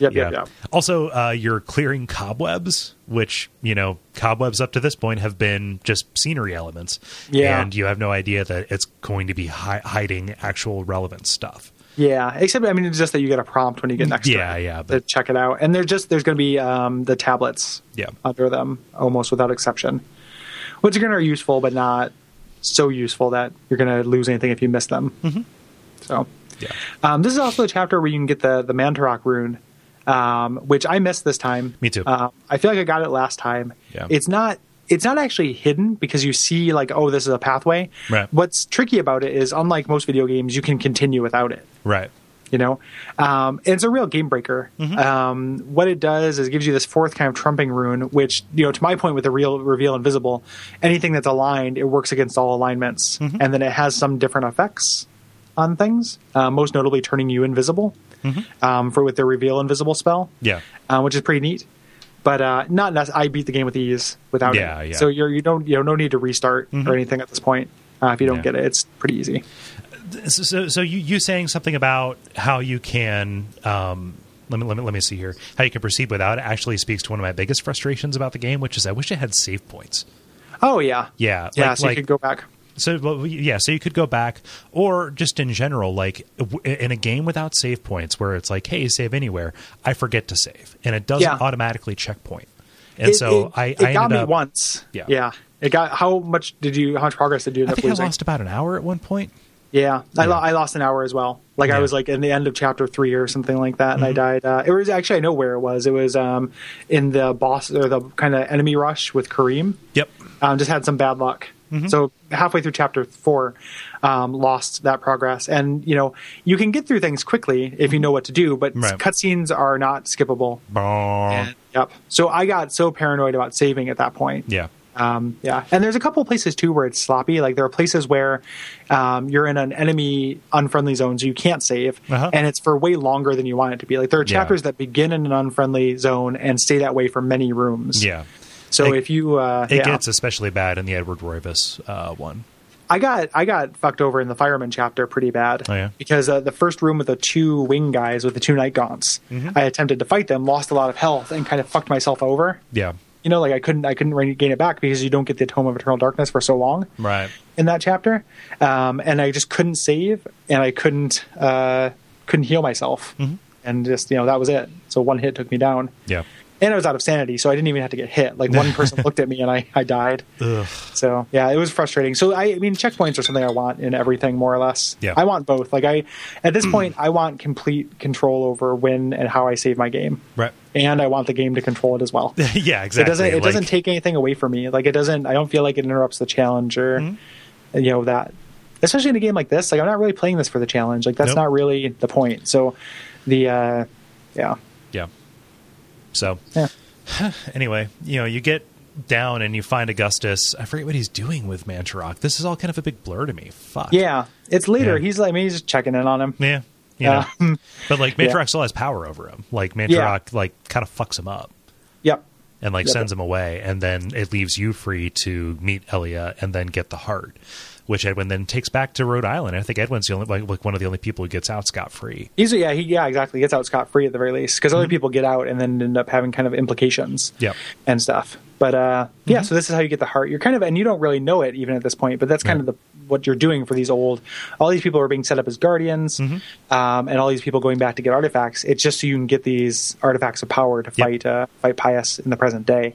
Speaker 2: Yep, yep, yep.
Speaker 1: Also, uh, you're clearing cobwebs, which you know cobwebs up to this point have been just scenery elements.
Speaker 2: Yeah.
Speaker 1: and you have no idea that it's going to be hi- hiding actual relevant stuff.
Speaker 2: Yeah, except I mean, it's just that you get a prompt when you get next.
Speaker 1: Yeah,
Speaker 2: to it
Speaker 1: yeah,
Speaker 2: to
Speaker 1: but-
Speaker 2: check it out, and they're just there's going to be um, the tablets
Speaker 1: Yeah.
Speaker 2: under them almost without exception, which again are useful, but not so useful that you're going to lose anything if you miss them.
Speaker 1: Mm-hmm.
Speaker 2: So.
Speaker 1: Yeah,
Speaker 2: Um, this is also a chapter where you can get the the Mantarok rune, um, which I missed this time.
Speaker 1: Me too.
Speaker 2: Um, I feel like I got it last time.
Speaker 1: Yeah.
Speaker 2: It's not it's not actually hidden because you see like oh this is a pathway.
Speaker 1: Right.
Speaker 2: What's tricky about it is unlike most video games, you can continue without it.
Speaker 1: right.
Speaker 2: You know, um, it's a real game breaker.
Speaker 1: Mm-hmm.
Speaker 2: Um, what it does is it gives you this fourth kind of trumping rune, which you know to my point with the real reveal invisible, anything that's aligned it works against all alignments,
Speaker 1: Mm-hmm.
Speaker 2: and then it has some different effects on things, uh, most notably turning you invisible um, for with the reveal invisible spell,
Speaker 1: Mm-hmm. Yeah,
Speaker 2: uh, which is pretty neat. But uh, not nec- I beat the game with ease without
Speaker 1: Yeah,
Speaker 2: it,
Speaker 1: yeah. Mm-hmm.
Speaker 2: so you're, you don't you know no need to restart or anything at this point. Uh, if you don't
Speaker 1: Yeah.
Speaker 2: get it, it's pretty easy.
Speaker 1: so, so, so you you saying something about how you can um let me, let me let me see here how you can proceed without it actually speaks to one of my biggest frustrations about the game, which is I wish it had save points.
Speaker 2: Oh yeah,
Speaker 1: Yeah,
Speaker 2: yeah.
Speaker 1: like-
Speaker 2: so
Speaker 1: like-
Speaker 2: you could go back.
Speaker 1: So well, yeah, so you could go back, or just in general, like w- in a game without save points, where it's like, hey, save anywhere. I forget to save, and it doesn't
Speaker 2: Yeah.
Speaker 1: automatically checkpoint. And
Speaker 2: It-
Speaker 1: so
Speaker 2: it,
Speaker 1: I,
Speaker 2: it
Speaker 1: I
Speaker 2: got
Speaker 1: ended
Speaker 2: me
Speaker 1: up,
Speaker 2: once.
Speaker 1: Yeah.
Speaker 2: yeah. It got how much did you? How much progress did you end
Speaker 1: I
Speaker 2: up
Speaker 1: think I
Speaker 2: losing?
Speaker 1: lost about an hour at one point.
Speaker 2: yeah, I, lo-
Speaker 1: Yeah.
Speaker 2: I lost an hour as well. Like
Speaker 1: Yeah. Mm-hmm.
Speaker 2: I was like in the end of chapter three or something like that, and I died. Uh, it was actually I know where it was. It was um, in the boss or the kind of enemy rush with Kareem.
Speaker 1: Yep.
Speaker 2: Um, just had some bad luck.
Speaker 1: Mm-hmm.
Speaker 2: So halfway through chapter four, um, lost that progress, and you know you can get through things quickly if you know what to do. But
Speaker 1: Mm-hmm. Right.
Speaker 2: cutscenes are not skippable.
Speaker 1: Bonk.
Speaker 2: Yep. So I got so paranoid about saving at that point.
Speaker 1: Yeah.
Speaker 2: Um, yeah, and there's a couple of places too where it's sloppy. Like there are places where um, you're in an enemy unfriendly zone, so you can't save,
Speaker 1: Uh-huh.
Speaker 2: and it's for way longer than you want it to be. Like there are
Speaker 1: Yeah.
Speaker 2: chapters that begin in an unfriendly zone and stay that way for many rooms.
Speaker 1: Yeah.
Speaker 2: So
Speaker 1: It-
Speaker 2: if you, uh,
Speaker 1: It
Speaker 2: yeah.
Speaker 1: gets especially bad in the Edward Roivas uh, one.
Speaker 2: I got I got fucked over in the fireman chapter pretty bad.
Speaker 1: Oh, yeah?
Speaker 2: Because uh, the first room with the two wing guys with the two night gaunts,
Speaker 1: Mm-hmm.
Speaker 2: I attempted to fight them, lost a lot of health, and kind of fucked myself over.
Speaker 1: Yeah.
Speaker 2: You know, like I couldn't I couldn't regain it back because you don't get the Tome of Eternal Darkness for so long.
Speaker 1: Right.
Speaker 2: in that chapter, um, and I just couldn't save, and I couldn't uh, couldn't heal myself, and just you know that was it. So one hit took me down,
Speaker 1: Mm-hmm. Yeah.
Speaker 2: and I was out of sanity, so I didn't even have to get hit. Like one person looked at me and I I died.
Speaker 1: Ugh.
Speaker 2: So yeah, it was frustrating. So I, I mean, checkpoints are something I want in everything, more or less.
Speaker 1: Yeah. Mm.
Speaker 2: I want both. Like I, at this point, I want complete control over when and how I save my game,
Speaker 1: Right.
Speaker 2: and I want the game to control it as well.
Speaker 1: yeah. Exactly.
Speaker 2: It doesn't. It
Speaker 1: Like-
Speaker 2: doesn't take anything away from me. Like it doesn't. I don't feel like it interrupts the challenge or,
Speaker 1: Mm-hmm.
Speaker 2: you know, that. Especially in a game like this, like I'm not really playing this for the challenge. Like that's
Speaker 1: Nope.
Speaker 2: not really the point. So, the, uh, yeah,
Speaker 1: Yeah. So
Speaker 2: yeah,
Speaker 1: anyway, you know, you get down and you find Augustus. I forget what he's doing with Mantarok. This is all kind of a big blur to me. Fuck.
Speaker 2: yeah. It's later.
Speaker 1: Yeah.
Speaker 2: He's like, I mean, he's just checking in on him.
Speaker 1: Yeah. You know.
Speaker 2: Um,
Speaker 1: but like
Speaker 2: yeah.
Speaker 1: Mantarok still has power over him. Like Mantarok
Speaker 2: Yeah.
Speaker 1: like kind of fucks him up
Speaker 2: Yep.
Speaker 1: and like
Speaker 2: Yep.
Speaker 1: sends him away and then it leaves you free to meet Elia and then get the heart. which Edwin then takes back to Rhode Island. I think Edwin's the only like, like one of the only people who gets out scot free.
Speaker 2: He's yeah, he yeah, exactly. Gets out scot free at the very least because other people get out and then end up having kind of implications.
Speaker 1: Mm-hmm. Yep. Mm-hmm.
Speaker 2: and stuff. But uh, yeah, so this is how you get the heart. You're kind of and you don't really know it even at this point, but that's kind of the what you're doing for these old. All these people are being set up as guardians,
Speaker 1: Mm-hmm.
Speaker 2: um, and all these people going back to get artifacts. It's just so you can get these artifacts of power to
Speaker 1: Yep. Mm-hmm.
Speaker 2: fight uh, fight Pius in the present day.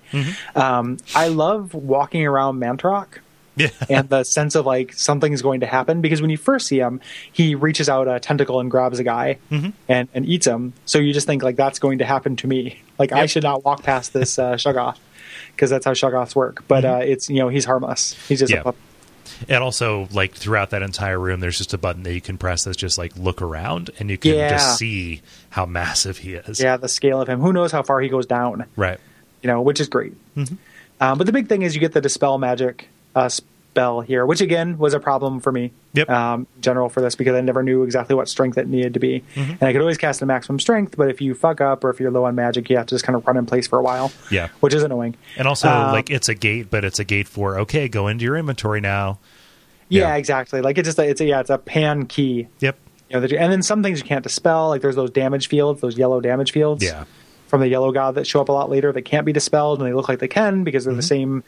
Speaker 2: Um, I love walking around Mantrock
Speaker 1: Yeah.
Speaker 2: and the sense of like something's going to happen because when you first see him, he reaches out a tentacle and grabs a guy and, and eats him. So you just think like that's going to happen to me. Like I should not walk past this uh, Shuggoth because that's how Shuggoths work. But uh, it's you know he's harmless. He's just
Speaker 1: Yeah.
Speaker 2: a pup.
Speaker 1: And also, like throughout that entire room, there's just a button that you can press that's just like look around, and you can
Speaker 2: Yeah.
Speaker 1: just see how massive he is.
Speaker 2: yeah the scale of him. Who knows how far he goes down?
Speaker 1: Right.
Speaker 2: you know, which is great.
Speaker 1: Mm-hmm.
Speaker 2: Um, but the big thing is you get the dispel magic uh, spell here, which again was a problem for me.
Speaker 1: Yep.
Speaker 2: Um, in general for this because I never knew exactly what strength it needed to be,
Speaker 1: Mm-hmm.
Speaker 2: and I could always cast a maximum strength, but if you fuck up or if you're low on magic, you have to just kind of run in place for a while.
Speaker 1: Yeah.
Speaker 2: which is annoying.
Speaker 1: And also,
Speaker 2: Um,
Speaker 1: like it's a gate, but it's a gate for okay, go into your inventory now.
Speaker 2: Yeah,
Speaker 1: Yeah.
Speaker 2: exactly. Like it's just a, it's a, yeah, it's a pan key.
Speaker 1: Yep.
Speaker 2: You know, that you, and then some things you can't dispel. Like there's those damage fields, those yellow damage fields.
Speaker 1: Yeah.
Speaker 2: from the yellow god that show up a lot later that can't be dispelled and they look like they can because they're the same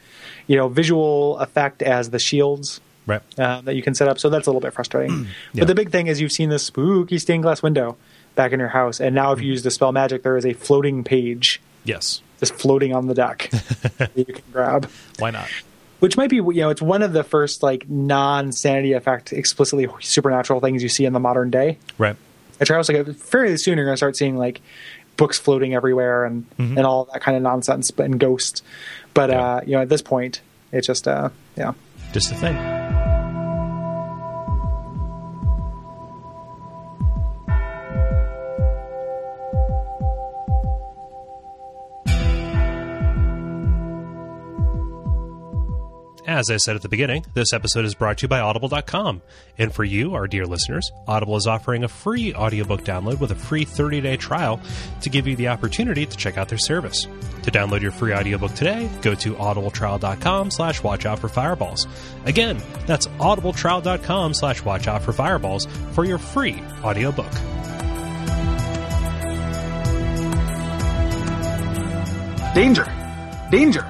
Speaker 2: you know visual effect as the shields
Speaker 1: Right.
Speaker 2: uh, that you can set up so that's a little bit frustrating
Speaker 1: Yeah.
Speaker 2: but the big thing is you've seen this spooky stained glass window back in your house and now if you use the spell magic there is a floating page
Speaker 1: Yes.
Speaker 2: just floating on the deck that you can grab
Speaker 1: Why not?
Speaker 2: which might be you know it's one of the first like non-sanity effect explicitly supernatural things you see in the modern day
Speaker 1: Right.
Speaker 2: I try also like fairly soon you're gonna start seeing like books floating everywhere and and all that kind of nonsense but and ghosts. But
Speaker 1: Yeah.
Speaker 2: uh, you know, at this point, it just uh, yeah.
Speaker 1: Just a thing. As I said at the beginning, this episode is brought to you by Audible.com. And for you, our dear listeners, Audible is offering a free audiobook download with a free 30 day trial to give you the opportunity to check out their service. To download your free audiobook today, go to audibletrial.com slash watch out for fireballs. Again, that's audibletrial.com slash watch out for fireballs for your free audiobook.
Speaker 2: Danger, danger.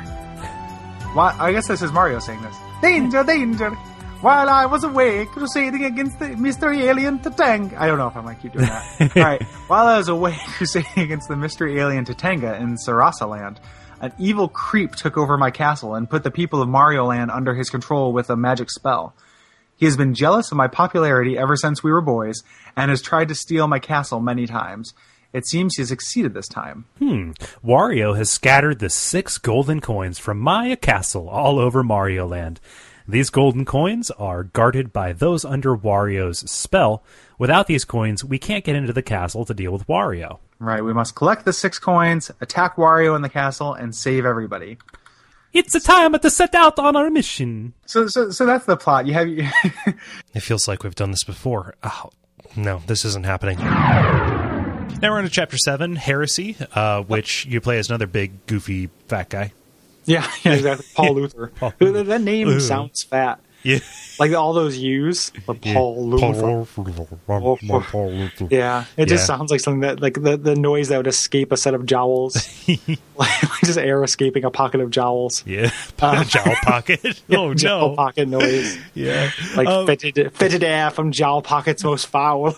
Speaker 2: Why? I guess this is Mario saying this.
Speaker 4: Danger, danger! While I was away crusading against the mystery alien Tatang.
Speaker 2: I don't know if I'm gonna keep doing that. All right. While I was away crusading against the mystery alien Tatanga in Sarasa Land, an evil creep took over my castle and put the people of Mario Land under his control with a magic spell. He has been jealous of my popularity ever since we were boys and has tried to steal my castle many times. It seems he has succeeded this time.
Speaker 6: Wario has scattered the six golden coins from Maya Castle all over Mario Land. These golden coins are guarded by those under Wario's spell. Without these coins, we can't get into the castle to deal with Wario.
Speaker 4: Right, we must collect the six coins, attack Wario in the castle, and save everybody.
Speaker 6: It's a time to set out on our mission.
Speaker 4: So, so, so that's the plot. You have you
Speaker 1: It feels like we've done this before. Oh, no, this isn't happening. Now we're on to chapter seven, Heresy, uh, which you play as another big, goofy, fat guy.
Speaker 2: Yeah, yeah, exactly. Paul Luther. That, that name
Speaker 1: Ooh.
Speaker 2: sounds fat.
Speaker 1: Yeah.
Speaker 2: Like all those U's. Like Paul Luther. Oh, Yeah, it just
Speaker 1: Yeah.
Speaker 2: sounds like something that, like the, the noise that would escape a set of jowls, like just air escaping a pocket of jowls. Uh,
Speaker 1: Yeah. Jowl pocket. oh,
Speaker 2: Jowl
Speaker 1: no.
Speaker 2: pocket noise,
Speaker 1: Yeah.
Speaker 2: like
Speaker 1: Um,
Speaker 2: fetid, fetid air from jowl pockets most foul.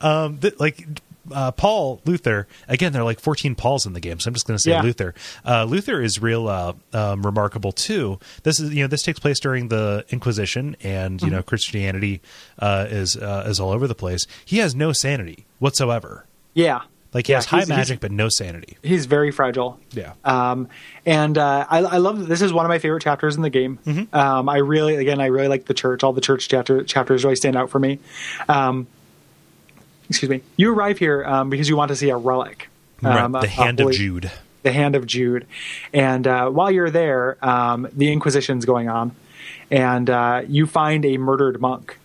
Speaker 1: um, th- like uh, Paul Luther again. There are like fourteen Pauls in the game, so I'm just going to say
Speaker 2: Yeah.
Speaker 1: Luther. Uh, Luther is real uh, um, remarkable too. This is you know this takes place during the Inquisition, and you know
Speaker 2: Mm-hmm.
Speaker 1: Christianity uh, is uh, is all over the place. He has no sanity whatsoever.
Speaker 2: yeah,
Speaker 1: Like he
Speaker 2: Yeah,
Speaker 1: has high
Speaker 2: he's- he's-
Speaker 1: magic, but no sanity.
Speaker 2: he's very fragile.
Speaker 1: Yeah.
Speaker 2: Um, and uh, I, I love this is one of my favorite chapters in the game. Um, I really, again, I really like the church. All the church chapter, chapters really stand out for me. Um, excuse me. You arrive here um, because you want to see a relic, um,
Speaker 1: right.
Speaker 2: a-
Speaker 1: The
Speaker 2: a
Speaker 1: hand of
Speaker 2: holy-
Speaker 1: Jude.
Speaker 2: the hand of Jude. And uh, while you're there, um, the Inquisition's going on, and uh, you find a murdered monk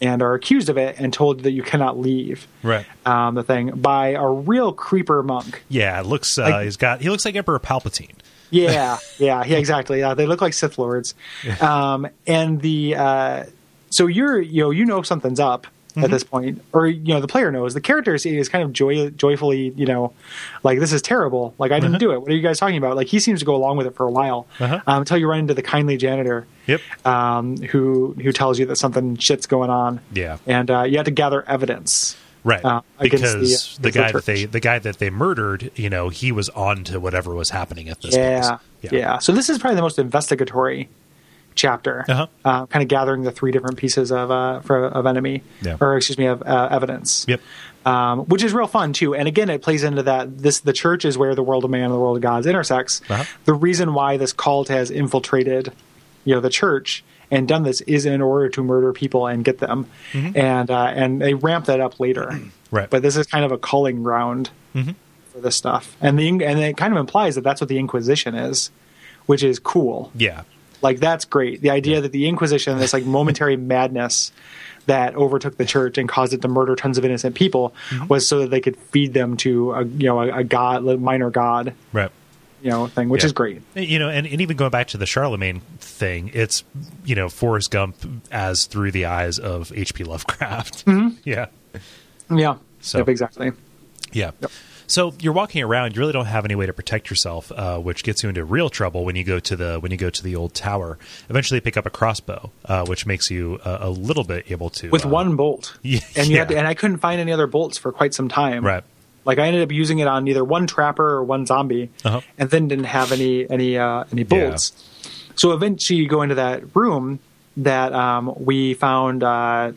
Speaker 2: and are accused of it and told that you cannot leave.
Speaker 1: Mm-hmm. Right.
Speaker 2: Um, the thing by a real creeper monk.
Speaker 1: Yeah, it looks. Uh, he's got. He looks like Emperor Palpatine.
Speaker 7: Yeah, yeah, yeah, exactly. Yeah, they look like Sith lords. Um, and the uh, so you're you know you know something's up at
Speaker 1: Mm-hmm.
Speaker 7: this point, or you know the player knows. The character is, is kind of joy joyfully you know like this is terrible. Like I didn't do it. What are you guys talking about? Like he seems to go along with it for a while
Speaker 1: Uh-huh.
Speaker 7: um, until you run into the kindly janitor.
Speaker 1: Yep.
Speaker 7: Um, who who tells you that something shit's going on?
Speaker 1: Yeah.
Speaker 7: and uh, you have to gather evidence.
Speaker 1: Right,
Speaker 7: uh, against the, uh,
Speaker 1: because the,
Speaker 7: the
Speaker 1: guy that
Speaker 7: church.
Speaker 1: they the guy that they murdered, you know, he was on to whatever was happening at this
Speaker 7: yeah,
Speaker 1: place.
Speaker 7: yeah, So this is probably the most investigatory chapter,
Speaker 1: Uh-huh.
Speaker 7: uh, kind of gathering the three different pieces of uh, for, of enemy,
Speaker 1: Yeah.
Speaker 7: or excuse me, of uh, evidence.
Speaker 1: Yep.
Speaker 7: Um, which is real fun too, and again, it plays into that. This the church is where the world of man and the world of gods intersects.
Speaker 1: Uh-huh.
Speaker 7: The reason why this cult has infiltrated, you know, the church and done this is in order to murder people and get them, and uh, and they ramp that up later.
Speaker 1: Mm-hmm. Right. Mm-hmm.
Speaker 7: But this is kind of a culling ground for this stuff, and the and it kind of implies that that's what the Inquisition is, which is cool.
Speaker 1: Yeah.
Speaker 7: Like that's great. The idea that the Inquisition, this like momentary madness that overtook the church and caused it to murder tons of innocent people,
Speaker 1: Mm-hmm.
Speaker 7: was so that they could feed them to a you know a, a god, a minor god,
Speaker 1: Right.
Speaker 7: you know thing, which
Speaker 1: Yeah.
Speaker 7: is great.
Speaker 1: You know, and, and even going back to the Charlemagne thing, it's you know Forrest Gump as through the eyes of H.P. Lovecraft.
Speaker 7: Mm-hmm.
Speaker 1: Yeah,
Speaker 7: Yeah.
Speaker 1: So-
Speaker 7: Yep, exactly.
Speaker 1: yeah. So you're walking around, you really don't have any way to protect yourself, uh, which gets you into real trouble when you go to the when you go to the old tower. Eventually, you pick up a crossbow, uh, which makes you uh, a little bit able to
Speaker 7: With
Speaker 1: uh,
Speaker 7: one bolt,
Speaker 1: Yeah,
Speaker 7: and you had to,
Speaker 1: yeah.
Speaker 7: and I couldn't find any other bolts for quite some time.
Speaker 1: Right.
Speaker 7: Like I ended up using it on either one trapper or one zombie,
Speaker 1: Uh-huh.
Speaker 7: and then didn't have any any uh, any
Speaker 1: Yeah.
Speaker 7: bolts. So eventually, you go into that room that um, we found. Uh,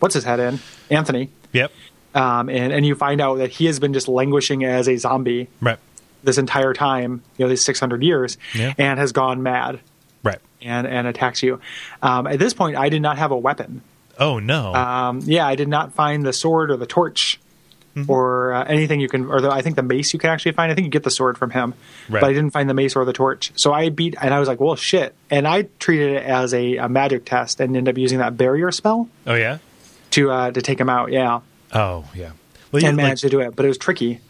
Speaker 7: what's his head in Anthony,
Speaker 1: Yep.
Speaker 7: um, and and you find out that he has been just languishing as a zombie
Speaker 1: Right.
Speaker 7: this entire time, you know, these six hundred years,
Speaker 1: Yeah.
Speaker 7: and has gone mad
Speaker 1: Right.
Speaker 7: and and attacks you. Um, at this point, I did not have a weapon.
Speaker 1: Oh no.
Speaker 7: Um, yeah, I did not find the sword or the torch
Speaker 1: Mm-hmm.
Speaker 7: or uh, anything you can, or the, I think the mace you can actually find. I think you get the sword from him,
Speaker 1: Right.
Speaker 7: but I didn't find the mace or the torch. So I beat, and I was like, well, shit. And I treated it as a, a magic test and ended up using that barrier spell
Speaker 1: oh yeah.
Speaker 7: to uh, to take him out. Yeah,
Speaker 1: Oh yeah. Well, you-
Speaker 7: and
Speaker 1: like-
Speaker 7: managed to do it, but it was tricky.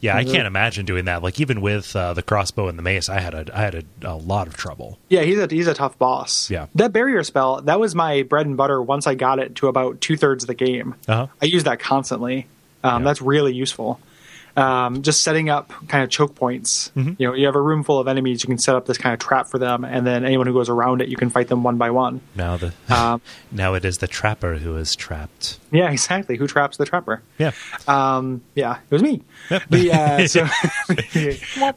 Speaker 1: yeah,
Speaker 7: Mm-hmm.
Speaker 1: I can't imagine doing that. Like even with uh, the crossbow and the mace, I had a I had a, a lot of trouble.
Speaker 7: Yeah, he's a he's a tough boss.
Speaker 1: Yeah.
Speaker 7: that barrier spell that was my bread and butter. Once I got it to about two thirds of the game,
Speaker 1: Uh-huh.
Speaker 7: I use that constantly. Um,
Speaker 1: Yeah.
Speaker 7: That's really useful. Um, just setting up kind of choke points. You know, you have a room full of enemies. You can set up this kind of trap for them, and then anyone who goes around it, you can fight them one by one.
Speaker 1: Now the
Speaker 7: Um,
Speaker 1: now it is the trapper who is trapped.
Speaker 7: yeah, exactly. Who traps the trapper?
Speaker 1: Yeah.
Speaker 7: Um, yeah, it was me. The, uh, so,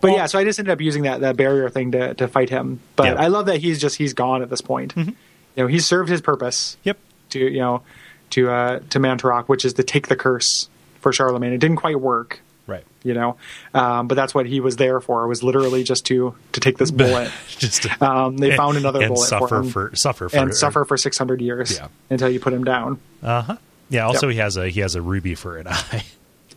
Speaker 7: but yeah, so I just ended up using that that barrier thing to to fight him. But
Speaker 1: Yeah.
Speaker 7: I love that he's just he's gone at this point. You know, he's served his purpose.
Speaker 1: Yep.
Speaker 7: To you know, to uh, to Mantarok, which is to take the curse for Charlemagne. It didn't quite work,
Speaker 1: Right.
Speaker 7: you know, um, but that's what he was there for. Was literally just to to take this bullet.
Speaker 1: Just to,
Speaker 7: Um, they found another
Speaker 1: Uh, and
Speaker 7: bullet
Speaker 1: suffer
Speaker 7: for him
Speaker 1: suffer for
Speaker 7: and suffer for six hundred years
Speaker 1: Yeah.
Speaker 7: until you put him down.
Speaker 1: Uh huh. Yeah. Also,
Speaker 7: Yep.
Speaker 1: he has a he has a ruby for an eye.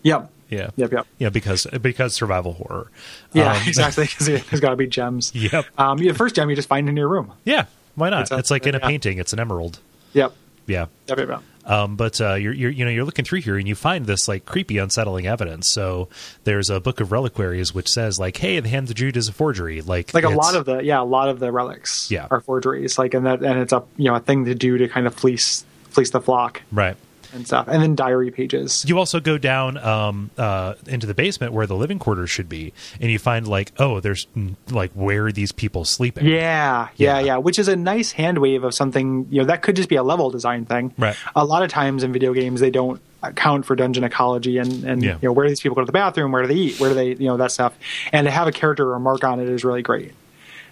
Speaker 7: Yep.
Speaker 1: yeah.
Speaker 7: Yep. Yep.
Speaker 1: Yeah. Because because survival horror.
Speaker 7: Yeah,
Speaker 1: Um,
Speaker 7: exactly. Because there's got to be gems.
Speaker 1: Yep.
Speaker 7: Um, yeah, the first gem you just find in your room.
Speaker 1: Yeah. Why not? It's,
Speaker 7: It's up
Speaker 1: like in a
Speaker 7: there, yeah.
Speaker 1: painting. It's an emerald.
Speaker 7: Yep.
Speaker 1: Yeah.
Speaker 7: Yep. Yep. yep.
Speaker 1: Um, but uh, you're, you're you know you're looking through here and you find this like creepy, unsettling evidence. So there's a book of reliquaries which says like, "Hey, the hand of Jude is a forgery." Like
Speaker 7: Like a
Speaker 1: it's-
Speaker 7: lot of the yeah, a lot of the relics
Speaker 1: Yeah.
Speaker 7: are forgeries. Like and that and it's a you know a thing to do to kind of fleece fleece the flock
Speaker 1: right.
Speaker 7: and stuff. And then diary pages.
Speaker 1: You also go down um, uh, into the basement where the living quarters should be, and you find like, oh, there's mm, like where are these people sleeping?
Speaker 7: Yeah, yeah,
Speaker 1: Yeah.
Speaker 7: yeah, Which is a nice hand wave of something, you know, that could just be a level design thing.
Speaker 1: Right.
Speaker 7: A lot of times in video games, they don't account for dungeon ecology and, and
Speaker 1: Yeah.
Speaker 7: you know, where do these people go to the bathroom? Where do they eat? Where do they, you know, that stuff. And to have a character remark on it is really great.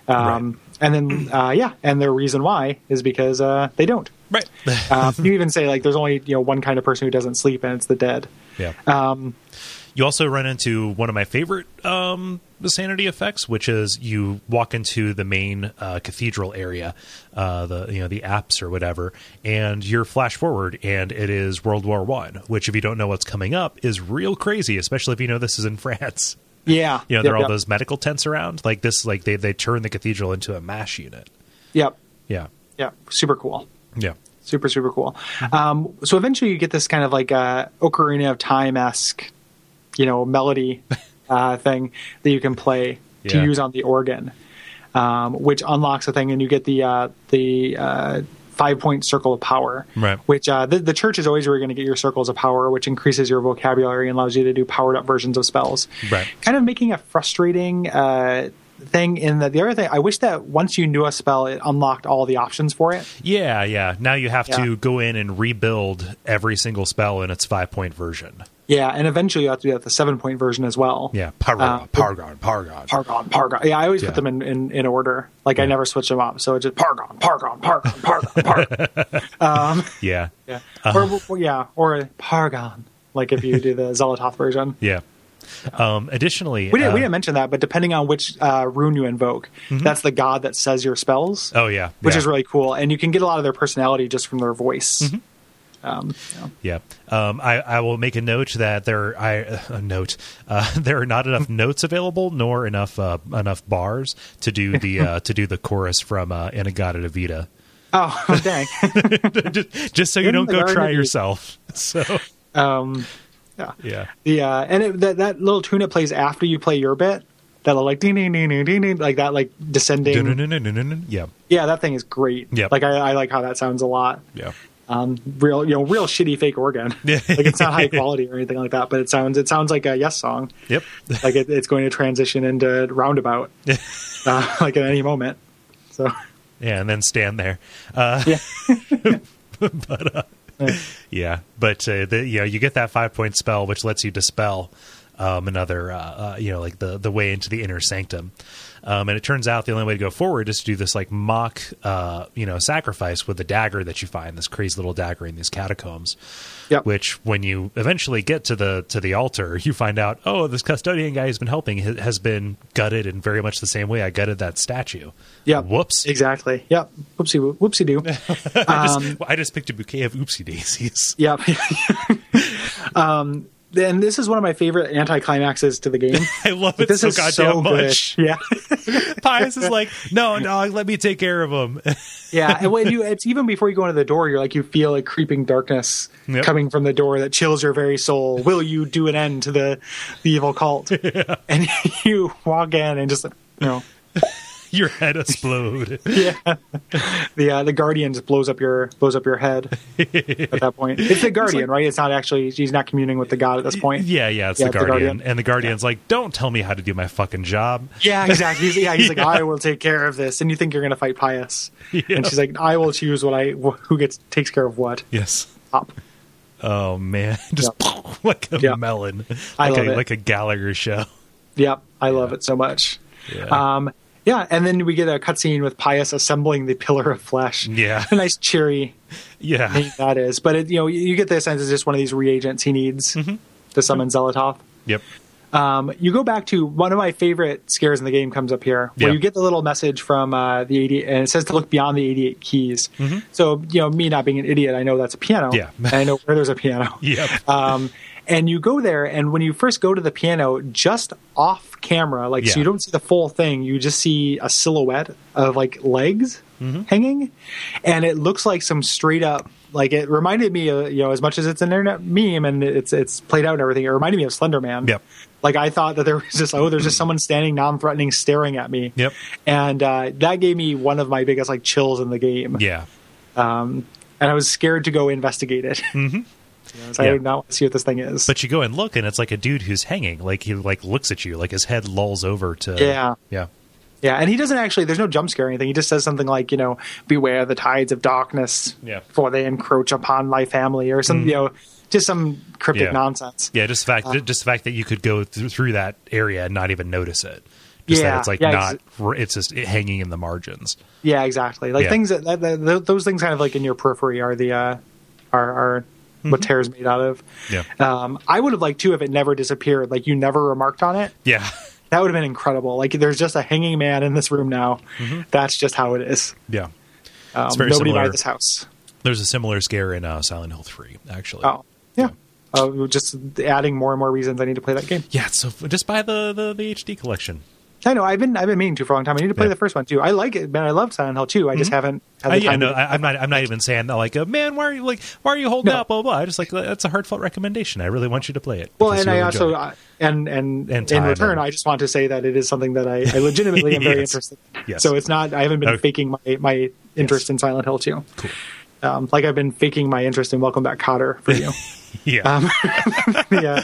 Speaker 7: Um, And then, uh, yeah, and their reason why is because uh, they don't.
Speaker 1: Right.
Speaker 7: Um, you even say, like, there's only, you know, one kind of person who doesn't sleep, and it's the dead.
Speaker 1: yeah.
Speaker 7: Um,
Speaker 1: You also run into one of my favorite um, sanity effects, which is you walk into the main uh, cathedral area, uh, the you know the apse or whatever, and you're flash forward, and it is World War One, which if you don't know what's coming up is real crazy, especially if you know this is in France.
Speaker 7: yeah.
Speaker 1: You know
Speaker 7: Yep,
Speaker 1: there are all
Speaker 7: yep.
Speaker 1: those medical tents around, like this, like they they turn the cathedral into a mash unit.
Speaker 7: Yep.
Speaker 1: Yeah,
Speaker 7: Yep. Super cool.
Speaker 1: yeah,
Speaker 7: super super cool um, so eventually you get this kind of like uh, ocarina of time-esque you know melody uh, thing that you can play to
Speaker 1: Yeah.
Speaker 7: use on the organ, um, which unlocks a thing, and you get the uh, the uh, five point circle of power.
Speaker 1: Right.
Speaker 7: Which uh, the, the church is always where you're going to get your circles of power, which increases your vocabulary and allows you to do powered up versions of spells.
Speaker 1: Right.
Speaker 7: Kind of making a frustrating. Uh, thing in that the other thing i wish that once you knew a spell it unlocked all the options for it
Speaker 1: Yeah, yeah. Now you have
Speaker 7: Yeah.
Speaker 1: to go in and rebuild every single spell in its five point version.
Speaker 7: Yeah, and eventually you'll have to do that the seven point version as well.
Speaker 1: Yeah, Pargon,
Speaker 7: Uh,
Speaker 1: Pargon, Pargon.
Speaker 7: Pargon, Pargon. Yeah, I always
Speaker 1: Yeah.
Speaker 7: put them in, in, in order. Like I never switch them up. So it's just Pargon, Pargon, Pargon, Pargon, Pargon.
Speaker 1: yeah,
Speaker 7: yeah.
Speaker 1: Uh-huh.
Speaker 7: Or, or- yeah, or Pargon. Like if you do the Zelototh version.
Speaker 1: yeah. Um, additionally,
Speaker 7: We didn't, we
Speaker 1: uh,
Speaker 7: didn't mention that, but depending on which uh, rune you invoke, that's the god that says your spells,
Speaker 1: Mm-hmm. Oh yeah,
Speaker 7: which
Speaker 1: yeah.
Speaker 7: is really cool. And you can get a lot of their personality just from their voice.
Speaker 1: Mm-hmm.
Speaker 7: Um, you know.
Speaker 1: Yeah, um, I, I will make a note that there I a note uh, there are not enough notes available, nor enough uh, enough bars to do the uh, to do the chorus from uh, Inagata to Vita.
Speaker 7: Oh, dang.
Speaker 1: just, just so you
Speaker 7: In
Speaker 1: don't
Speaker 7: the
Speaker 1: go
Speaker 7: Garden of
Speaker 1: try
Speaker 7: Eden.
Speaker 1: yourself. So
Speaker 7: um, yeah.
Speaker 1: yeah,
Speaker 7: The uh, and it, that that little tune it plays after you play your bit. That little like ding ding ding ding ding ding like that like descending.
Speaker 1: Dun-dun-dun-dun-dun-dun. yeah,
Speaker 7: Yeah, that thing is great.
Speaker 1: Yep.
Speaker 7: Like I, I like how that sounds a lot.
Speaker 1: yeah.
Speaker 7: Um, real you know real shitty fake organ. like it's not high quality or anything like that, but it sounds it sounds like a yes song.
Speaker 1: Yep.
Speaker 7: Like it, it's going to transition into roundabout, uh, like at any moment. So
Speaker 1: Yeah, and then stand there. Uh,
Speaker 7: yeah,
Speaker 1: Yeah, but uh, the, you know you get that five point spell, which lets you dispel um, another, uh, uh, you know, like the the way into the inner sanctum. Um, and it turns out the only way to go forward is to do this like mock, uh, you know, sacrifice with the dagger that you find this crazy little dagger in these catacombs.
Speaker 7: Yep.
Speaker 1: Which, when you eventually get to the to the altar, you find out, oh, this custodian guy who's been helping ha- has been gutted in very much the same way I gutted that statue.
Speaker 7: Yep.
Speaker 1: Whoops.
Speaker 7: exactly. Yep. Whoopsie whoopsie doo.
Speaker 1: I, just, I just picked a bouquet of oopsie daisies.
Speaker 7: Yep. um, and this is one of my favorite anticlimaxes to the game.
Speaker 1: I love it so goddamn much.
Speaker 7: good. Yeah,
Speaker 1: Pius is like, no, dog, let me take care of him.
Speaker 7: yeah. And when you, it's even before you go into the door, you're like you feel a creeping darkness
Speaker 1: Yep.
Speaker 7: coming from the door that chills your very soul. Will you do an end to the the evil cult? And you walk in and just you know
Speaker 1: Your head explode.
Speaker 7: the uh, the guardian just blows up your blows up your head at that point. It's the guardian, right? It's not actually he's not communing with the god at this point.
Speaker 1: yeah, yeah, it's
Speaker 7: Yeah,
Speaker 1: the,
Speaker 7: it's the
Speaker 1: Guardian.
Speaker 7: Guardian.
Speaker 1: And the Guardian's like, don't tell me how to do my fucking job.
Speaker 7: Yeah, exactly. He's, yeah, he's like, I will take care of this, and you think you're going to fight Pius, and she's like, I will choose what I wh- who gets takes care of what.
Speaker 1: Yes.
Speaker 7: Up.
Speaker 1: Oh, man. Just like a
Speaker 7: Yeah.
Speaker 1: melon. Like,
Speaker 7: I love
Speaker 1: a,
Speaker 7: it.
Speaker 1: like a Gallagher show.
Speaker 7: Yep, I love it so much.
Speaker 1: Yeah.
Speaker 7: Um, yeah, and then we get a cutscene with Pius assembling the pillar of flesh.
Speaker 1: Yeah.
Speaker 7: a nice cheery
Speaker 1: yeah.
Speaker 7: thing that is. But it, you know, you get the sense it's just one of these reagents he needs
Speaker 1: Mm-hmm.
Speaker 7: to summon Zelotov.
Speaker 1: Yep.
Speaker 7: Um, you go back to one of my favorite scares in the game comes up here, where
Speaker 1: Yeah.
Speaker 7: you get the little message from uh, the 88, and it says to look beyond the 88 keys. So, you know, me not being an idiot, I know that's a piano.
Speaker 1: Mm-hmm. Yeah.
Speaker 7: and I know where there's a piano.
Speaker 1: Yep.
Speaker 7: Um, and you go there, and when you first go to the piano, just off camera, like
Speaker 1: Yeah.
Speaker 7: so you don't see the full thing, you just see a silhouette of like legs
Speaker 1: Mm-hmm.
Speaker 7: hanging, and it looks like some straight up. Like it reminded me, of, you know, as much as it's an internet meme and it's it's played out and everything, it reminded me of Slender Man.
Speaker 1: Yep.
Speaker 7: Like I thought that there was just oh, there's just someone standing non-threatening, staring at me.
Speaker 1: Yep.
Speaker 7: And uh, that gave me one of my biggest like chills in the game.
Speaker 1: Yeah.
Speaker 7: And I was scared to go investigate it. Mm-hmm. I
Speaker 1: Yeah.
Speaker 7: did not want to see what this thing is.
Speaker 1: But you go and look, and it's like a dude who's hanging. Like, he like looks at you. Like, his head lolls over to.
Speaker 7: Yeah.
Speaker 1: Yeah.
Speaker 7: Yeah, and he doesn't actually. There's no jump scare or anything. He just says something like, you know, beware the tides of darkness,
Speaker 1: Yeah. Mm.
Speaker 7: before they encroach upon my family, or some, you know, just some cryptic
Speaker 1: Yeah.
Speaker 7: nonsense.
Speaker 1: Yeah, just the fact,
Speaker 7: Uh,
Speaker 1: just the fact that you could go th- through that area and not even notice it. Just that
Speaker 7: Yeah,
Speaker 1: it's like
Speaker 7: yeah,
Speaker 1: not,
Speaker 7: ex-
Speaker 1: r it's just hanging in the margins.
Speaker 7: Yeah, exactly. Like
Speaker 1: Yeah.
Speaker 7: things that, that, that th- those things kind of like in your periphery are the uh, are are what terror's made out of.
Speaker 1: Mm-hmm. Yeah.
Speaker 7: Um, I would have liked too if it never disappeared. Like you never remarked on it.
Speaker 1: Yeah.
Speaker 7: That would have been incredible. Like there's just a hanging man in this room now. That's just how it is.
Speaker 1: Yeah.
Speaker 7: Um,
Speaker 1: Mm-hmm. very
Speaker 7: nobody buy
Speaker 1: similar.
Speaker 7: this house.
Speaker 1: There's a similar scare in uh, Silent Hill 3, actually.
Speaker 7: Oh, yeah. Uh, just adding more and more reasons I need to play that game.
Speaker 1: Yeah, it's so just buy the, the, the HD collection.
Speaker 7: I know I've been I've been meaning to for a long time. I need to
Speaker 1: Yeah.
Speaker 7: play
Speaker 1: Mm-hmm.
Speaker 7: the first one too. I like it, man. I love Silent Hill too. I just haven't had
Speaker 1: I,
Speaker 7: the
Speaker 1: yeah,
Speaker 7: time.
Speaker 1: no,
Speaker 7: to-
Speaker 1: I, I'm not. I'm not even saying that. Like, uh, man, why are you like? Why are you holding
Speaker 7: No.
Speaker 1: out? Blah, blah blah. I just like uh, that's a heartfelt recommendation. I really want you to play it.
Speaker 7: well,
Speaker 1: because
Speaker 7: and
Speaker 1: you'll
Speaker 7: I
Speaker 1: enjoy
Speaker 7: also
Speaker 1: it.
Speaker 7: uh, and
Speaker 1: And
Speaker 7: and, in
Speaker 1: time
Speaker 7: return,
Speaker 1: and-
Speaker 7: I just want to say that it is something that I, I legitimately am very
Speaker 1: Yes.
Speaker 7: interested. in.
Speaker 1: Yes.
Speaker 7: So it's not I haven't been
Speaker 1: Okay.
Speaker 7: faking my my interest in Silent Hill too. Cool. Um, like I've been faking my interest in Welcome Back Cotter for you.
Speaker 1: yeah,
Speaker 7: yeah.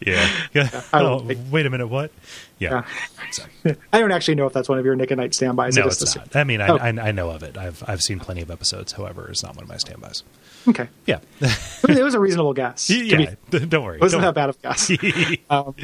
Speaker 1: yeah, yeah.
Speaker 7: um, I
Speaker 1: Oh,
Speaker 7: don't think-
Speaker 1: wait a minute, what? Yeah, Sorry.
Speaker 7: I don't actually know if that's one of your Nick and Night standbys. I
Speaker 1: no,
Speaker 7: just
Speaker 1: it's
Speaker 7: assume-
Speaker 1: not. I mean, I,
Speaker 7: Oh.
Speaker 1: I, I know of it. I've I've seen plenty of episodes. However, it's not one of my standbys.
Speaker 7: Okay,
Speaker 1: Yeah,
Speaker 7: it was a reasonable guess. to be-
Speaker 1: yeah.
Speaker 7: it
Speaker 1: Don't worry.
Speaker 7: wasn't
Speaker 1: don't
Speaker 7: that bad of a guess.
Speaker 1: worry.
Speaker 7: Um,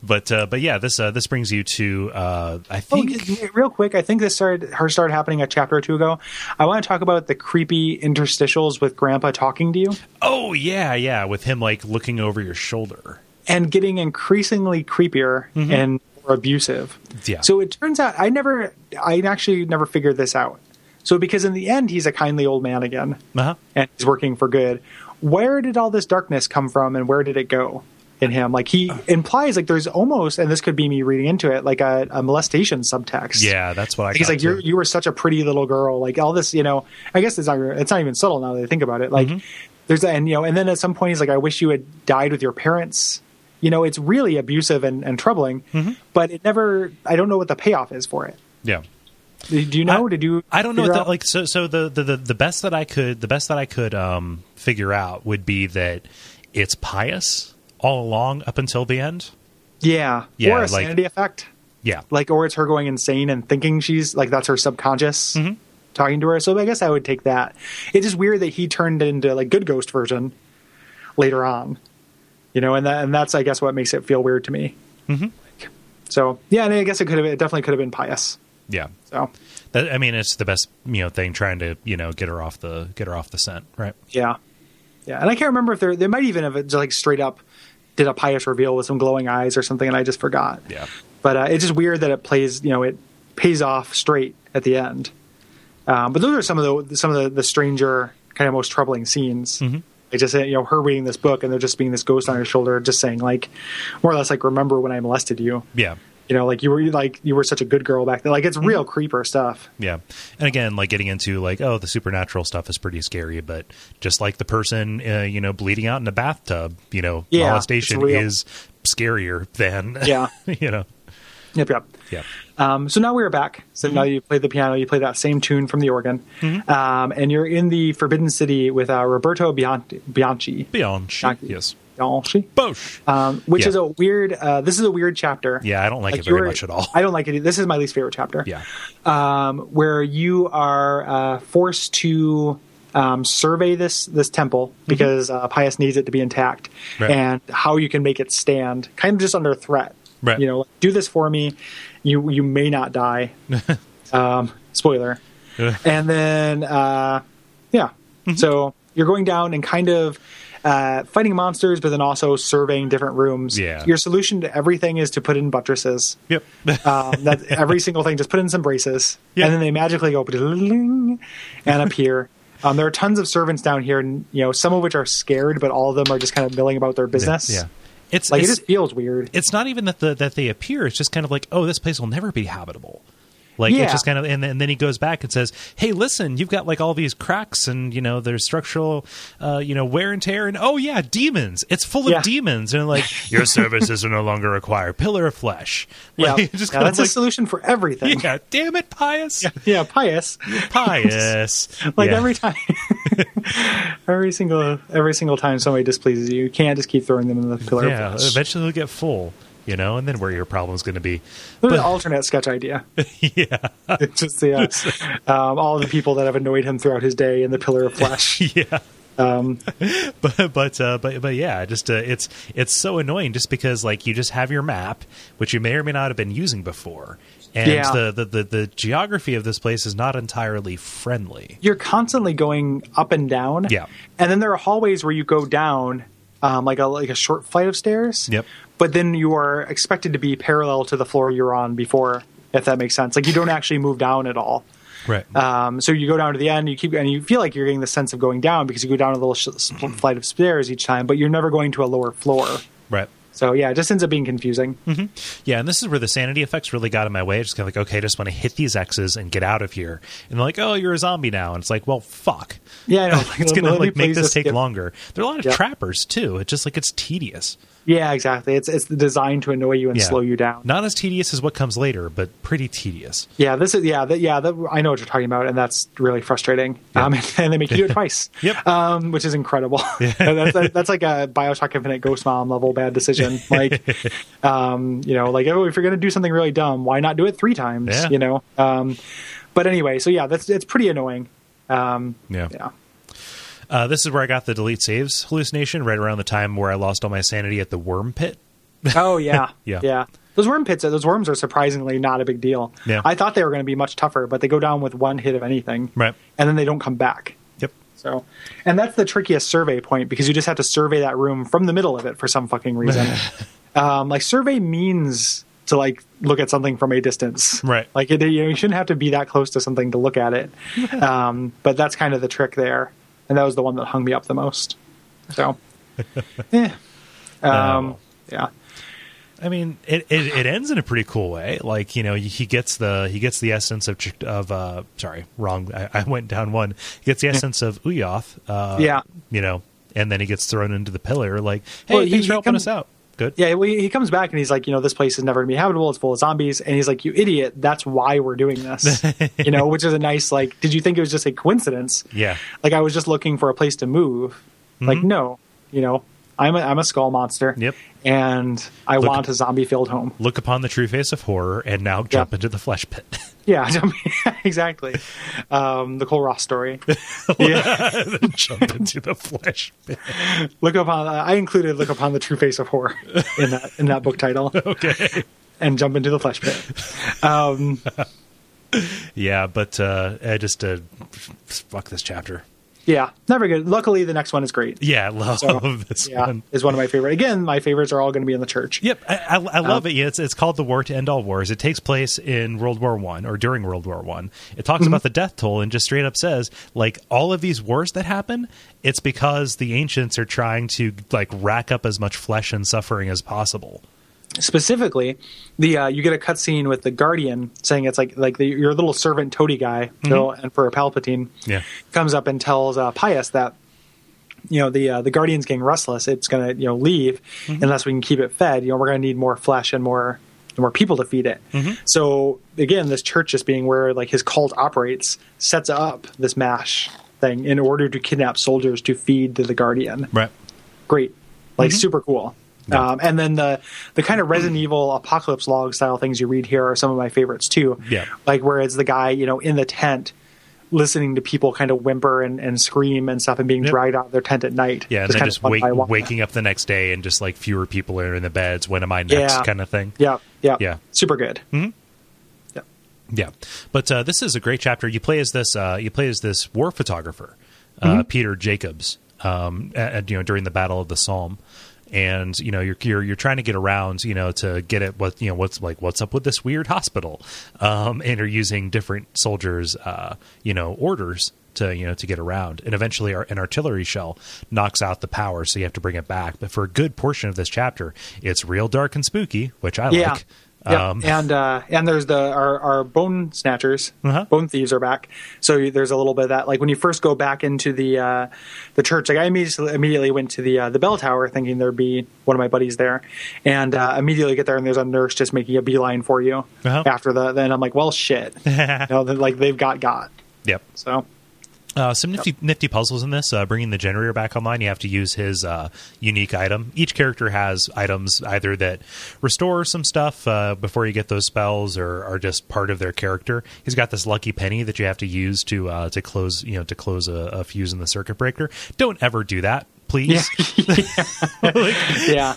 Speaker 1: but uh, but yeah, this uh, this brings you to uh, I
Speaker 7: Oh,
Speaker 1: think
Speaker 7: y- y- real quick, I think this started her started happening a chapter or two ago. I want to talk about the creepy interstitials with Grandpa talking to you
Speaker 1: Oh yeah, yeah, with him like looking over your shoulder.
Speaker 7: and getting increasingly creepier and more abusive.
Speaker 1: Mm-hmm. Yeah.
Speaker 7: So it turns out I never, I actually never figured this out. So because in the end he's a kindly old man again
Speaker 1: Uh-huh.
Speaker 7: and he's working for good. Where did all this darkness come from and where did it go? In him, like he
Speaker 1: Uh-huh.
Speaker 7: implies, like there's almost, and this could be me reading into it, like a, a molestation subtext.
Speaker 1: Yeah, that's what I.
Speaker 7: He's
Speaker 1: got
Speaker 7: like, you
Speaker 1: too.
Speaker 7: you were such a pretty little girl. Like all this, you know. I guess it's not it's not even subtle now that I think about it.
Speaker 1: Mm-hmm.
Speaker 7: Like there's and you know, and then at some point he's like, I wish you had died with your parents. You know, it's really abusive and, and troubling.
Speaker 1: Mm-hmm.
Speaker 7: But it never. I don't know what the payoff is for it.
Speaker 1: yeah.
Speaker 7: Do do you know?
Speaker 1: I-
Speaker 7: Did you?
Speaker 1: I don't know
Speaker 7: figure
Speaker 1: what that
Speaker 7: out?
Speaker 1: like so so the, the the the best that I could the best that I could um figure out would be that it's pious all along up until the end.
Speaker 7: Yeah.
Speaker 1: Yeah,
Speaker 7: Or a
Speaker 1: like-
Speaker 7: sanity effect.
Speaker 1: Yeah.
Speaker 7: Like, or it's her going insane and thinking she's like that's her subconscious. Talking to her, so I guess I would take that. It's just weird that he turned into like good ghost version later on, you know, and that and that's I guess what makes it feel weird to me. Like, so yeah, and I guess it could have it definitely could have been pious.
Speaker 1: Yeah.
Speaker 7: So
Speaker 1: That, I mean, it's the best, you know, thing trying to, you know, get her off the get her off the scent, right?
Speaker 7: yeah, yeah, and I can't remember if there they might even have just like straight up did a pious reveal with some glowing eyes or something, and I just forgot.
Speaker 1: Yeah.
Speaker 7: but uh, it's just weird that it plays you know it pays off straight at the end um, but those are some of the some of the, the stranger kind of most troubling scenes Like just you know her reading this book and there just being this ghost on her shoulder just saying like more or less like remember when i molested you
Speaker 1: Yeah.
Speaker 7: you know like you were like you were such a good girl back then like it's real creeper stuff
Speaker 1: Yeah. And again, like getting into like, oh, the supernatural stuff is pretty scary, but just like the person, uh, you know, bleeding out in a bathtub, you know,
Speaker 7: Yeah, it's
Speaker 1: molestation
Speaker 7: real.
Speaker 1: is scarier than,
Speaker 7: Yeah.
Speaker 1: you know,
Speaker 7: yep yep
Speaker 1: yeah.
Speaker 7: Um, so now we're back. So now you play the piano, you play that same tune from the organ, um, and you're in the Forbidden City with uh, Roberto Bianchi. Bianchi.
Speaker 1: Beyond, she,
Speaker 7: Bianchi.
Speaker 1: yes.
Speaker 7: Bianchi.
Speaker 1: Bosch.
Speaker 7: um, which
Speaker 1: Yeah.
Speaker 7: is a weird. Uh, this is a weird chapter.
Speaker 1: Yeah, I don't like,
Speaker 7: Like,
Speaker 1: it very
Speaker 7: you're-
Speaker 1: much at all.
Speaker 7: I don't like it. This is my least favorite chapter.
Speaker 1: yeah.
Speaker 7: um, where you are uh, forced to um, survey this this temple because uh, Pius needs it to be intact,
Speaker 1: Mm-hmm. Right.
Speaker 7: and how you can make it stand, kind of just under threat.
Speaker 1: Right.
Speaker 7: You know, like, do this for me. You you may not die. um, spoiler. and then uh, yeah,
Speaker 1: Mm-hmm.
Speaker 7: so you're going down and kind of. Uh, fighting monsters, but then also surveying different rooms.
Speaker 1: Yeah.
Speaker 7: Your solution to everything is to put in buttresses.
Speaker 1: Yep.
Speaker 7: Um, that every single thing, just put in some braces, and then they magically go "Bling," and appear. Um, there are tons of servants down here, and you know some of which are scared, but all of them are just kind of milling about their business.
Speaker 1: Yeah. It's,
Speaker 7: like it
Speaker 1: it's,
Speaker 7: just feels weird.
Speaker 1: it's not even that the, that they appear. It's just kind of like, oh, this place will never be habitable. Like
Speaker 7: Yeah.
Speaker 1: it's just kind of, and then, and then he goes back and says, "Hey, listen, you've got like all these cracks, and you know there's structural, uh, you know wear and tear, and oh yeah, demons. It's full
Speaker 7: Yeah.
Speaker 1: of demons, and like your services are no longer required. Pillar of flesh. Like,
Speaker 7: yeah,
Speaker 1: just
Speaker 7: Yeah,
Speaker 1: kind
Speaker 7: that's
Speaker 1: of
Speaker 7: a
Speaker 1: like,
Speaker 7: solution for everything. Yeah,
Speaker 1: yeah, damn it, pious,
Speaker 7: pious.
Speaker 1: pious.
Speaker 7: Like
Speaker 1: Yeah.
Speaker 7: every time, every single every single time somebody displeases you, you can't just keep throwing them in the pillar.
Speaker 1: yeah,
Speaker 7: of flesh.
Speaker 1: eventually they'll get full, you know, and then where your problem's going to be.
Speaker 7: There's an
Speaker 1: But-
Speaker 7: alternate sketch idea. yeah, it's just the uh, um, all the people that have annoyed him throughout his day in the pillar of flesh.
Speaker 1: but but uh, but but yeah, just uh, it's it's so annoying just because like you just have your map, which you may or may not have been using before, and
Speaker 7: Yeah.
Speaker 1: the, the the the geography of this place is not entirely friendly.
Speaker 7: you're constantly going up and down.
Speaker 1: Yeah.
Speaker 7: And then there are hallways where you go down um, like a like a short flight of stairs.
Speaker 1: Yep.
Speaker 7: But then you are expected to be parallel to the floor you're on before, if that makes sense. Like you don't actually move down at all.
Speaker 1: Right.
Speaker 7: Um, so you go down to the end, you keep, and you feel like you're getting the sense of
Speaker 1: Mm-hmm.
Speaker 7: going down because you go down a little sh- flight of stairs each time, but you're never going to a lower floor.
Speaker 1: right.
Speaker 7: So yeah, it just ends up being confusing.
Speaker 1: Mm-hmm. Yeah, and this is where the sanity effects really got in my way. Just kind of like, okay, I just want to hit these X's and get out of here. And they're like, oh, you're a zombie now. And it's like, well, fuck.
Speaker 7: Yeah, I know.
Speaker 1: it's
Speaker 7: Let
Speaker 1: gonna
Speaker 7: me
Speaker 1: like make
Speaker 7: please
Speaker 1: this
Speaker 7: just
Speaker 1: take
Speaker 7: skip-
Speaker 1: longer. There are a lot of
Speaker 7: Yeah.
Speaker 1: trappers too. It's just like it's tedious.
Speaker 7: Yeah, exactly. It's it's designed to annoy you and
Speaker 1: Yeah.
Speaker 7: slow you down.
Speaker 1: Not as tedious as what comes later, but pretty tedious.
Speaker 7: Yeah, this is yeah, that, yeah. That, I know what you're talking about, and that's really frustrating. Um, and, they make you do it twice.
Speaker 1: Yep.
Speaker 7: Um, which is incredible. that's, that, that's like a Bioshock Infinite Ghost Mom level bad decision. Like, um, you know, like oh, if you're gonna do something really dumb, why not do it three times?
Speaker 1: Yeah.
Speaker 7: You know. Um, but anyway, so yeah, that's it's pretty annoying. Um,
Speaker 1: Yeah.
Speaker 7: yeah.
Speaker 1: Uh, this is where I got the delete saves hallucination right around the time where I lost all my sanity at the worm pit.
Speaker 7: Oh yeah,
Speaker 1: Yeah.
Speaker 7: yeah. Those worm pits, those worms are surprisingly not a big deal.
Speaker 1: Yeah.
Speaker 7: I thought they were going to be much tougher, but they go down with one hit of anything,
Speaker 1: Right.
Speaker 7: And then they don't come back.
Speaker 1: Yep.
Speaker 7: So, and that's the trickiest survey point because you just have to survey that room from the middle of it for some fucking reason. um, like survey means to like look at something from a distance,
Speaker 1: Right.
Speaker 7: Like it, you, know, you shouldn't have to be that close to something to look at it. um, but that's kind of the trick there, and that was the one that hung me up the most. So, eh. um,
Speaker 1: Oh.
Speaker 7: yeah.
Speaker 1: I mean, it, it, it ends in a pretty cool way. Like you know, he gets the he gets the essence of Ch- of uh, sorry, wrong. I, I went down one. He gets the essence of Uyoth. Uh,
Speaker 7: Yeah.
Speaker 1: you know, and then he gets thrown into the pillar. Like, hey,
Speaker 7: Well, he-
Speaker 1: thanks for
Speaker 7: he
Speaker 1: helping
Speaker 7: come-
Speaker 1: us out. Good.
Speaker 7: Yeah, well, he he comes back and he's like, you know, this place is never going to be habitable. It's full of zombies. And he's like, you idiot. That's why we're doing this. you know, which is a nice, like, did you think it was just a coincidence?
Speaker 1: Yeah. Mm-hmm.
Speaker 7: Like, I was just looking for a place to move. Like, no, you know, I'm a, I'm a skull monster.
Speaker 1: Yep.
Speaker 7: And I
Speaker 1: Look-
Speaker 7: want a zombie filled home.
Speaker 1: Look upon the true face of horror, and now jump into the flesh pit.
Speaker 7: Yeah, exactly. Um, the Cole Ross story. yeah.
Speaker 1: jump into the flesh pit.
Speaker 7: Look upon, uh, I included Look Upon the True Face of Horror in that, in that book title
Speaker 1: Okay.
Speaker 7: and jump into the flesh pit. Um,
Speaker 1: Yeah, but uh, I just uh, fuck this chapter.
Speaker 7: yeah, never good. Luckily, the next one is great.
Speaker 1: Yeah, I love
Speaker 7: So,
Speaker 1: this
Speaker 7: yeah,
Speaker 1: one.
Speaker 7: is one of my favorite. Again, my favorites are all going to be in the church.
Speaker 1: Yep, I, I, I love
Speaker 7: Um,
Speaker 1: it. Yeah, it's, it's called the War to End All Wars. It takes place in World War One or during World War One. It talks
Speaker 7: Mm-hmm.
Speaker 1: about the death toll and just straight up says like all of these wars that happen, it's because the ancients are trying to like rack up as much flesh and suffering as possible.
Speaker 7: Specifically, the uh, you get a cutscene with the guardian saying it's like like the, your little servant toady guy, so, and for Palpatine,
Speaker 1: Yeah.
Speaker 7: comes up and tells uh, Pius that you know the uh, the guardian's getting restless. It's going to you know leave unless we can keep it fed. You know we're going to need more flesh and more and more people to feed it. So again, this church just being where like his cult operates sets up this mash thing in order to kidnap soldiers to feed to the guardian.
Speaker 1: Right.
Speaker 7: great, like
Speaker 1: Mm-hmm.
Speaker 7: super cool. Um, and then the the kind of Resident Evil apocalypse log style things you read here are some of my favorites too.
Speaker 1: Yeah.
Speaker 7: like where it's the guy you know in the tent listening to people kind of whimper and, and scream and stuff and being
Speaker 1: Yep.
Speaker 7: dragged out of their tent at night.
Speaker 1: Yeah, and then
Speaker 7: kind
Speaker 1: just
Speaker 7: of one
Speaker 1: wake,
Speaker 7: by one.
Speaker 1: waking up the next day and just like fewer people are in the beds. When am I next?
Speaker 7: Yeah.
Speaker 1: Kind of thing.
Speaker 7: Yeah, yeah,
Speaker 1: Yeah.
Speaker 7: super good.
Speaker 1: Yeah, but uh, this is a great chapter. You play as this. Uh, you play as this war photographer, uh,
Speaker 7: Mm-hmm.
Speaker 1: Peter Jacobs. Um, at, you know during the Battle of the Somme, and you know you're, you're you're trying to get around. You know to get at what you know what's like what's up with this weird hospital, um, and are using different soldiers. Uh, you know orders. To you know, to get around, and eventually, our, an artillery shell knocks out the power, so you have to bring it back. But for a good portion of this chapter, it's real dark and spooky, which I
Speaker 7: Yeah.
Speaker 1: like. um,
Speaker 7: Yep. and uh, and there's the our, our bone snatchers,
Speaker 1: Uh-huh.
Speaker 7: bone thieves are back. So you- there's a little bit of that. Like when you first go back into the uh, the church, like I immediately immediately went to the uh, the bell tower, thinking there'd be one of my buddies there, and uh, immediately get there and there's a nurse just making a beeline for you
Speaker 1: Uh-huh.
Speaker 7: after the. Then I'm like, well, shit, you know, they're like they've got got.
Speaker 1: yep.
Speaker 7: So
Speaker 1: Uh, some nifty, nifty puzzles in this. Uh, bringing the generator back online, you have to use his uh, unique item. Each character has items either that restore some stuff uh, before you get those spells, or are just part of their character. He's got this lucky penny that you have to use to uh, to close you know to close a, a fuse in the circuit breaker. Don't ever do that, please.
Speaker 7: yeah.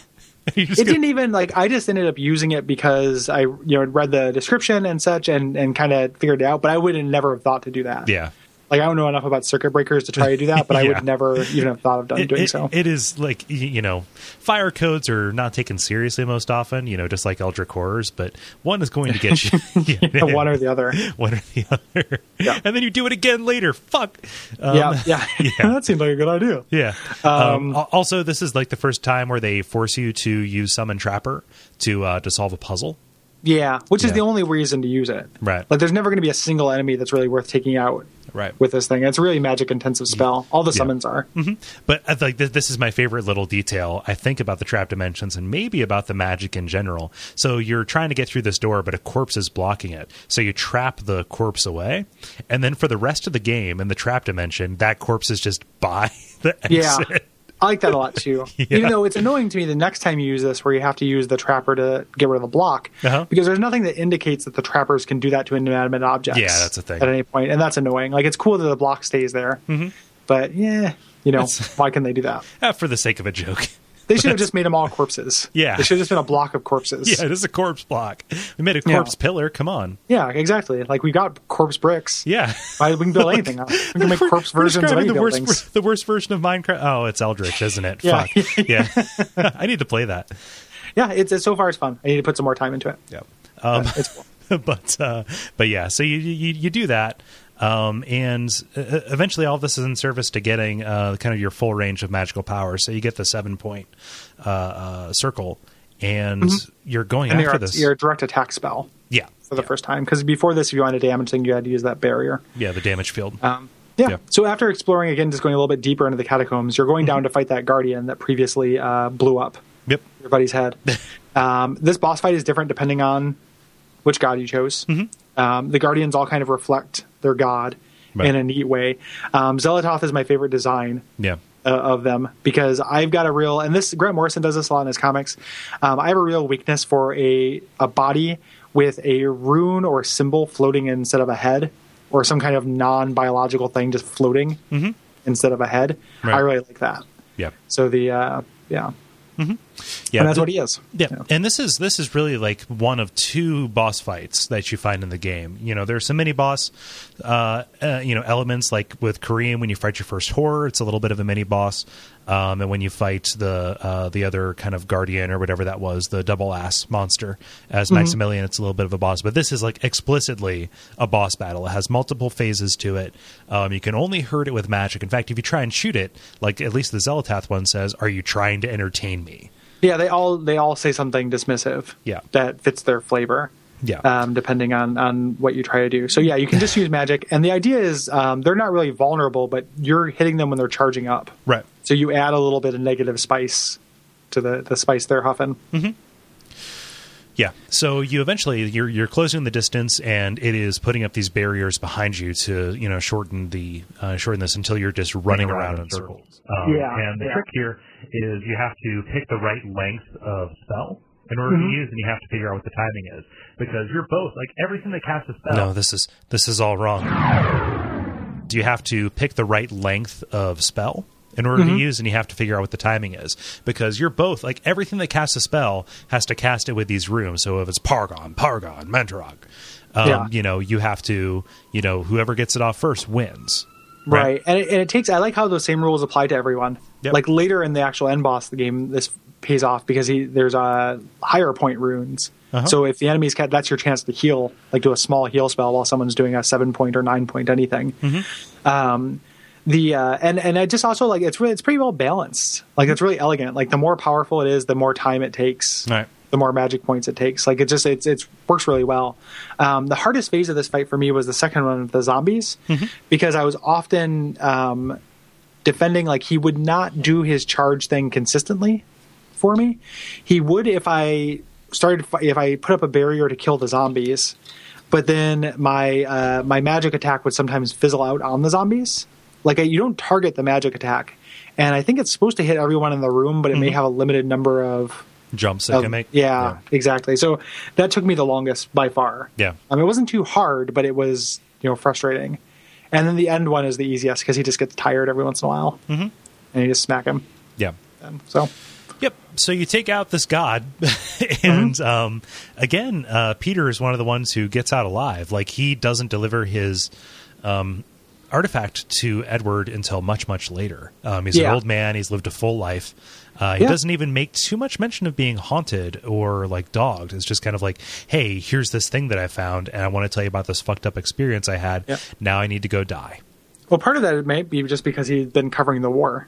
Speaker 1: You just
Speaker 7: it
Speaker 1: gotta-
Speaker 7: didn't even like i just ended up using it because i you know read the description and such and and kind of figured it out but i would have never have thought to do that
Speaker 1: yeah.
Speaker 7: Like I don't know enough about circuit breakers to try to do that, but I
Speaker 1: Yeah.
Speaker 7: would never even have thought of done
Speaker 1: It-
Speaker 7: doing
Speaker 1: it-
Speaker 7: so.
Speaker 1: It is like y- you know, fire codes are not taken seriously most often. You know, just like Eldritch horrors, but one is going to get you. Yeah.
Speaker 7: one or the other.
Speaker 1: one or the other,
Speaker 7: Yeah.
Speaker 1: and then you do it again later. Fuck. Um,
Speaker 7: yeah, yeah.
Speaker 1: yeah.
Speaker 7: that seems like a good idea.
Speaker 1: Yeah. Um, al- also, this is like the first time where they force you to use summon trapper to uh, to solve a puzzle.
Speaker 7: Yeah, which is
Speaker 1: Yeah.
Speaker 7: the only reason to use it.
Speaker 1: Right.
Speaker 7: Like there's never going to be a single enemy that's really worth taking out
Speaker 1: Right. Mm.
Speaker 7: with this thing. It's a really magic intensive spell. All the
Speaker 1: Yeah.
Speaker 7: summons are.
Speaker 1: But I like this, this is my favorite little detail. I think about the trap dimensions and maybe about the magic in general. So you're trying to get through this door, but a corpse is blocking it. So you trap the corpse away, and then for the rest of the game in the trap dimension, that corpse is just by the
Speaker 7: Yeah.
Speaker 1: exit.
Speaker 7: I like that a lot too. Even though it's annoying to me the next time you use this where you have to use the trapper to get rid of the block
Speaker 1: Uh-huh.
Speaker 7: because there's nothing that indicates that the trappers can do that to inanimate objects.
Speaker 1: Yeah, that's a thing. Mm-hmm.
Speaker 7: At any point, and that's annoying. Like it's cool that the block stays there. But yeah, you know, why can they do that?
Speaker 1: Ah, for the sake of a joke.
Speaker 7: They should have just made them all corpses.
Speaker 1: Yeah.
Speaker 7: They should have just been a block of corpses.
Speaker 1: Yeah, it is a corpse block. We made a
Speaker 7: Yeah.
Speaker 1: corpse pillar. Come on.
Speaker 7: Yeah, exactly. Like we got corpse bricks.
Speaker 1: Yeah.
Speaker 7: Why- we can build anything now. We can make corpse
Speaker 1: We're
Speaker 7: versions of
Speaker 1: describing the
Speaker 7: any buildings.
Speaker 1: worst, the worst version of Minecraft. Oh, it's Eldritch, isn't it?
Speaker 7: Yeah.
Speaker 1: Fuck. Yeah. I need to play that.
Speaker 7: yeah, it's, it's so far it's fun. I need to put some more time into it.
Speaker 1: Yep.
Speaker 7: Um, it's cool.
Speaker 1: but uh, but yeah, so you you, you do that, um, and uh, eventually all this is in service to getting uh, kind of your full range of magical power. So you get the seven point uh, uh, circle, and you're going
Speaker 7: Mm-hmm. And
Speaker 1: after
Speaker 7: your,
Speaker 1: this.
Speaker 7: your direct attack spell
Speaker 1: yeah,
Speaker 7: for the first time because before this, if you wanted to damage thing, you had to use that barrier.
Speaker 1: yeah, the damage field.
Speaker 7: Um, yeah.
Speaker 1: Yeah.
Speaker 7: So after exploring again, just going a little bit deeper into the catacombs, you're going
Speaker 1: Mm-hmm.
Speaker 7: down to fight that guardian that previously uh, blew up
Speaker 1: yep.
Speaker 7: your buddy's head. um, this boss fight is different depending on which god you chose. Um, the guardians all kind of reflect their god
Speaker 1: Mm-hmm. Right.
Speaker 7: in a neat way. Um, Zelototh is my favorite design
Speaker 1: Yeah.
Speaker 7: uh, of them because I've got a real and this Grant Morrison does this a lot in his comics. Um, I have a real weakness for a a body with a rune or symbol floating instead of a head or some kind of non biological thing just floating instead of a head.
Speaker 1: Mm-hmm. Right.
Speaker 7: I really like that.
Speaker 1: Yeah.
Speaker 7: So the uh, yeah,
Speaker 1: Yeah.
Speaker 7: and that's what he is.
Speaker 1: Yeah.
Speaker 7: You know.
Speaker 1: and this is this is really like one of two boss fights that you find in the game. You know, there's some mini boss, uh, uh, you know, elements like with Kareem when you fight your first horror, it's a little bit of a mini boss, um, and when you fight the uh, the other kind of guardian or whatever that was, the double ass monster as Maximilian, it's a little bit of a boss. But this is like explicitly a boss battle. It has multiple phases to it. Um, you can only hurt it with magic. In fact, if you try and shoot it, like at least the Zelotath one says, "Are you trying to entertain me?"
Speaker 7: Yeah, they all they all say something dismissive.
Speaker 1: Yeah.
Speaker 7: that fits their flavor.
Speaker 1: Yeah.
Speaker 7: um, depending on on what you try to do. So yeah, you can just use magic, and the idea is um, they're not really vulnerable, but you're hitting them when they're charging up.
Speaker 1: Right.
Speaker 7: So you add a little bit of negative spice to the the spice they're huffing.
Speaker 1: Yeah. So you eventually you're you're closing the distance, and it is putting up these barriers behind you to you know shorten the uh, shorten this until you're just running around, in circles. Um,
Speaker 7: Yeah,
Speaker 1: And the
Speaker 7: yeah.
Speaker 1: trick here is you have to pick the right length of spell in order to
Speaker 7: Mm-hmm.
Speaker 1: use, and you have to figure out what the timing is because you're both like everything that casts a spell. No, this is this is all wrong. Do you have to pick the right length of spell? In order
Speaker 7: Mm-hmm.
Speaker 1: to use, and you have to figure out what the timing is because you're both like everything that casts a spell has to cast it with these rooms. So if it's Pargon, Pargon, Mentorog, um,
Speaker 7: Yeah.
Speaker 1: you know, you have to, you know, whoever gets it off first wins.
Speaker 7: Right. And, it, and it takes. I like how those same rules apply to everyone.
Speaker 1: Yep.
Speaker 7: Like later in the actual end boss of the game, this pays off because he there's uh, higher point runes. So if the enemy's cat, that's your chance to heal, like do a small heal spell while someone's doing a seven point or nine point anything. Um, the uh, and and I just also like it's really it's pretty well balanced. Like it's really elegant. Like the more powerful it is, the more time it takes
Speaker 1: Right.
Speaker 7: the more magic points it takes. Like it just it's it's works really well. Um, the hardest phase of this fight for me was the second one with the zombies because I was often um, defending like he would not do his charge thing consistently for me. He would if I started fi- if I put up a barrier to kill the zombies, but then my uh, my magic attack would sometimes fizzle out on the zombies. Like you don't target the magic attack. And I think it's supposed to hit everyone in the room, but it may have a limited number of
Speaker 1: Jumps Mm-hmm. that can
Speaker 7: of-
Speaker 1: make.
Speaker 7: Oh, Yeah, exactly. So that took me the longest by far.
Speaker 1: Yeah.
Speaker 7: Um, it wasn't too hard, but it was you know frustrating. And then the end one is the easiest because he just gets tired every once in a while, mm-hmm. and you just smack him.
Speaker 1: Yeah.
Speaker 7: And so
Speaker 1: Yep. So you take out this god, and
Speaker 7: Mm-hmm.
Speaker 1: um, again, uh, Peter is one of the ones who gets out alive. Like he doesn't deliver his. Um, artifact to Edward until much, much later. Um, he's an
Speaker 7: Yeah.
Speaker 1: old man. He's lived a full life. Uh, he
Speaker 7: Yeah.
Speaker 1: doesn't even make too much mention of being haunted or like dogged. It's just kind of like, hey, here's this thing that I found, and I want to tell you about this fucked up experience I had.
Speaker 7: Yeah.
Speaker 1: Now I need to go die.
Speaker 7: Well, part of that might be just because he'd been covering the war,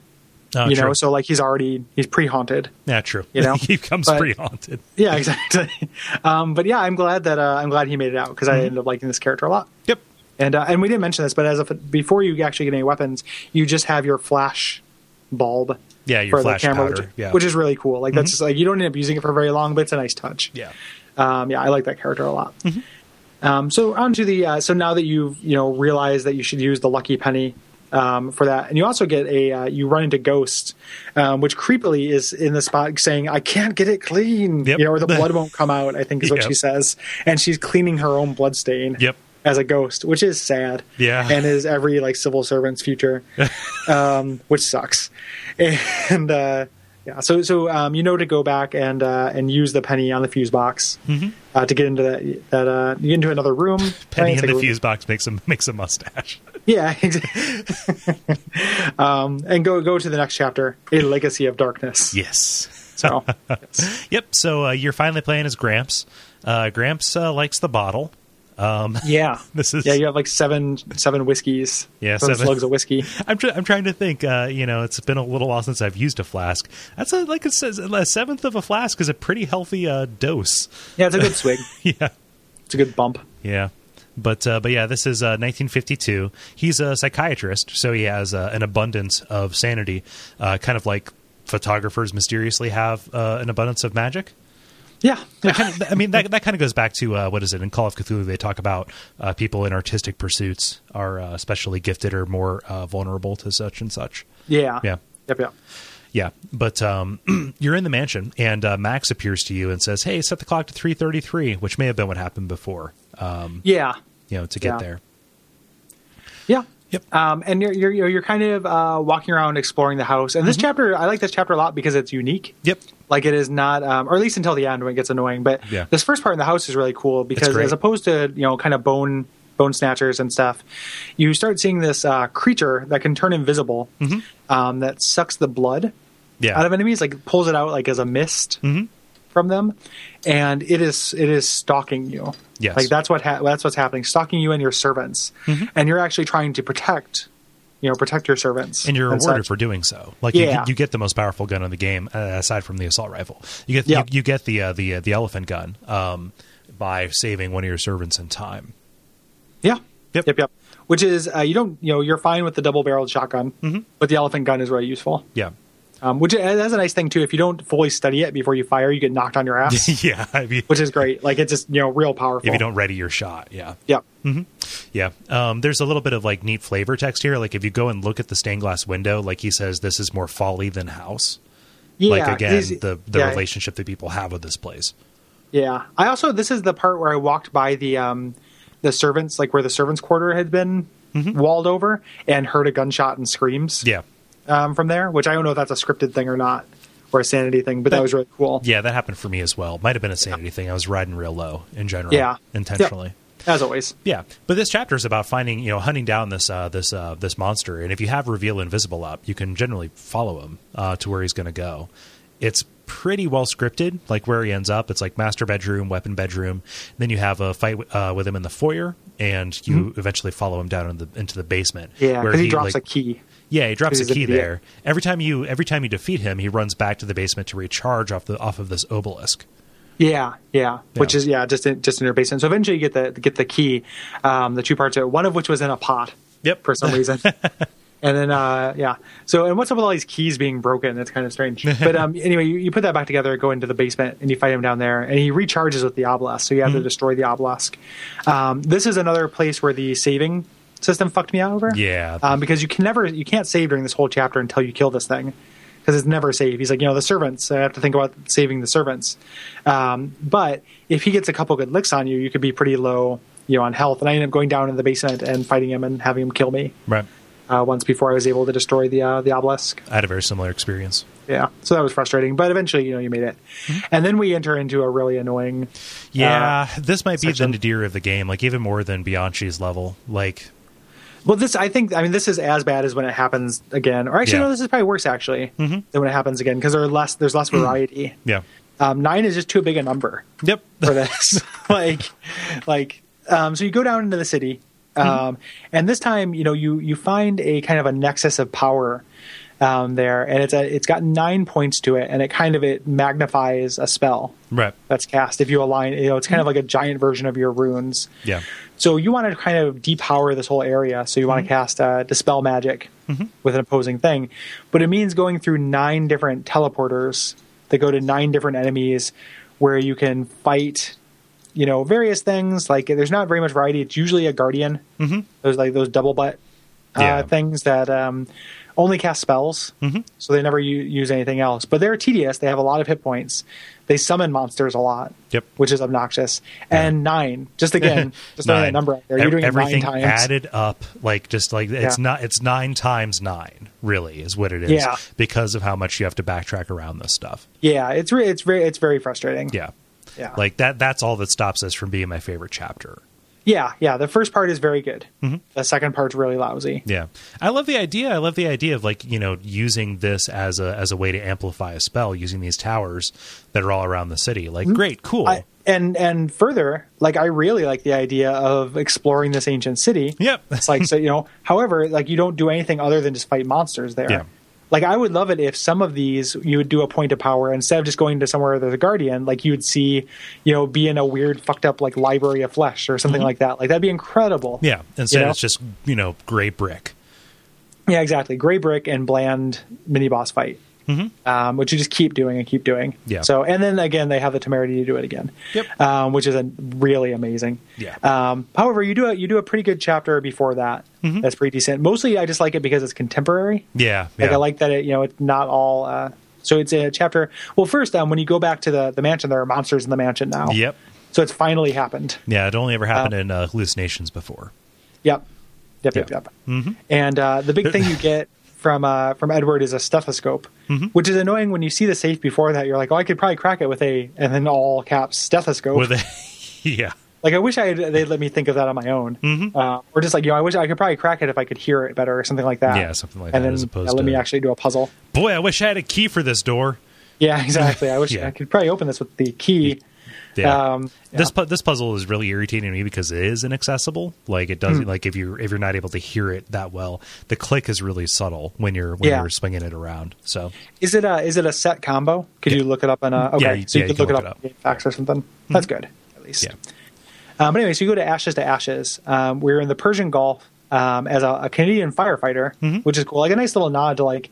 Speaker 1: Uh,
Speaker 7: you
Speaker 1: true.
Speaker 7: know. So like he's already he's pre haunted.
Speaker 1: yeah, true.
Speaker 7: you know,
Speaker 1: he becomes
Speaker 7: but-
Speaker 1: pre haunted.
Speaker 7: Yeah, exactly. um, but yeah, I'm glad that uh, I'm glad he made it out because
Speaker 1: Mm-hmm.
Speaker 7: I ended up liking this character a lot.
Speaker 1: Yep.
Speaker 7: And uh, and we didn't mention this, but as of before you actually get any weapons, you just have your flash bulb.
Speaker 1: Yeah, your
Speaker 7: for
Speaker 1: flash
Speaker 7: the camera,
Speaker 1: powder.
Speaker 7: which,
Speaker 1: yeah. Mm-hmm.
Speaker 7: which is really cool. Like that's just like you don't end up using it for very long, but it's a nice touch.
Speaker 1: yeah.
Speaker 7: um, yeah, I like that character a lot.
Speaker 1: Mm-hmm.
Speaker 7: Um, so on to the uh, so now that you've you know realized that you should use the lucky penny um, for that, and you also get a uh, you run into Ghost, um, which creepily is in the spot saying, "I can't get it clean,"
Speaker 1: Yep.
Speaker 7: you know, or the blood won't come out. I think is what
Speaker 1: Yep.
Speaker 7: she says, and she's cleaning her own blood stain.
Speaker 1: Yep.
Speaker 7: As a ghost, which is sad,
Speaker 1: Yeah.
Speaker 7: and is every like civil servant's future, um, which sucks, and uh, yeah. So so um, you know to go back and uh, and use the penny on the fuse box
Speaker 1: Mm-hmm.
Speaker 7: uh, to get into that that uh, you get into another room.
Speaker 1: Penny
Speaker 7: It's
Speaker 1: in
Speaker 7: like
Speaker 1: the
Speaker 7: a-
Speaker 1: fuse box makes a makes a mustache.
Speaker 7: Yeah, exactly. um, and go go to the next chapter, a legacy of darkness.
Speaker 1: Yes.
Speaker 7: So
Speaker 1: Yep. So uh, you're finally playing as Gramps. Uh, Gramps uh, likes the bottle.
Speaker 7: yeah,
Speaker 1: This is-
Speaker 7: yeah. You have like seven seven whiskeys.
Speaker 1: Yeah,
Speaker 7: seven,
Speaker 1: seven.
Speaker 7: slugs of whiskey.
Speaker 1: I'm, try- I'm trying to think. Uh, you know, it's been a little while since I've used a flask. That's a, like it says, a seventh of a flask is a pretty healthy uh, dose.
Speaker 7: Yeah, it's a good swig.
Speaker 1: Yeah.
Speaker 7: It's a good bump.
Speaker 1: Yeah. But uh, but yeah, this is uh, 1952. He's a psychiatrist, so he has uh, an abundance of sanity, uh, kind of like photographers mysteriously have uh, an abundance of magic.
Speaker 7: Yeah,
Speaker 1: That kind of, I mean, that, that kind of goes back to uh, what is it in Call of Cthulhu? They talk about uh, people in artistic pursuits are uh, especially gifted or more uh, vulnerable to such and such.
Speaker 7: yeah,
Speaker 1: Yeah.
Speaker 7: yep, yep.
Speaker 1: Yeah, but um, you're in the mansion, and uh, Max appears to you and says, "Hey, set the clock to 3:33," which may have been what happened before. Um,
Speaker 7: Yeah,
Speaker 1: you know, to get
Speaker 7: Yeah.
Speaker 1: there.
Speaker 7: Yeah.
Speaker 1: Yep.
Speaker 7: Um, and you're, you're you're you're kind of uh, walking around exploring the house. And this
Speaker 1: Mm-hmm.
Speaker 7: chapter, I like this chapter a lot because it's unique.
Speaker 1: Yep.
Speaker 7: Like it is not, um, or at least until the end when it gets annoying. But
Speaker 1: Yeah.
Speaker 7: this first part in the house is really cool because
Speaker 1: great.
Speaker 7: as opposed to you know kind of bone bone snatchers and stuff, you start seeing this uh, creature that can turn invisible
Speaker 1: Mm-hmm.
Speaker 7: um, that sucks the blood
Speaker 1: Yeah. Mm-hmm.
Speaker 7: out of enemies, like pulls it out like as a mist from them, and it is it is stalking you.
Speaker 1: Yes. Mm-hmm.
Speaker 7: like that's what ha- that's what's happening, stalking you and your servants, and you're actually trying to protect, you know, protect your servants.
Speaker 1: and you're rewarded
Speaker 7: such.
Speaker 1: for doing so. Like you,
Speaker 7: Yeah.
Speaker 1: get- you get the most powerful gun in the game uh, aside from the assault rifle. You get
Speaker 7: Yeah.
Speaker 1: you, you get the uh, the uh, the elephant gun um, by saving one of your servants in time.
Speaker 7: yeah,
Speaker 1: Yep.
Speaker 7: yep, yep, yep. Which is uh, you don't you know you're fine with the double barreled shotgun,
Speaker 1: Mm-hmm.
Speaker 7: but the elephant gun is really useful.
Speaker 1: Yeah.
Speaker 7: Um, which is- that's a nice thing too. If you don't fully study it before you fire, you get knocked on your ass,
Speaker 1: yeah. If you,
Speaker 7: which is great. Like it's just you know real powerful.
Speaker 1: if you don't ready your shot, yeah.
Speaker 7: Yep.
Speaker 1: Yeah. Um, there's a little bit of like neat flavor text here. Like if you go and look at the stained glass window, like he says, this is more folly than house.
Speaker 7: Yeah,
Speaker 1: like again,
Speaker 7: these-
Speaker 1: the, the
Speaker 7: yeah.
Speaker 1: relationship that people have with this place.
Speaker 7: Yeah. I also this is the part where I walked by the um the servants like where the servants quarter had been walled over and heard a gunshot and screams
Speaker 1: Mm-hmm. Yeah.
Speaker 7: um from there, which I don't know if that's a scripted thing or not or a sanity thing, but that was really cool.
Speaker 1: Yeah. That happened for me as well. Might have been a sanity thing. I was riding real low in general.
Speaker 7: Yeah.
Speaker 1: Intentionally.
Speaker 7: As always.
Speaker 1: Yeah, but this chapter is about finding, you know, hunting down this uh, this uh, this monster, and if you have reveal invisible up, you can generally follow him uh, to where he's going to go. It's pretty well scripted, like where he ends up. It's like master bedroom, weapon bedroom. Then you have a fight uh, with him in the foyer, and you eventually follow him down in the, into the basement.
Speaker 7: Mm-hmm. Yeah,
Speaker 1: where
Speaker 7: because he, drops
Speaker 1: like-
Speaker 7: a key.
Speaker 1: yeah, he drops a
Speaker 7: He's an
Speaker 1: key
Speaker 7: idiot.
Speaker 1: there. Every time you every time you defeat him, he runs back to the basement to recharge off the off of this obelisk.
Speaker 7: Yeah, yeah, which
Speaker 1: Yeah.
Speaker 7: is yeah, just in, just in your basement. So eventually you get the get the key, um, the two parts of it. One of which was in a pot.
Speaker 1: Yep.
Speaker 7: for some reason. and then uh, yeah, so and what's up with all these keys being broken? That's kind of strange. But um, anyway, you, you put that back together, go into the basement, and you fight him down there, and he recharges with the obelisk. So you have
Speaker 1: Mm-hmm.
Speaker 7: to destroy the obelisk. Um, this is another place where the saving system fucked me over.
Speaker 1: Yeah.
Speaker 7: um, because you can never you can't save during this whole chapter until you kill this thing. Because it's never saved. He's like, you know, the servants. I have to think about saving the servants. Um, but if he gets a couple good licks on you, you could be pretty low, you know, on health. And I ended up going down in the basement and fighting him and having him kill me
Speaker 1: Right.
Speaker 7: uh, once before I was able to destroy the uh, the obelisk.
Speaker 1: I had a very similar experience.
Speaker 7: Yeah, so that was frustrating, but eventually, you know, you made it. And then we enter into a really annoying.
Speaker 1: Yeah, Uh, this might be
Speaker 7: section.
Speaker 1: the nadir of the game, like even more than Bianchi's level. Like
Speaker 7: Well, this I think I mean this is as bad as when it happens again, or actually
Speaker 1: Yeah.
Speaker 7: no, this is probably worse actually than when it happens again because there are less there's less variety.
Speaker 1: Yeah.
Speaker 7: Um, nine is just too big a number
Speaker 1: Yep.
Speaker 7: for this. like, like, um, so you go down into the city, um, and this time, you know, you you find a kind of a nexus of power um, there, and it's a it's got nine points to it, and it kind of it magnifies a spell
Speaker 1: Right.
Speaker 7: that's cast if you align. You know, it's kind of like a giant version of your runes.
Speaker 1: Yeah.
Speaker 7: So you want to kind of depower this whole area. So you
Speaker 1: Mm-hmm.
Speaker 7: want to cast uh, dispel magic with an opposing thing, but it means going through nine different teleporters that go to nine different enemies, where you can fight, you know, various things. Like there's not very much variety. It's usually a guardian. Mm-hmm. Those like those double butt uh,
Speaker 1: Yeah. Mm-hmm.
Speaker 7: things that um, only cast spells, so they never u- use anything else. But they're tedious. They have a lot of hit points. They summon monsters a lot.
Speaker 1: Yep.
Speaker 7: Which is obnoxious. And nine, just again, just throwing that
Speaker 1: Nine.
Speaker 7: number out there.
Speaker 1: Ev-
Speaker 7: You're doing it nine
Speaker 1: everything
Speaker 7: times.
Speaker 1: added up, like just like it's
Speaker 7: Yeah.
Speaker 1: not. It's nine times nine, really, is what it is.
Speaker 7: Yeah.
Speaker 1: Because of how much you have to backtrack around this stuff.
Speaker 7: Yeah, it's re- it's very it's very frustrating.
Speaker 1: Yeah.
Speaker 7: Yeah.
Speaker 1: Like that. That's all that stops us from being my favorite chapter.
Speaker 7: yeah, yeah. The first part is very good. The second part's really lousy.
Speaker 1: Mm-hmm. Yeah, I love the idea. I love the idea of like you know using this as a as a way to amplify a spell using these towers that are all around the city. Like, great, cool.
Speaker 7: Mm-hmm. I, and and further, like I really like the idea of exploring this ancient city.
Speaker 1: Yep.
Speaker 7: it's like so you know. However, like you don't do anything other than just fight monsters there.
Speaker 1: Yeah.
Speaker 7: Like I would love it if some of these you would do a point of power instead of just going to somewhere there's a guardian. Like you would see, you know, be in a weird fucked up like library of flesh or something like that. Like that'd be incredible.
Speaker 1: Mm-hmm. yeah, instead
Speaker 7: You know?
Speaker 1: it's just you know gray brick.
Speaker 7: Yeah, exactly. Gray brick and bland mini boss fight, um, which you just keep doing and keep doing.
Speaker 1: Mm-hmm. Yeah.
Speaker 7: So and then again, they have the temerity to do it again.
Speaker 1: Yep.
Speaker 7: Um, which is a really amazing.
Speaker 1: Yeah.
Speaker 7: Um, however, you do a, you do a pretty good chapter before that.
Speaker 1: Mm-hmm.
Speaker 7: That's pretty decent. Mostly, I just like it because it's contemporary.
Speaker 1: Yeah, yeah.
Speaker 7: Like I like that it you know it's not all. Uh, so it's a chapter. Well, first, um, when you go back to the the mansion, there are monsters in the mansion now.
Speaker 1: Yep.
Speaker 7: So it's finally happened.
Speaker 1: Yeah, it only ever happened in uh, hallucinations before.
Speaker 7: Yep. Yep. Yep.
Speaker 1: Yeah. Mm-hmm.
Speaker 7: Yep. And uh, the big thing you get from uh, from Edward is a stethoscope,
Speaker 1: Mm-hmm.
Speaker 7: which is annoying when you see the safe before that. You're like, oh, I could probably crack it with a and then all caps stethoscope.
Speaker 1: Were they? yeah,
Speaker 7: like I wish I had, they'd let me think of that on my own,
Speaker 1: Mm-hmm.
Speaker 7: uh, or just like you know, I wish I could probably crack it if I could hear it better or something like that.
Speaker 1: Yeah, something like
Speaker 7: and
Speaker 1: that,
Speaker 7: Then,
Speaker 1: as opposed
Speaker 7: yeah, let me
Speaker 1: to-
Speaker 7: actually do a puzzle.
Speaker 1: boy, I wish I had a key for this door.
Speaker 7: Yeah, exactly. I wish
Speaker 1: Yeah.
Speaker 7: I could probably open this with the key.
Speaker 1: Yeah.
Speaker 7: Um,
Speaker 1: This pu- this puzzle is really irritating to me because it is inaccessible. Like it
Speaker 7: Hmm.
Speaker 1: doesn't like if you are if you're not able to hear it that well, the click is really subtle when you're when
Speaker 7: Yeah.
Speaker 1: you're swinging it around. So
Speaker 7: Is it a is it a set combo? Could you look it up on a okay?
Speaker 1: Yeah, you-
Speaker 7: so you
Speaker 1: yeah,
Speaker 7: could look, it up, on Facts or something. That's good, at least.
Speaker 1: Yeah.
Speaker 7: Um, but anyway, so you go to Ashes to Ashes. Um, we're in the Persian Gulf um, as a, a Canadian firefighter, which is cool. Like a nice little nod to like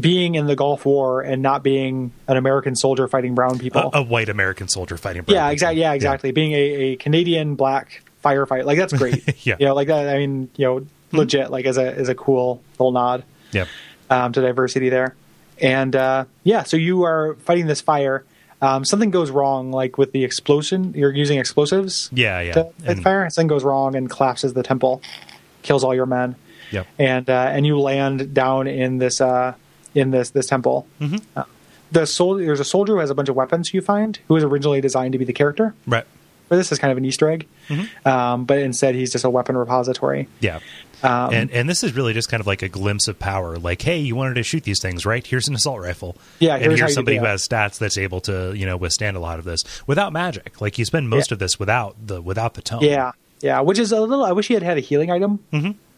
Speaker 7: being in the Gulf War and not being an American soldier fighting brown people.
Speaker 1: a, a white American soldier fighting.
Speaker 7: yeah, exactly. Yeah, exactly. Being a, a Canadian black firefighter, like that's great.
Speaker 1: Yeah.
Speaker 7: you know, like that. I mean, you know, legit. Like as a is a cool little nod
Speaker 1: Yep.
Speaker 7: um, to diversity there. And uh, yeah, so you are fighting this fire. Um, something goes wrong, like with the explosion. You're using explosives.
Speaker 1: Yeah, yeah.
Speaker 7: To fight
Speaker 1: And-
Speaker 7: fire. Something goes wrong and collapses the temple, kills all your men,
Speaker 1: Yep.
Speaker 7: and uh, and you land down in this uh, in this this temple. Mm-hmm. the sol- there's a soldier who has a bunch of weapons. You find who was originally designed to be the character.
Speaker 1: Right.
Speaker 7: But this is kind of an Easter egg.
Speaker 1: Mm-hmm.
Speaker 7: Um, but instead, he's just a weapon repository.
Speaker 1: Yeah.
Speaker 7: Um,
Speaker 1: and and this is really just kind of like a glimpse of power. Like, hey, you wanted to shoot these things, right? Here's an assault rifle.
Speaker 7: Yeah,
Speaker 1: and
Speaker 7: here's
Speaker 1: here's,
Speaker 7: how you do
Speaker 1: somebody who
Speaker 7: that.
Speaker 1: has stats that's able to you know withstand a lot of this without magic. Like you spend most
Speaker 7: Yeah.
Speaker 1: of this without the without the tone.
Speaker 7: Yeah, yeah. Which is a little. I wish he had had a healing item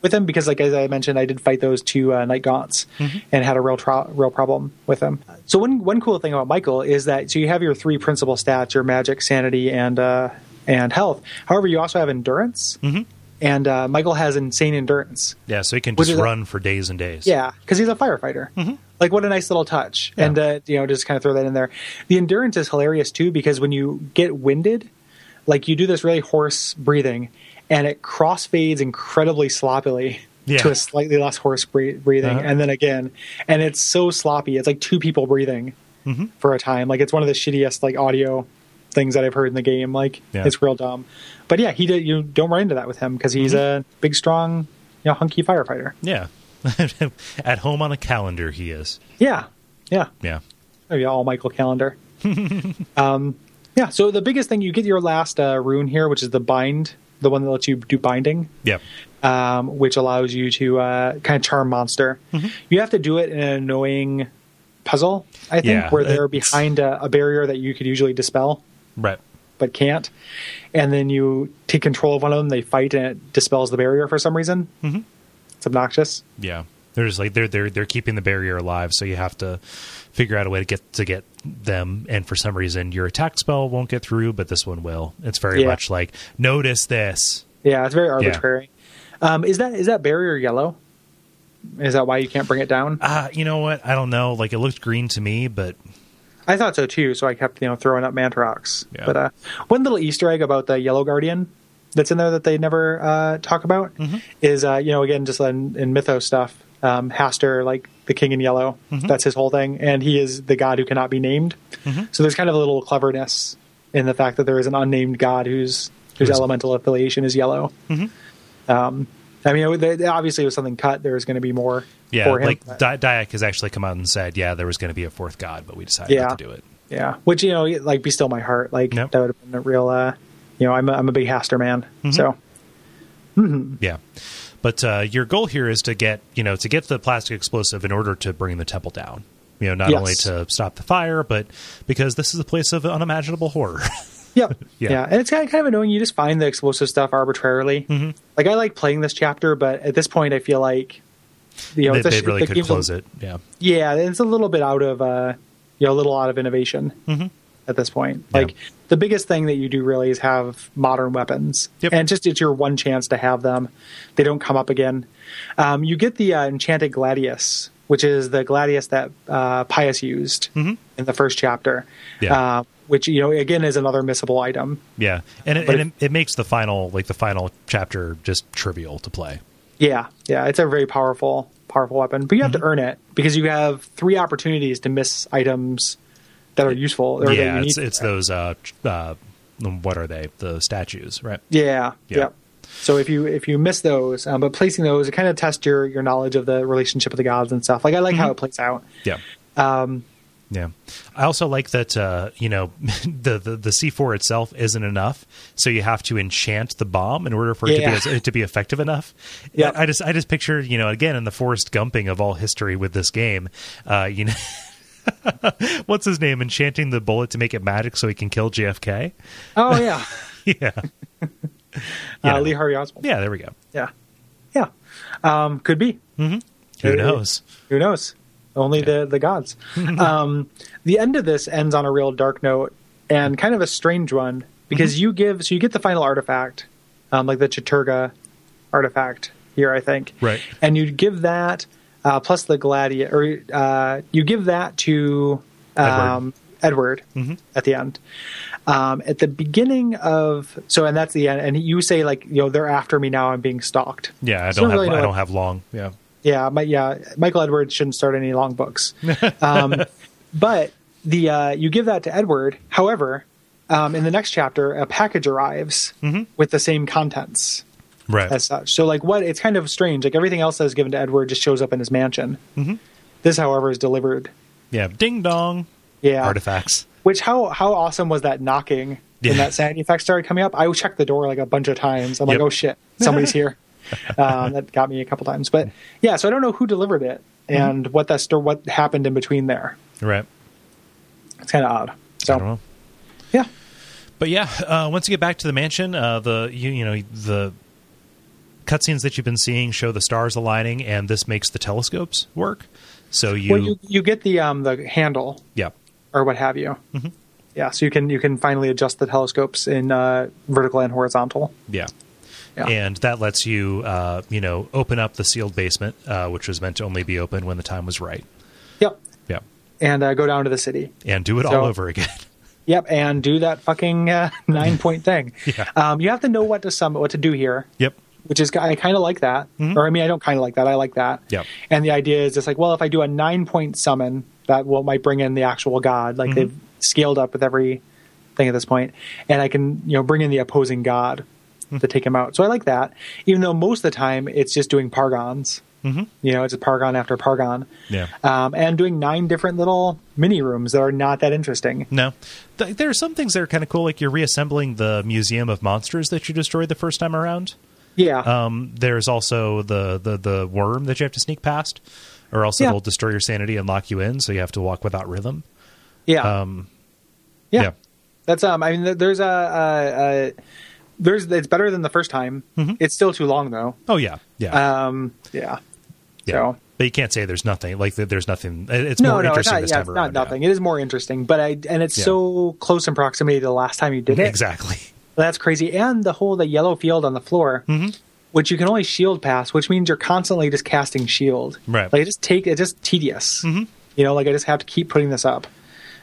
Speaker 7: with him because, like as I mentioned, I did fight those two uh, night gaunts and had a real tro- real problem with them. So one one cool thing about Michael is that so you have your three principal stats: your magic, sanity, and uh, and health. However, you also have endurance, and uh, Michael has insane endurance.
Speaker 1: yeah. So he can
Speaker 7: Which
Speaker 1: just
Speaker 7: is a-
Speaker 1: run for days and days.
Speaker 7: Yeah, because he's a firefighter.
Speaker 1: Mm-hmm.
Speaker 7: Like, what a nice little touch. And, uh, you know, just kind of throw that in there. The endurance is hilarious, too, because when you get winded, like, you do this really hoarse breathing, and it crossfades incredibly sloppily
Speaker 1: Yeah.
Speaker 7: to a slightly less hoarse bre- breathing,
Speaker 1: Uh-huh.
Speaker 7: and then again. And it's so sloppy. It's like two people breathing
Speaker 1: Mm-hmm.
Speaker 7: for a time. Like, it's one of the shittiest, like, audio things that I've heard in the game. Like,
Speaker 1: Yeah.
Speaker 7: it's real dumb. But yeah, he did, you don't run into that with him because he's
Speaker 1: Mm-hmm.
Speaker 7: a big, strong, you know, hunky firefighter.
Speaker 1: Yeah. At home on a calendar, he is.
Speaker 7: Yeah. Yeah.
Speaker 1: Yeah.
Speaker 7: Oh yeah, all Michael calendar. um, yeah. So the biggest thing you get your last uh, rune here, which is the bind the one that lets you do binding,
Speaker 1: Yeah.
Speaker 7: um, which allows you to uh, kind of charm monster.
Speaker 1: Mm-hmm.
Speaker 7: You have to do it in an annoying puzzle, I think,
Speaker 1: Yeah,
Speaker 7: where they're
Speaker 1: it's-
Speaker 7: behind a, a barrier that you could usually dispel
Speaker 1: Right.
Speaker 7: but can't. And then you take control of one of them, they fight, and it dispels the barrier for some reason. Mm-hmm. It's obnoxious.
Speaker 1: Yeah. They're just like they're they're they're keeping the barrier alive, so you have to figure out a way to get to get them. And for some reason, your attack spell won't get through, but this one will. It's very
Speaker 7: Yeah.
Speaker 1: much like notice this.
Speaker 7: Yeah, it's very arbitrary. Um, is that is that barrier yellow? Is that why you can't bring it down?
Speaker 1: Uh, you know what? I don't know. Like it looked green to me, but
Speaker 7: I thought so too, so I kept you know throwing up Mantrox.
Speaker 1: Yeah.
Speaker 7: But uh, one little Easter egg about the Yellow Guardian that's in there that they never uh, talk about
Speaker 1: Mm-hmm.
Speaker 7: is uh, you know again just in, in Mythos stuff, um, Haster like the King in Yellow.
Speaker 1: Mm-hmm.
Speaker 7: That's his whole thing, and he is the god who cannot be named. So there's kind of a little cleverness in the fact that there is an unnamed god whose whose
Speaker 1: Who's- Mm-hmm.
Speaker 7: elemental affiliation is yellow. Um, I mean, it, it- obviously, it was something cut. There was going to be more
Speaker 1: yeah,
Speaker 7: for him.
Speaker 1: like
Speaker 7: but-
Speaker 1: Di- Dyak has actually come out and said, yeah, there was going to be a fourth god, but we decided
Speaker 7: Yeah.
Speaker 1: not to do it.
Speaker 7: Yeah, which you know, like be still my heart. Like
Speaker 1: Yep. Mm-hmm.
Speaker 7: that would have been a real. uh You know, I'm a, I'm a big Haster man. So
Speaker 1: Yeah. But uh, your goal here is to get you know to get the plastic explosive in order to bring the temple down. You know, not
Speaker 7: Yes.
Speaker 1: only to stop the fire, but because this is a place of unimaginable horror.
Speaker 7: yep,
Speaker 1: Yeah.
Speaker 7: yeah. and it's kind of kind of annoying. You just find the explosive stuff arbitrarily.
Speaker 1: Mm-hmm.
Speaker 7: Like I like playing this chapter, but at this point, I feel like you know
Speaker 1: they,
Speaker 7: it's a
Speaker 1: they
Speaker 7: sh-
Speaker 1: really
Speaker 7: the
Speaker 1: could
Speaker 7: game's a-
Speaker 1: close it. Yeah.
Speaker 7: Yeah, it's a little bit out of uh you know a little out of innovation at this point.
Speaker 1: Mm-hmm. Yeah.
Speaker 7: Like the biggest thing that you do really is have modern weapons,
Speaker 1: Yep.
Speaker 7: and just it's your one chance to have them. They don't come up again. Um, you get the uh, enchanted gladius, which is the gladius that uh, Pius used in the first chapter.
Speaker 1: Mm-hmm. Yeah.
Speaker 7: Uh, which you know again is another missable item.
Speaker 1: Yeah. And it,
Speaker 7: But
Speaker 1: and it, it makes the final like the final chapter just trivial to play.
Speaker 7: Yeah, yeah, it's a very powerful, powerful weapon. But you have
Speaker 1: Mm-hmm.
Speaker 7: to earn it because you have three opportunities to miss items that are useful. Or that
Speaker 1: yeah,
Speaker 7: you need
Speaker 1: it's it's those uh, ch- uh what are they? The statues, right?
Speaker 7: Yeah.
Speaker 1: Yeah.
Speaker 7: Yeah. So if you if you miss those, um, but placing those, it kind of tests your your knowledge of the relationship of the gods and stuff. Like I
Speaker 1: Mm-hmm.
Speaker 7: like how it plays out.
Speaker 1: Yeah.
Speaker 7: Um,
Speaker 1: yeah. I also like that uh, you know the, the the C4 itself isn't enough, so you have to enchant the bomb in order for it
Speaker 7: Yeah.
Speaker 1: to be as, to be effective enough.
Speaker 7: Yeah.
Speaker 1: I just I just picture, you know, again in the forest gumping of all history with this game, uh you know What's his name? Enchanting the bullet to make it magic so he can kill JFK.
Speaker 7: Oh yeah,
Speaker 1: Yeah, Yeah.
Speaker 7: Uh, Lee Harvey Oswald.
Speaker 1: yeah. There we go.
Speaker 7: Yeah, yeah. Um, could be.
Speaker 1: Who
Speaker 7: It-
Speaker 1: knows?
Speaker 7: Who knows? Only the the gods. um, the end of this ends on a real dark note and kind of a strange one because you give so you get the final artifact, um, like the Chaturga artifact here, I think.
Speaker 1: Right.
Speaker 7: And you give that uh, plus the gladiator, or uh, you give that to um, Edward, at the end. Um, at the beginning of so, and that's the end. And you say like, you know, they're after me now. I'm being stalked.
Speaker 1: Yeah, I
Speaker 7: So
Speaker 1: don't have
Speaker 7: really know
Speaker 1: I
Speaker 7: what-
Speaker 1: don't have long. Yeah,
Speaker 7: yeah, my, yeah. Michael Edwards shouldn't start any long books. Um, but the uh, you give that to Edward. However, um, in the next chapter, a package arrives with the same contents
Speaker 1: right.
Speaker 7: as such. So, like, what? It's kind of strange. Like everything else that is given to Edward just shows up in his mansion. This, however, is delivered.
Speaker 1: yeah, ding dong.
Speaker 7: Yeah.
Speaker 1: Artifacts.
Speaker 7: Which how how awesome was that knocking
Speaker 1: Yeah.
Speaker 7: when that sanity effect started coming up? I checked the door like a bunch of times. I'm
Speaker 1: Yep.
Speaker 7: like, oh shit, somebody's here. um, that got me a couple times, but yeah. So I don't know who delivered it
Speaker 1: Mm-hmm.
Speaker 7: and what that stor- what happened in between there.
Speaker 1: Right.
Speaker 7: It's kind of odd.
Speaker 1: I don't
Speaker 7: So
Speaker 1: know.
Speaker 7: yeah,
Speaker 1: But yeah, uh, once you get back to the mansion, uh, the you, you know the cutscenes that you've been seeing show the stars aligning, and this makes the telescopes work. So you,
Speaker 7: well, you you get the um the handle
Speaker 1: yeah,
Speaker 7: or what have you.
Speaker 1: Mm-hmm.
Speaker 7: Yeah, so you can you can finally adjust the telescopes in uh, vertical and horizontal.
Speaker 1: yeah.
Speaker 7: Yeah.
Speaker 1: And that lets you, uh, you know, open up the sealed basement, uh, which was meant to only be open when the time was right.
Speaker 7: Yep,
Speaker 1: Yeah,
Speaker 7: and uh, go down to the city.
Speaker 1: and do it
Speaker 7: So-
Speaker 1: all over again.
Speaker 7: Yep, and do that fucking uh, nine point thing.
Speaker 1: Yeah.
Speaker 7: um, you have to know what to summon, what to do here.
Speaker 1: yep. Mm-hmm.
Speaker 7: which is I kind of like that, or I mean I don't kind of like that. I like that.
Speaker 1: Yep.
Speaker 7: And the idea is just like, well, if I do a nine point summon, that will might bring in the actual god.
Speaker 1: Mm-hmm.
Speaker 7: Like they've scaled up with every thing at this point, and I can you know bring in the
Speaker 1: Hmm.
Speaker 7: opposing god to take him out. So I like that, even though most of the time it's just doing pargons. You know, it's a Pargon after Pargon.
Speaker 1: Mm-hmm. Yeah.
Speaker 7: Um, and doing nine different little mini rooms that are not that interesting.
Speaker 1: No, Th- there are some things that are kind of cool, like you're reassembling the Museum of Monsters that you destroyed the first time around.
Speaker 7: Yeah.
Speaker 1: Um, there's also the, the the worm that you have to sneak past, or else
Speaker 7: Yeah.
Speaker 1: it'll destroy your sanity and lock you in, so you have to walk without rhythm.
Speaker 7: yeah.
Speaker 1: Um,
Speaker 7: yeah.
Speaker 1: yeah.
Speaker 7: That's um. I mean, th- there's a, a, a there's it's better than the first time.
Speaker 1: Mm-hmm.
Speaker 7: It's still too long though.
Speaker 1: Oh yeah, yeah,
Speaker 7: Um. Yeah.
Speaker 1: yeah.
Speaker 7: so-
Speaker 1: But you can't say there's nothing. Like th- there's nothing. it- It's
Speaker 7: No,
Speaker 1: more
Speaker 7: no, it's
Speaker 1: interesting
Speaker 7: not.
Speaker 1: this
Speaker 7: Yeah,
Speaker 1: time
Speaker 7: it's
Speaker 1: around.
Speaker 7: not
Speaker 1: yeah.
Speaker 7: nothing. It is more interesting, but I and it's
Speaker 1: Yeah.
Speaker 7: so close in proximity to the last time you did it.
Speaker 1: Exactly.
Speaker 7: That's crazy. And the whole the yellow field on the floor, which you can only shield pass, which means you're constantly just casting shield.
Speaker 1: Right.
Speaker 7: Like it just take it just tedious. You know, like I just have to keep putting this up.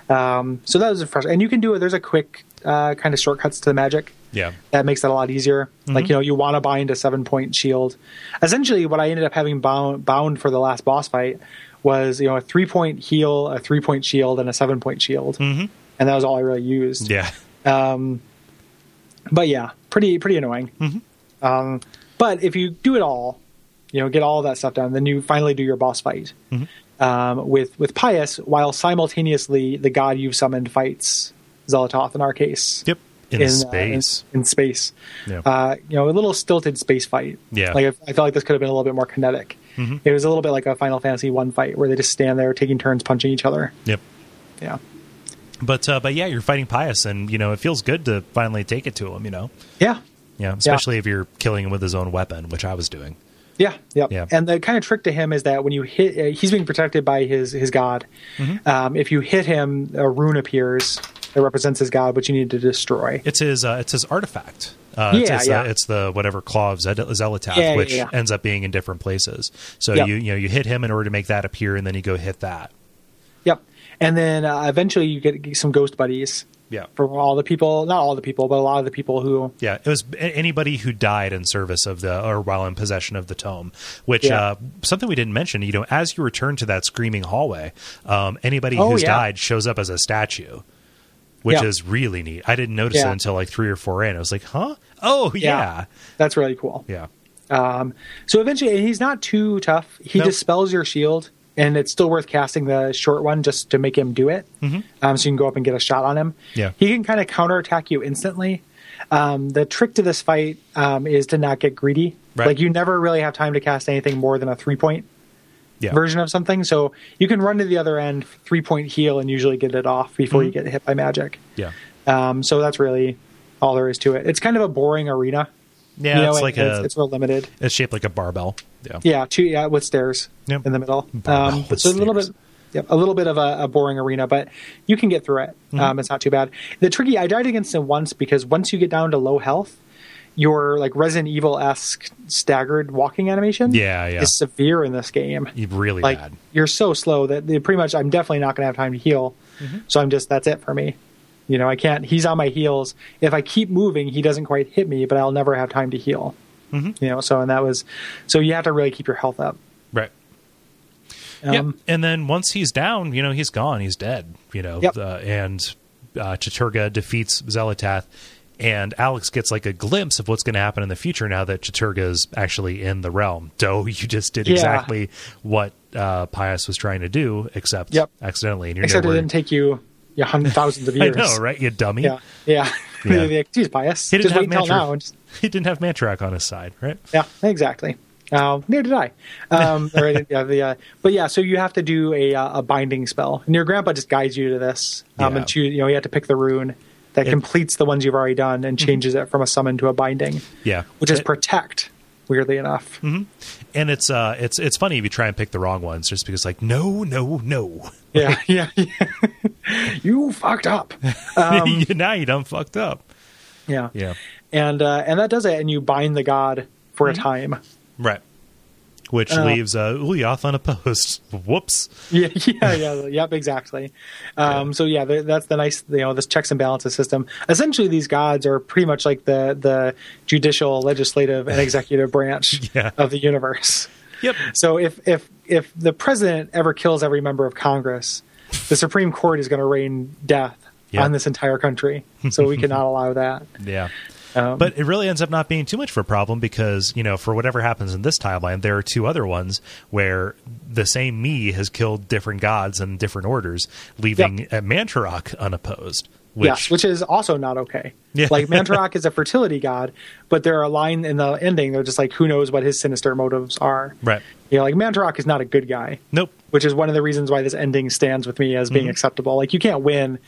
Speaker 7: Um, so that was frustrating. And you can do it. There's a quick uh, kind of shortcuts to the magic
Speaker 1: Yeah.
Speaker 7: that makes it a lot easier. Like you know, you want to bind a seven point shield. Essentially, what I ended up having bound bound for the last boss fight was you know a three point heal, a three point shield, and a seven point shield, mm-hmm. and that was all I really used.
Speaker 1: Yeah.
Speaker 7: But yeah, pretty pretty annoying. Um,
Speaker 1: Mm-hmm.
Speaker 7: but if you do it all, you know, get all that stuff done, then you finally do your boss fight
Speaker 1: Mm-hmm.
Speaker 7: um, with with Pius, while simultaneously the god you've summoned fights Zelatoth in our case.
Speaker 1: Yep. In,
Speaker 7: uh,
Speaker 1: space.
Speaker 7: in, in space.
Speaker 1: Yeah.
Speaker 7: Uh, you know, a little stilted space fight.
Speaker 1: Yeah. Mm-hmm.
Speaker 7: Like I, I felt like this could have been a little bit more kinetic. It was a little bit like a Final Fantasy one fight where they just stand there taking turns punching each other.
Speaker 1: yep.
Speaker 7: Yeah.
Speaker 1: But uh, but yeah, you're fighting Pius, and you know it feels good to finally take it to him. You know.
Speaker 7: Yeah.
Speaker 1: Yeah. Especially if you're killing him with his own weapon, which I was doing.
Speaker 7: Yeah, yep.
Speaker 1: Yeah.
Speaker 7: And the kind of trick to him is that when you hit, uh, he's being protected by his his god.
Speaker 1: Mm-hmm.
Speaker 7: Um, if you hit him, a rune appears that represents his god, which you need to destroy.
Speaker 1: It's his. Uh, it's his artifact. Uh, it's,
Speaker 7: Yeah,
Speaker 1: it's,
Speaker 7: yeah.
Speaker 1: Uh, it's the whatever claw of Zed- Zelatath,
Speaker 7: Yeah, yeah,
Speaker 1: which
Speaker 7: yeah.
Speaker 1: ends up being in different places. So
Speaker 7: Yep.
Speaker 1: you you know you hit him in order to make that appear, and then you go hit that.
Speaker 7: Yep. And then uh, eventually you get some ghost buddies
Speaker 1: Yeah.
Speaker 7: for all the people, not all the people, but a lot of the people who.
Speaker 1: Yeah, it was a- anybody who died in service of the or while in possession of the tome. Which
Speaker 7: Yeah.
Speaker 1: uh, something we didn't mention. You know, as you return to that screaming hallway, um, anybody
Speaker 7: Oh,
Speaker 1: who's
Speaker 7: yeah.
Speaker 1: died shows up as a statue, which
Speaker 7: Yeah.
Speaker 1: is really neat. I didn't notice
Speaker 7: Yeah.
Speaker 1: it until like three or four in. I was like, huh? Oh yeah,
Speaker 7: That's really cool.
Speaker 1: yeah,
Speaker 7: Um, so eventually, and he's not too tough. He
Speaker 1: Nope.
Speaker 7: dispels your shield, and it's still worth casting the short one just to make him do it. Um, so you can go up and get a shot on him.
Speaker 1: Mm-hmm. Yeah.
Speaker 7: he can kind of counterattack you instantly. Um, the trick to this fight um, is to not get greedy.
Speaker 1: Right.
Speaker 7: Like you never really have time to cast anything more than a three point
Speaker 1: yeah.
Speaker 7: version of something. So you can run to the other end, three point heal, and usually get it off
Speaker 1: Mm-hmm.
Speaker 7: before you get hit by magic.
Speaker 1: yeah.
Speaker 7: Um, so that's really all there is to it. It's kind of a boring arena.
Speaker 1: Yeah,
Speaker 7: you know,
Speaker 1: it's
Speaker 7: and
Speaker 1: like
Speaker 7: it's,
Speaker 1: a
Speaker 7: it's real limited.
Speaker 1: it's shaped like a barbell. Yeah.
Speaker 7: Yeah, two yeah with stairs
Speaker 1: Yep.
Speaker 7: in the middle.
Speaker 1: Barbell
Speaker 7: Um,
Speaker 1: with
Speaker 7: so a little
Speaker 1: stairs.
Speaker 7: bit, yep, a little bit of a, a boring arena, but you can get through it.
Speaker 1: Mm-hmm.
Speaker 7: Um, it's not too bad. The tricky, I died against him once because once you get down to low health, your like Resident Evil esque staggered walking animation,
Speaker 1: Yeah, yeah.
Speaker 7: is severe in this game.
Speaker 1: You- Really
Speaker 7: Like
Speaker 1: bad.
Speaker 7: you're so slow that they pretty much I'm definitely not going to have time to heal.
Speaker 1: Mm-hmm.
Speaker 7: So I'm just that's it for me. You know, I can't. He's on my heels. If I keep moving, he doesn't quite hit me, but I'll never have time to heal.
Speaker 1: Mm-hmm.
Speaker 7: You know, so and that was so you have to really keep your health up.
Speaker 1: Right.
Speaker 7: Um,
Speaker 1: yep. And then once he's down, you know, he's gone. He's dead. You know,
Speaker 7: Yep.
Speaker 1: uh, and uh, Chaturga defeats Zelatath, and Alex gets like a glimpse of what's going to happen in the future now that Chaturga is actually in the realm. Doe, you just did
Speaker 7: Yeah.
Speaker 1: exactly what uh, Pius was trying to do, except
Speaker 7: Yep.
Speaker 1: accidentally. And you're
Speaker 7: Except it
Speaker 1: nowhere-
Speaker 7: didn't take you yeah, hun- thousands of
Speaker 1: I
Speaker 7: years.
Speaker 1: know, right? You dummy.
Speaker 7: Yeah, yeah.
Speaker 1: Yeah.
Speaker 7: They'd be like, Geez, bias.
Speaker 1: He didn't
Speaker 7: Just
Speaker 1: have
Speaker 7: wait until
Speaker 1: Mantra-
Speaker 7: now. and just-
Speaker 1: He didn't have Mantrak on his side, right?
Speaker 7: yeah, exactly. Um, neither did I. Um, or I didn't- yeah, the, uh, but yeah, so you have to do a, uh, a binding spell, and your grandpa just guides you to this. Um,
Speaker 1: Yeah.
Speaker 7: And choose, you know, you have to pick the rune that completes the ones you've already done and changes it from a summon to a binding,
Speaker 1: Yeah.
Speaker 7: which
Speaker 1: Mm-hmm. It-
Speaker 7: is
Speaker 1: Mm-hmm.
Speaker 7: protect. Weirdly enough,
Speaker 1: and it's uh, it's it's funny if you try and pick the wrong ones, just because like no, no, no.
Speaker 7: yeah, yeah, yeah. you fucked up. Um,
Speaker 1: now you done fucked up.
Speaker 7: yeah,
Speaker 1: Yeah.
Speaker 7: and uh, and that does it, and you bind the god for
Speaker 1: Mm-hmm.
Speaker 7: a time.
Speaker 1: Right. Which leaves uh, Ulyoth unopposed. Whoops.
Speaker 7: Yeah, yeah, yeah, yep, exactly. Um, So yeah, th- that's the nice, you know, this checks and balances system. Essentially, these gods are pretty much like the the judicial, legislative, and executive branch
Speaker 1: Yeah.
Speaker 7: of the universe.
Speaker 1: Yep.
Speaker 7: So if if if the president ever kills every member of Congress, the Supreme Court is going to rain death
Speaker 1: Yeah.
Speaker 7: on this entire country. So we cannot allow that.
Speaker 1: Yeah.
Speaker 7: Um,
Speaker 1: but it really ends up not being too much of a problem because you know for whatever happens in this timeline, there are two other ones where the same me has killed different gods and different orders, leaving uh, Mantarok unopposed. Which,
Speaker 7: yes, which is also not okay.
Speaker 1: Yeah.
Speaker 7: Like Mantarok is a fertility god, but there are a line in the ending. They're just like, who knows what his sinister motives are?
Speaker 1: right?
Speaker 7: You know, like Mantarok is not a good guy,
Speaker 1: Nope.
Speaker 7: which is one of the reasons why this ending stands with me as being
Speaker 1: Mm-hmm.
Speaker 7: acceptable. Like you can't win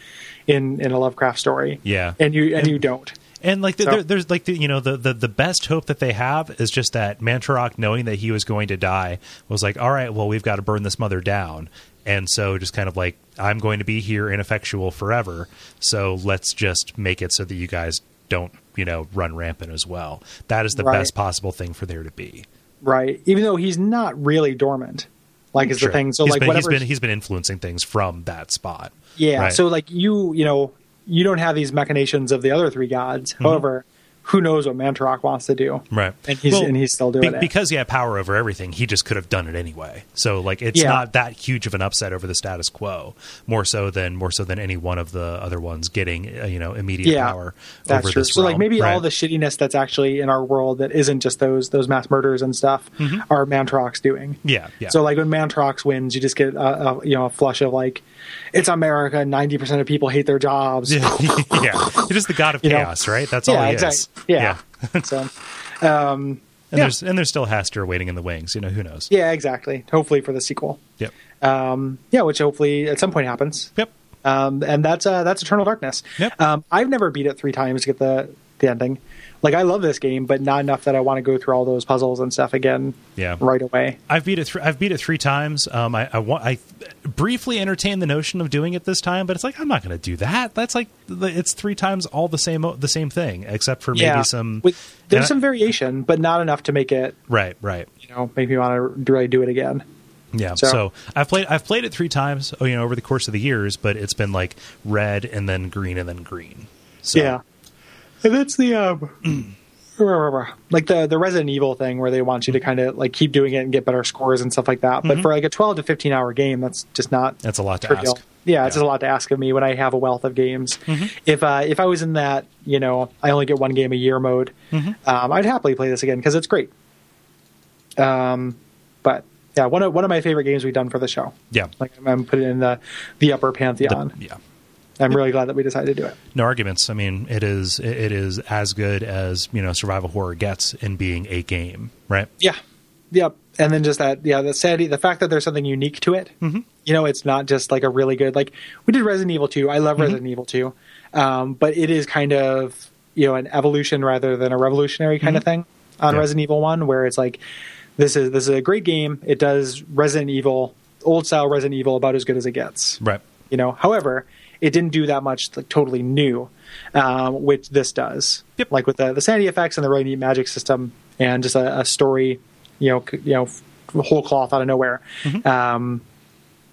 Speaker 7: in in a Lovecraft story,
Speaker 1: Yeah.
Speaker 7: and you and you don't.
Speaker 1: And like the,
Speaker 7: So-
Speaker 1: there, there's like the, you know the, the the best hope that they have is just that Mantarok, knowing that he was going to die, was like, all right, well we've got to burn this mother down, and so just kind of like I'm going to be here ineffectual forever, so let's just make it so that you guys don't you know run rampant as well. That is the
Speaker 7: Right.
Speaker 1: best possible thing for there to be.
Speaker 7: right? Even though he's not really dormant, like is
Speaker 1: Sure.
Speaker 7: the thing. So
Speaker 1: He's
Speaker 7: like
Speaker 1: been, he's
Speaker 7: whatever,
Speaker 1: been he's been influencing things from that spot.
Speaker 7: yeah.
Speaker 1: Right.
Speaker 7: So like you, you know, you don't have these machinations of the other three gods. However, who knows what Mantarok wants to do?
Speaker 1: Mm-hmm. Right.
Speaker 7: And he's- and he's still doing it.
Speaker 1: Because he had power over everything, he just could have done it anyway. So like it's
Speaker 7: Yeah.
Speaker 1: not that huge of an upset over the status quo, more so than more so than any one of the other ones getting uh, you know immediate
Speaker 7: Yeah,
Speaker 1: power
Speaker 7: That's
Speaker 1: over
Speaker 7: true.
Speaker 1: this
Speaker 7: So like
Speaker 1: realm,
Speaker 7: maybe all
Speaker 1: right?
Speaker 7: the shittiness that's actually in our world that isn't just those those mass murders and stuff are Mantarok's doing.
Speaker 1: Mm-hmm. Yeah, yeah.
Speaker 7: So like when Mantrox wins, you just get a, a you know a flush of like, it's America. Ninety percent of people hate their jobs.
Speaker 1: yeah, Oh, it is the god of
Speaker 7: You know?
Speaker 1: chaos, right? That's all
Speaker 7: yeah,
Speaker 1: he is.
Speaker 7: exactly. Yeah. so, um,
Speaker 1: and
Speaker 7: Yeah.
Speaker 1: there's and there's still Haster waiting in the wings. You know who knows?
Speaker 7: yeah, exactly. Hopefully for the sequel.
Speaker 1: Yep.
Speaker 7: Um, yeah, which hopefully at some point happens.
Speaker 1: Yep.
Speaker 7: Um, and that's uh, that's Eternal Darkness.
Speaker 1: Yep.
Speaker 7: Um, I've never beat it three times to get the the ending. Like I love this game, but not enough that I want to go through all those puzzles and stuff again.
Speaker 1: Yeah.
Speaker 7: Right away.
Speaker 1: I've beat it. Th- I've beat it three times. Um, I, I, wa- I briefly entertained the notion of doing it this time, but it's like I'm not going to do that. That's like th- it's three times all the same the same thing, except for maybe
Speaker 7: yeah.
Speaker 1: some.
Speaker 7: With, there's
Speaker 1: and I-
Speaker 7: some variation, but not enough to make it
Speaker 1: right, right.
Speaker 7: you know make me want to really do it again.
Speaker 1: Yeah. So,
Speaker 7: So-
Speaker 1: I've played I've played it three times. oh, You know, over the course of the years, but it's been like red and then green and then green. So,
Speaker 7: Yeah, and that's the um, like the the Resident Evil thing where they want
Speaker 1: Mm-hmm.
Speaker 7: you to kind of like keep doing it and get better scores and stuff like that. But for like a twelve to fifteen hour game, that's just not
Speaker 1: that's a lot to
Speaker 7: trivial.
Speaker 1: ask.
Speaker 7: Yeah, it's just a lot to ask of me when I have a wealth of games.
Speaker 1: Mm-hmm.
Speaker 7: If uh, if I was in that, you know, I only get one game a year mode,
Speaker 1: Mm-hmm.
Speaker 7: um, I'd happily play this again because it's great. Um, but yeah, one of one of my favorite games we've done for the show.
Speaker 1: Yeah.
Speaker 7: Like I'm putting it in the the upper pantheon.
Speaker 1: yeah.
Speaker 7: I'm really glad that we decided to do it.
Speaker 1: no arguments. I mean, it is it is as good as you know survival horror gets in being a game, right?
Speaker 7: Yeah. Yep. And then just that, yeah, the sanity, the fact that there's something unique to it. Mm-hmm. You know, it's not just like a really good, like we did Resident Evil 2. I
Speaker 1: Mm-hmm.
Speaker 7: love Resident Evil 2. Um, but it is kind of, you know, an evolution rather than a revolutionary kind of thing on
Speaker 1: Mm-hmm. Yeah.
Speaker 7: Resident Evil 1, where it's like, this is, this is a great game. It does Resident Evil, old style Resident Evil about as good as it gets.
Speaker 1: Right.
Speaker 7: You know, however, it didn't do that much like totally new, um, which this does.
Speaker 1: Yep.
Speaker 7: Like with the, the sanity effects and the really neat magic system, and just a, a story, you know, c- you know, f- whole cloth out of nowhere. Um,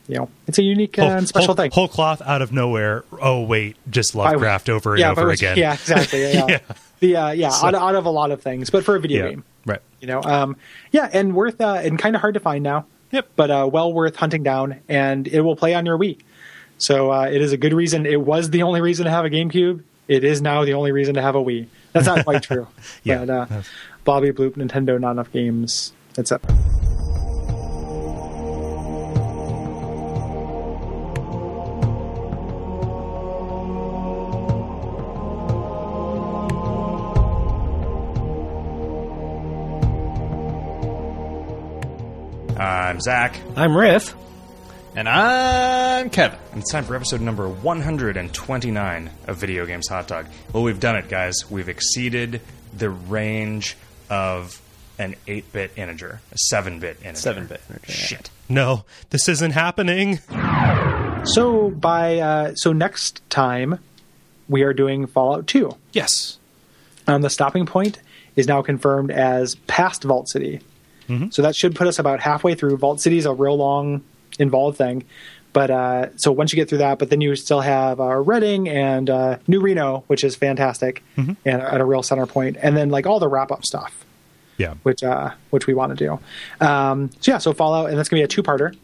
Speaker 7: you know, it's a unique uh, and special
Speaker 1: Mm-hmm. whole,
Speaker 7: thing.
Speaker 1: Whole cloth out of nowhere. Oh wait, just Lovecraft over and
Speaker 7: yeah,
Speaker 1: over
Speaker 7: but-
Speaker 1: again.
Speaker 7: Yeah, exactly. Yeah, yeah. The, uh, yeah
Speaker 1: So-
Speaker 7: out, out of a lot of things, but for a video
Speaker 1: Yeah.
Speaker 7: game,
Speaker 1: Right.
Speaker 7: you know, um, yeah, and worth uh, and kind of hard to find now.
Speaker 1: Yep.
Speaker 7: but uh, well worth hunting down, and it will play on your Wii. So uh, it is a good reason. It was the only reason to have a GameCube. It is now the only reason to have a Wii. That's not quite true.
Speaker 1: Yeah.
Speaker 7: But, uh, Bobby Bloop, Nintendo, not enough games, etc.
Speaker 8: I'm Zach,
Speaker 9: I'm Riff.
Speaker 8: and I'm Kevin. And it's time for episode number 129 of Video Games Hot Dog. Well, we've done it, guys. We've exceeded the range of an 8 bit integer, a 7 bit integer.
Speaker 9: 7 bit integer, yeah.
Speaker 8: Shit.
Speaker 1: No, this isn't happening.
Speaker 7: So by uh, so next time we are doing Fallout Two.
Speaker 1: Yes.
Speaker 7: Um, the stopping point is now confirmed as past Vault City. So that should put us about halfway through. Vault City is a real long, involved thing. But uh, so once you get through that, but then you still have uh, Reading and uh, New Reno, which is fantastic and at a real center point, and then like all the wrap up stuff
Speaker 1: Yeah.
Speaker 7: which uh, which we want to do. Um, so yeah, so Fallout, and that's gonna be a two parter,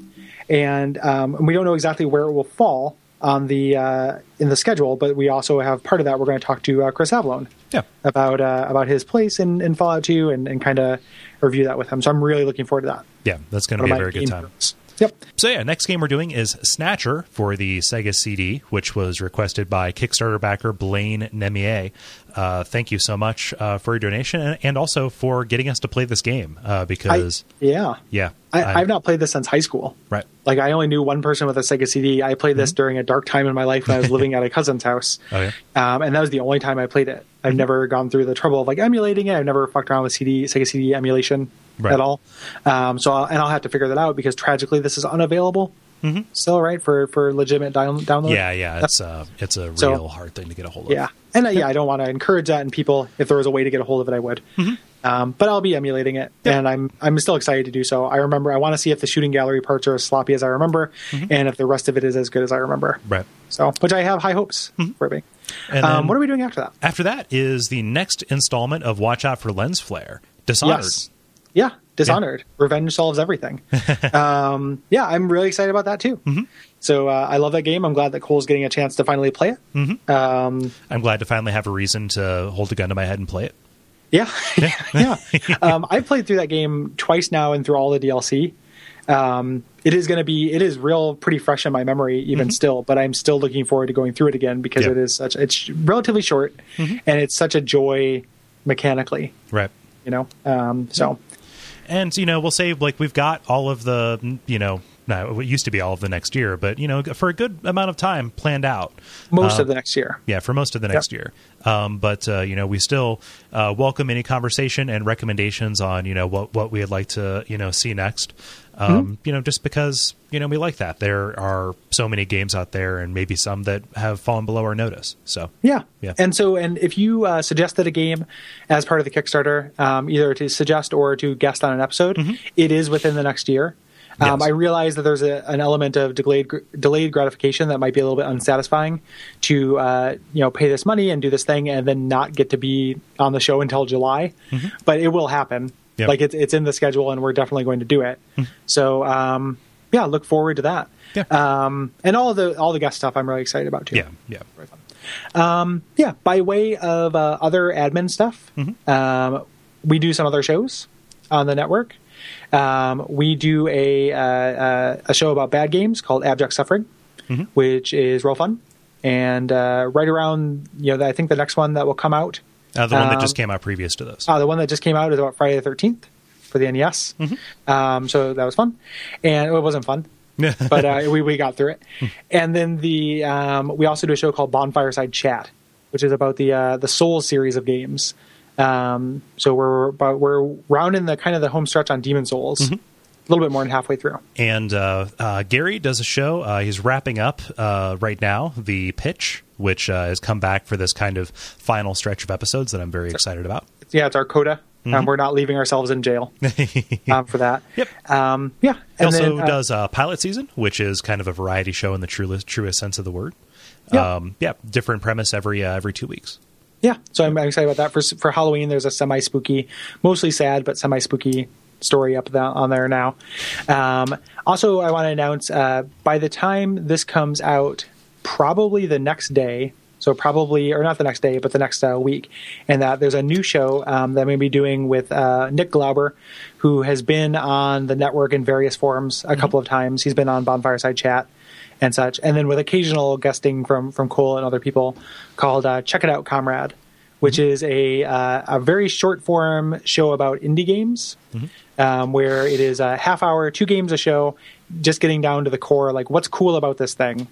Speaker 7: and um, and we don't know exactly where it will fall. on the uh, in the schedule, but we also have part of that. We're going to talk to uh, Chris Avlone
Speaker 1: Yeah.
Speaker 7: about uh, about his place in, in Fallout Two and, and kind of review that with him. So I'm really looking forward to that.
Speaker 1: Yeah, that's going to
Speaker 7: One
Speaker 1: be a
Speaker 7: of my
Speaker 1: very good
Speaker 7: main
Speaker 1: time.
Speaker 7: purpose. Yep.
Speaker 1: So yeah, next game we're doing is Snatcher for the Sega CD, which was requested by Kickstarter backer Blaine Nemier. Uh, thank you so much uh, for your donation and, and also for getting us to play this game uh,
Speaker 7: I,
Speaker 1: because
Speaker 7: yeah.
Speaker 1: yeah,
Speaker 7: I, I've not played this since high school.
Speaker 1: right.
Speaker 7: Like I only knew one person with a Sega CD. I played this during a dark time in my life when I was living at a cousin's house,
Speaker 1: Mm-hmm. Oh yeah, Mm-hmm.
Speaker 7: um, and that was the only time I played it. I've never gone through the trouble of like emulating it. I've never fucked around with CD Sega CD emulation
Speaker 1: Right.
Speaker 7: at all. Um, so I'll, and I'll have to figure that out because tragically this is unavailable. Still, right for for legitimate down, download.
Speaker 1: Mm-hmm. yeah, yeah. It's uh, it's a real
Speaker 7: So-
Speaker 1: hard thing to get a hold of.
Speaker 7: yeah, and uh, yeah, I don't want to encourage that in people. If there was a way to get a hold of it, I would.
Speaker 1: Mm-hmm.
Speaker 7: Um, but I'll be emulating it, and I'm I'm still excited to do so. I remember I want to see if the shooting gallery parts are as sloppy as I remember, and if the rest of it is as good as I remember.
Speaker 1: Mm-hmm. right. Mm-hmm.
Speaker 7: So, which I have high hopes for it being.
Speaker 1: And
Speaker 7: Um,
Speaker 1: then-
Speaker 7: what are we doing after that?
Speaker 1: After that is the next installment of Watch Out for Lens Flare, Dishonored.
Speaker 7: Yes. Yeah, Dishonored. Revenge solves everything. um, yeah, I'm really excited about that too.
Speaker 1: Mm-hmm.
Speaker 7: So uh, I love that game. I'm glad that Cole's getting a chance to finally play it.
Speaker 1: Mm-hmm.
Speaker 7: Um,
Speaker 1: I'm glad to finally have a reason to hold a gun to my head and play it.
Speaker 7: Yeah, yeah. um, I played through that game twice now and through all the DLC. Um, it is going to be it is real pretty fresh in my memory even still, but I'm still looking forward to going through it again because
Speaker 1: Mm-hmm. Yeah. Mm-hmm.
Speaker 7: it is such it's relatively short and it's such a joy mechanically,
Speaker 1: Right.
Speaker 7: you know. Um, so
Speaker 1: And you know, we'll say like we've got all of the you know, no, it used to be all of the next year, but you know, for a good amount of time planned out.
Speaker 7: most
Speaker 1: Um,
Speaker 7: of the next year.
Speaker 1: yeah, for most of the next year. Um, but uh, you know, we still uh, welcome any conversation and recommendations on you know what what we'd like to you know see next. Um,
Speaker 7: Mm-hmm.
Speaker 1: You know, just because you know we like that. There are so many games out there, and maybe some that have fallen below our notice. So
Speaker 7: Yeah.
Speaker 1: Yeah.
Speaker 7: And so, and if you uh, suggested a game as part of the Kickstarter, um, either to suggest or to guest on an episode, it is within the next year. Um,
Speaker 1: Mm-hmm. Yes.
Speaker 7: I realize that there's a, an element of delayed gr- delayed gratification that might be a little bit unsatisfying to uh, you know pay this money and do this thing and then not get to be on the show until July, but it will happen.
Speaker 1: Mm-hmm. Yep. Mm-hmm.
Speaker 7: Like it's it's in the schedule and we're definitely going to do it. So um, yeah, look forward to that.
Speaker 1: Yeah.
Speaker 7: Um, and all the all the guest stuff I'm really excited about too
Speaker 1: yeah, yeah,
Speaker 7: yeah by way of uh, other admin stuff um, we do some other shows on the network um, we do a, uh, uh, a show about bad games called abject suffering which is real fun and uh, right around you know i think the next one that will come out
Speaker 1: Uh, the one that
Speaker 7: Um,
Speaker 1: just came out previous to this.
Speaker 7: uh, the one that just came out is about friday the 13th for the nes
Speaker 1: Mm-hmm.
Speaker 7: um, so that was fun and well, it wasn't fun but uh, we, we got through it.
Speaker 1: Hmm.
Speaker 7: And then the um, we also do a show called Bonfireside Chat, which is about the uh, the Soul series of games. Um, so we're but we're rounding the kind of the home stretch on Demon Souls,
Speaker 1: Mm-hmm.
Speaker 7: a little bit more than halfway through.
Speaker 1: And uh, uh, Gary does a show. Uh, he's wrapping up uh, right now the pitch, which uh, has come back for this kind of final stretch of episodes that I'm very excited about.
Speaker 7: Yeah, it's our coda. Um, we're not leaving ourselves in jail um, for that.
Speaker 1: Mm-hmm. Yep.
Speaker 7: Um, yeah.
Speaker 1: He
Speaker 7: And
Speaker 1: also
Speaker 7: then, uh,
Speaker 1: does uh, pilot season, which is kind of a variety show in the truest, truest sense of the word.
Speaker 7: Yeah.
Speaker 1: Um, yeah, different premise every uh, every two weeks.
Speaker 7: yeah. So I'm, I'm excited about that for for Halloween. There's a semi spooky, mostly sad but semi spooky story up the, on there now. Um, also, I want to announce uh, by the time this comes out, probably the next day. So probably, or not the next day, but the next uh, week, and that there's a new show um, that I'm going to be doing with uh, Nick Glauber, who has been on the network in various forms a couple of times. He's been on Bonfireside Chat and such, and then with occasional guesting from from Cole and other people, called uh, Check It Out, Comrade, which is a uh, a very short form show about indie games, um, where it is a half hour, two games a show, just getting down to the core, like what's cool about this thing,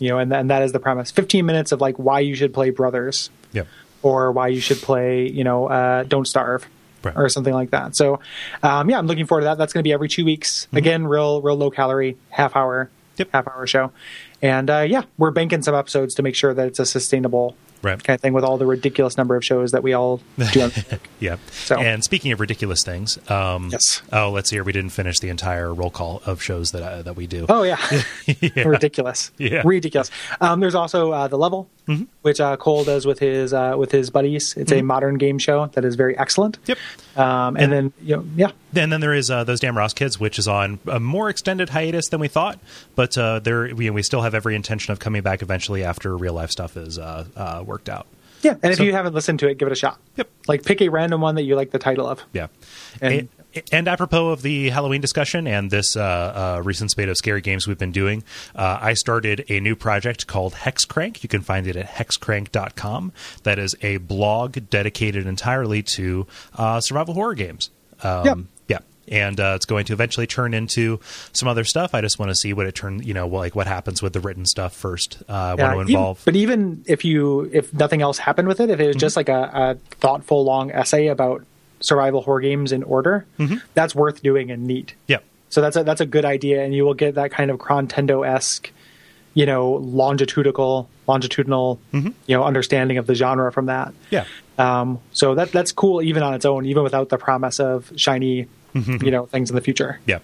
Speaker 7: you know, and and that is the premise. Fifteen minutes of like why you should play Brothers
Speaker 1: Yeah.
Speaker 7: or why you should play, you know, uh, Don't Starve
Speaker 1: Right.
Speaker 7: or something like that. So, um, yeah, I'm looking forward to that. That's going to be every two weeks. Again, real, real low calorie, half hour,
Speaker 1: Mm-hmm. Yep.
Speaker 7: half hour show. And uh, yeah, we're banking some episodes to make sure that it's a sustainable
Speaker 1: Right.
Speaker 7: kind of thing with all the ridiculous number of shows that we all do. on-
Speaker 1: Yeah.
Speaker 7: So-
Speaker 1: And speaking of ridiculous things, um,
Speaker 7: Yes.
Speaker 1: Oh, let's hear. We didn't finish the entire roll call of shows that uh, that we do.
Speaker 7: oh yeah. Oh, ridiculous,
Speaker 1: Yeah. Mm-hmm.
Speaker 7: ridiculous. Um, there's also uh, the level which uh, Cole does with his uh, with his buddies. It's a modern game show that is very excellent.
Speaker 1: Yep.
Speaker 7: Um, and then you know, yeah,
Speaker 1: And then there is uh, those damn Ross kids, which is on a more extended hiatus than we thought, but uh, there we, we still have every intention of coming back eventually after real life stuff is uh, uh, worked out.
Speaker 7: yeah. And if
Speaker 1: So-
Speaker 7: you haven't listened to it, give it a shot.
Speaker 1: Yep.
Speaker 7: Like pick a random one that you like the title of.
Speaker 1: Yeah. And,
Speaker 7: And-
Speaker 1: and apropos of the Halloween discussion and this uh, uh, recent spate of scary games we've been doing, uh, I started a new project called Hexcrank. You can find it at hexcrank.com. That is a blog dedicated entirely to uh, survival horror games. Um, yeah. And uh, it's going to eventually turn into some other stuff. I just want to see what it turns, you know, like what happens with the written stuff first. Uh, I
Speaker 7: Yeah,
Speaker 1: want
Speaker 7: even-
Speaker 1: to involve. Mm-hmm.
Speaker 7: but even if you if nothing else happened with it, if it was just like a, a thoughtful long essay about survival horror games in order,
Speaker 1: Mm-hmm.
Speaker 7: that's worth doing and neat.
Speaker 1: yeah.
Speaker 7: So that's a that's a good idea, and you will get that kind of Crontendo esque, you know, longitudinal longitudinal
Speaker 1: Mm-hmm.
Speaker 7: you know understanding of the genre from that.
Speaker 1: Yeah.
Speaker 7: Um, so that that's cool even on its own, even without the promise of shiny
Speaker 1: Mm-hmm.
Speaker 7: you know things in the future.
Speaker 1: Yeah.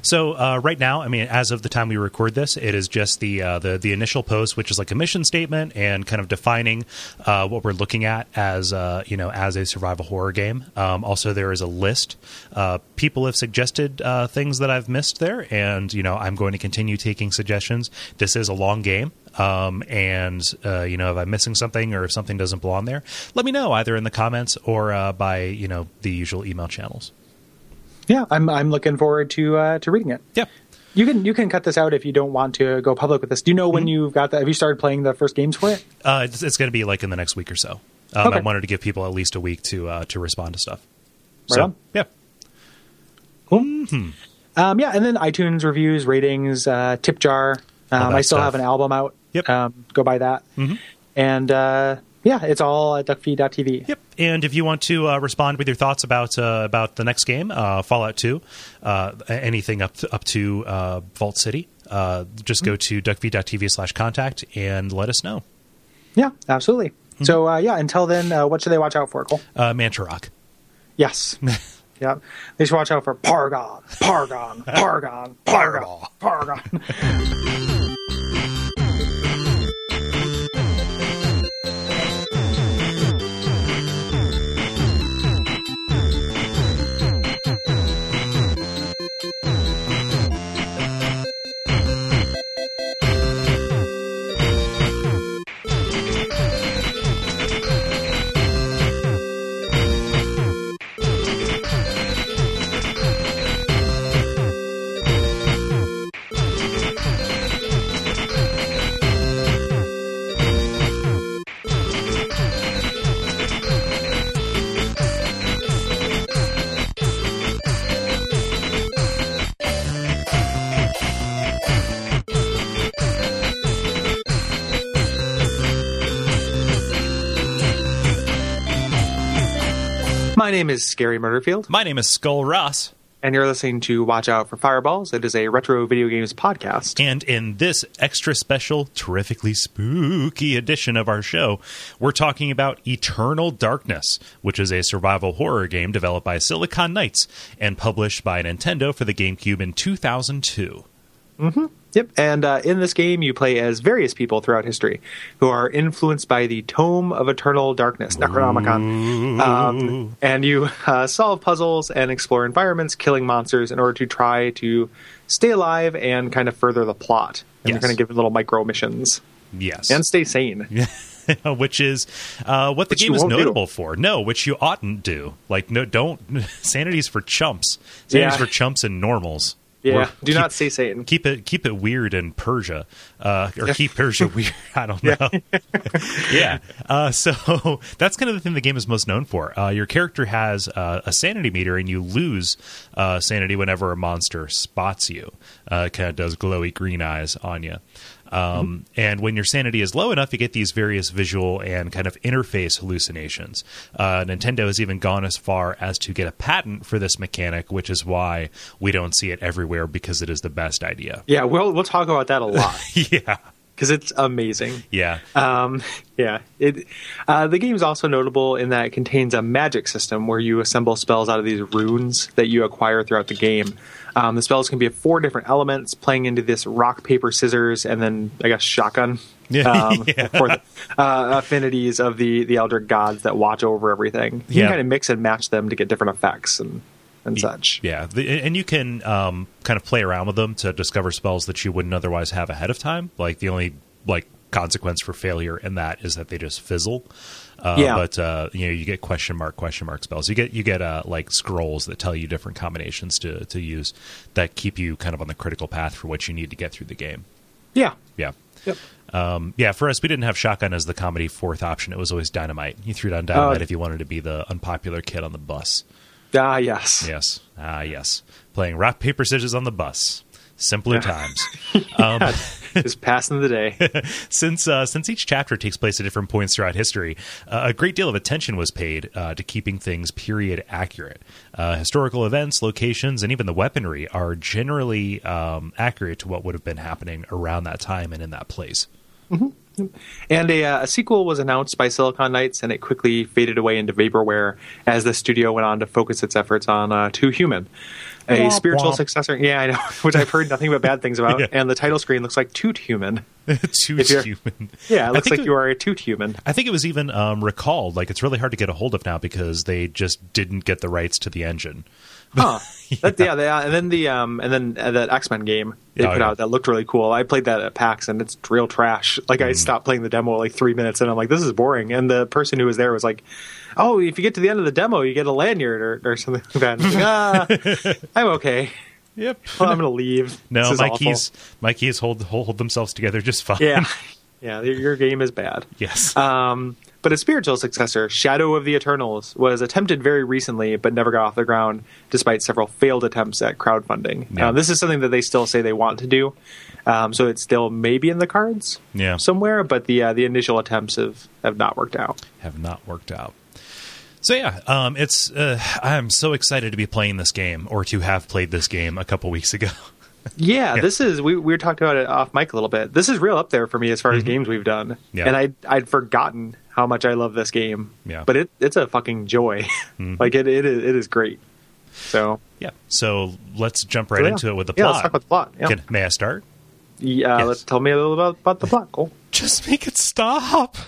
Speaker 1: So uh, right now, I mean, as of the time we record this, it is just the uh, the the initial post, which is like a mission statement and kind of defining uh, what we're looking at as uh, you know as a survival horror game. Um, also, there is a list. Uh, people have suggested uh, things that I've missed there, and you know I'm going to continue taking suggestions. This is a long game, um, and uh, you know if I'm missing something or if something doesn't belong there, let me know either in the comments or uh, by you know the usual email channels.
Speaker 7: Yeah, I'm I'm looking forward to uh, to reading it.
Speaker 1: Yeah.
Speaker 7: You can you can cut this out if you don't want to go public with this. Do you know when you've got that? Have you started playing the first games for it?
Speaker 1: Uh, it's it's going to be like in the next week or so. Um, I
Speaker 7: Okay.
Speaker 1: wanted to give people at least a week to uh, to respond to stuff.
Speaker 7: Right
Speaker 1: so
Speaker 7: on.
Speaker 1: yeah,
Speaker 7: Um, yeah, and then iTunes reviews, ratings, uh, tip jar. Um,
Speaker 1: that
Speaker 7: I still
Speaker 1: stuff.
Speaker 7: have an album out.
Speaker 1: Yep.
Speaker 7: Um, go buy that. And uh, yeah, it's all at duckfeed.tv.
Speaker 1: yep. And if you want to uh, respond with your thoughts about uh, about the next game, uh, Fallout Two, uh, anything up to, up to uh, Vault City, uh, just go to
Speaker 7: Mm-hmm.
Speaker 1: duckv.tv slash contact and let us know.
Speaker 7: Yeah, absolutely. So uh, yeah, until then, uh, what should they watch out for, Cole?
Speaker 1: Uh, Manta Rock.
Speaker 7: Yes. yeah. They should watch out for Pargon, Pargon, Pargon, Pargon, Pargon. My name is Scary Murderfield.
Speaker 1: My name is Skull Ross,
Speaker 7: and you're listening to Watch Out for Fireballs. It is a retro video games podcast.
Speaker 1: and in this extra special, terrifically spooky edition of our show, we're talking about Eternal Darkness, which is a survival horror game developed by Silicon Knights and published by Nintendo for the GameCube in 2002.
Speaker 7: Yep. And uh, in this game, you play as various people throughout history who are influenced by the Tome of Eternal Darkness, Necronomicon. Um, and you uh, solve puzzles and explore environments, killing monsters in order to try to stay alive and kind of further the plot. And
Speaker 1: Yes.
Speaker 7: you're going to give it little micro missions
Speaker 1: Yes.
Speaker 7: and stay sane.
Speaker 1: which is uh, what the
Speaker 7: Which
Speaker 1: game
Speaker 7: you
Speaker 1: is
Speaker 7: won't do.
Speaker 1: notable for. No, which you oughtn't do. Like, no, don't. Sanity's for chumps. Sanity's
Speaker 7: Yeah.
Speaker 1: for chumps and normals.
Speaker 7: Yeah.
Speaker 1: Or
Speaker 7: Do not
Speaker 1: keep-
Speaker 7: stay sane.
Speaker 1: keep it keep it weird in Persia, uh, or keep Persia weird. I don't know. Yeah. Uh, so that's kind of the thing the game is most known for. Uh, your character has uh, a sanity meter, and you lose uh, sanity whenever a monster spots you. Uh, it kind of does glowy green eyes on you. Um, And when your sanity is low enough, you get these various visual and kind of interface hallucinations. Uh, Nintendo has even gone as far as to get a patent for this mechanic, which is why we don't see it everywhere because it is the best idea.
Speaker 7: Yeah, we'll, we'll talk about that a lot.
Speaker 1: yeah.
Speaker 7: because it's amazing.
Speaker 1: Yeah.
Speaker 7: Um, yeah, it. Uh, the game's also notable in that it contains a magic system where you assemble spells out of these runes that you acquire throughout the game. Um, the spells can be of four different elements, playing into this rock, paper, scissors, and then I guess shotgun.
Speaker 1: Yeah.
Speaker 7: um, For the, uh, affinities of the the elder gods that watch over everything. You
Speaker 1: Yeah.
Speaker 7: can kind of mix and match them to get different effects and and such.
Speaker 1: Yeah, the, and you can um, kind of play around with them to discover spells that you wouldn't otherwise have ahead of time. Like the only like consequence for failure in that is that they just fizzle. Uh,
Speaker 7: Yeah.
Speaker 1: But uh, you know, you get question mark question mark spells. You get you get uh, like scrolls that tell you different combinations to to use that keep you kind of on the critical path for what you need to get through the game.
Speaker 7: Yeah.
Speaker 1: Yeah.
Speaker 7: Yep.
Speaker 1: Um, yeah, for us, we didn't have shotgun as the comedy fourth option. It was always dynamite. You threw down dynamite if you wanted to be the unpopular kid on the bus.
Speaker 7: Ah, yes.
Speaker 1: Yes. Ah, yes. Playing rock, paper, scissors on the bus. Simpler times. Um,
Speaker 7: Just passing the day.
Speaker 1: since uh, since each chapter takes place at different points throughout history, uh, a great deal of attention was paid uh, to keeping things period accurate. Uh, historical events, locations, and even the weaponry are generally um, accurate to what would have been happening around that time and in that place.
Speaker 7: And a, uh, a sequel was announced by Silicon Knights, and it quickly faded away into vaporware as the studio went on to focus its efforts on uh, Two Human, a
Speaker 1: Womp
Speaker 7: spiritual
Speaker 1: womp.
Speaker 7: successor. Yeah, I know, which I've heard nothing but bad things about.
Speaker 1: Yeah.
Speaker 7: And the title screen looks like Toot Human.
Speaker 1: Too
Speaker 7: If you're-
Speaker 1: human.
Speaker 7: Yeah,
Speaker 1: I
Speaker 7: it looks
Speaker 1: think
Speaker 7: like you are a Toot Human.
Speaker 1: I think it was even um, recalled. Like it's really hard to get a hold of now because they just didn't get the rights to the engine.
Speaker 7: Huh. That, yeah, they, uh, and then the um, and then uh, that X Men game they
Speaker 1: Oh,
Speaker 7: put
Speaker 1: yeah.
Speaker 7: out that looked really cool. I played that at PAX, and it's real trash. Like
Speaker 1: Mm.
Speaker 7: I stopped playing the demo at, like three minutes, and I'm like, this is boring. And the person who was there was like, oh, if you get to the end of the demo, you get a lanyard or, or something like that. And I'm, like, ah, I'm okay.
Speaker 1: Yep.
Speaker 7: Well, I'm gonna leave. This
Speaker 1: No,
Speaker 7: is
Speaker 1: my
Speaker 7: awful.
Speaker 1: keys, my keys hold, hold hold themselves together just fine.
Speaker 7: Yeah, yeah, your, your game is bad.
Speaker 1: yes.
Speaker 7: Um, but a spiritual successor, Shadow of the Eternals, was attempted very recently but never got off the ground despite several failed attempts at crowdfunding.
Speaker 1: Yeah.
Speaker 7: Uh, this is something that they still say they want to do, um, so it's still maybe in the cards
Speaker 1: Yeah.
Speaker 7: somewhere, but the uh, the initial attempts have, have not worked out.
Speaker 1: Have not worked out. So yeah, um, it's uh, I'm so excited to be playing this game or to have played this game a couple weeks ago.
Speaker 7: Yeah, this is we we were talking about it off mic a little bit. This is real up there for me as far as games we've done,
Speaker 1: Mm-hmm. Yeah.
Speaker 7: and I I'd forgotten how much I love this game.
Speaker 1: Yeah. Mm-hmm.
Speaker 7: but it it's a fucking joy. like it it is, it is great. So
Speaker 1: yeah. So let's jump right
Speaker 7: Yeah.
Speaker 1: into it with the
Speaker 7: Yeah,
Speaker 1: plot.
Speaker 7: let's talk about the plot, yeah.
Speaker 1: Can- may I start?
Speaker 7: Yeah,
Speaker 1: Yes.
Speaker 7: let's tell me a little about, about the plot. Cole.
Speaker 1: Just make it stop.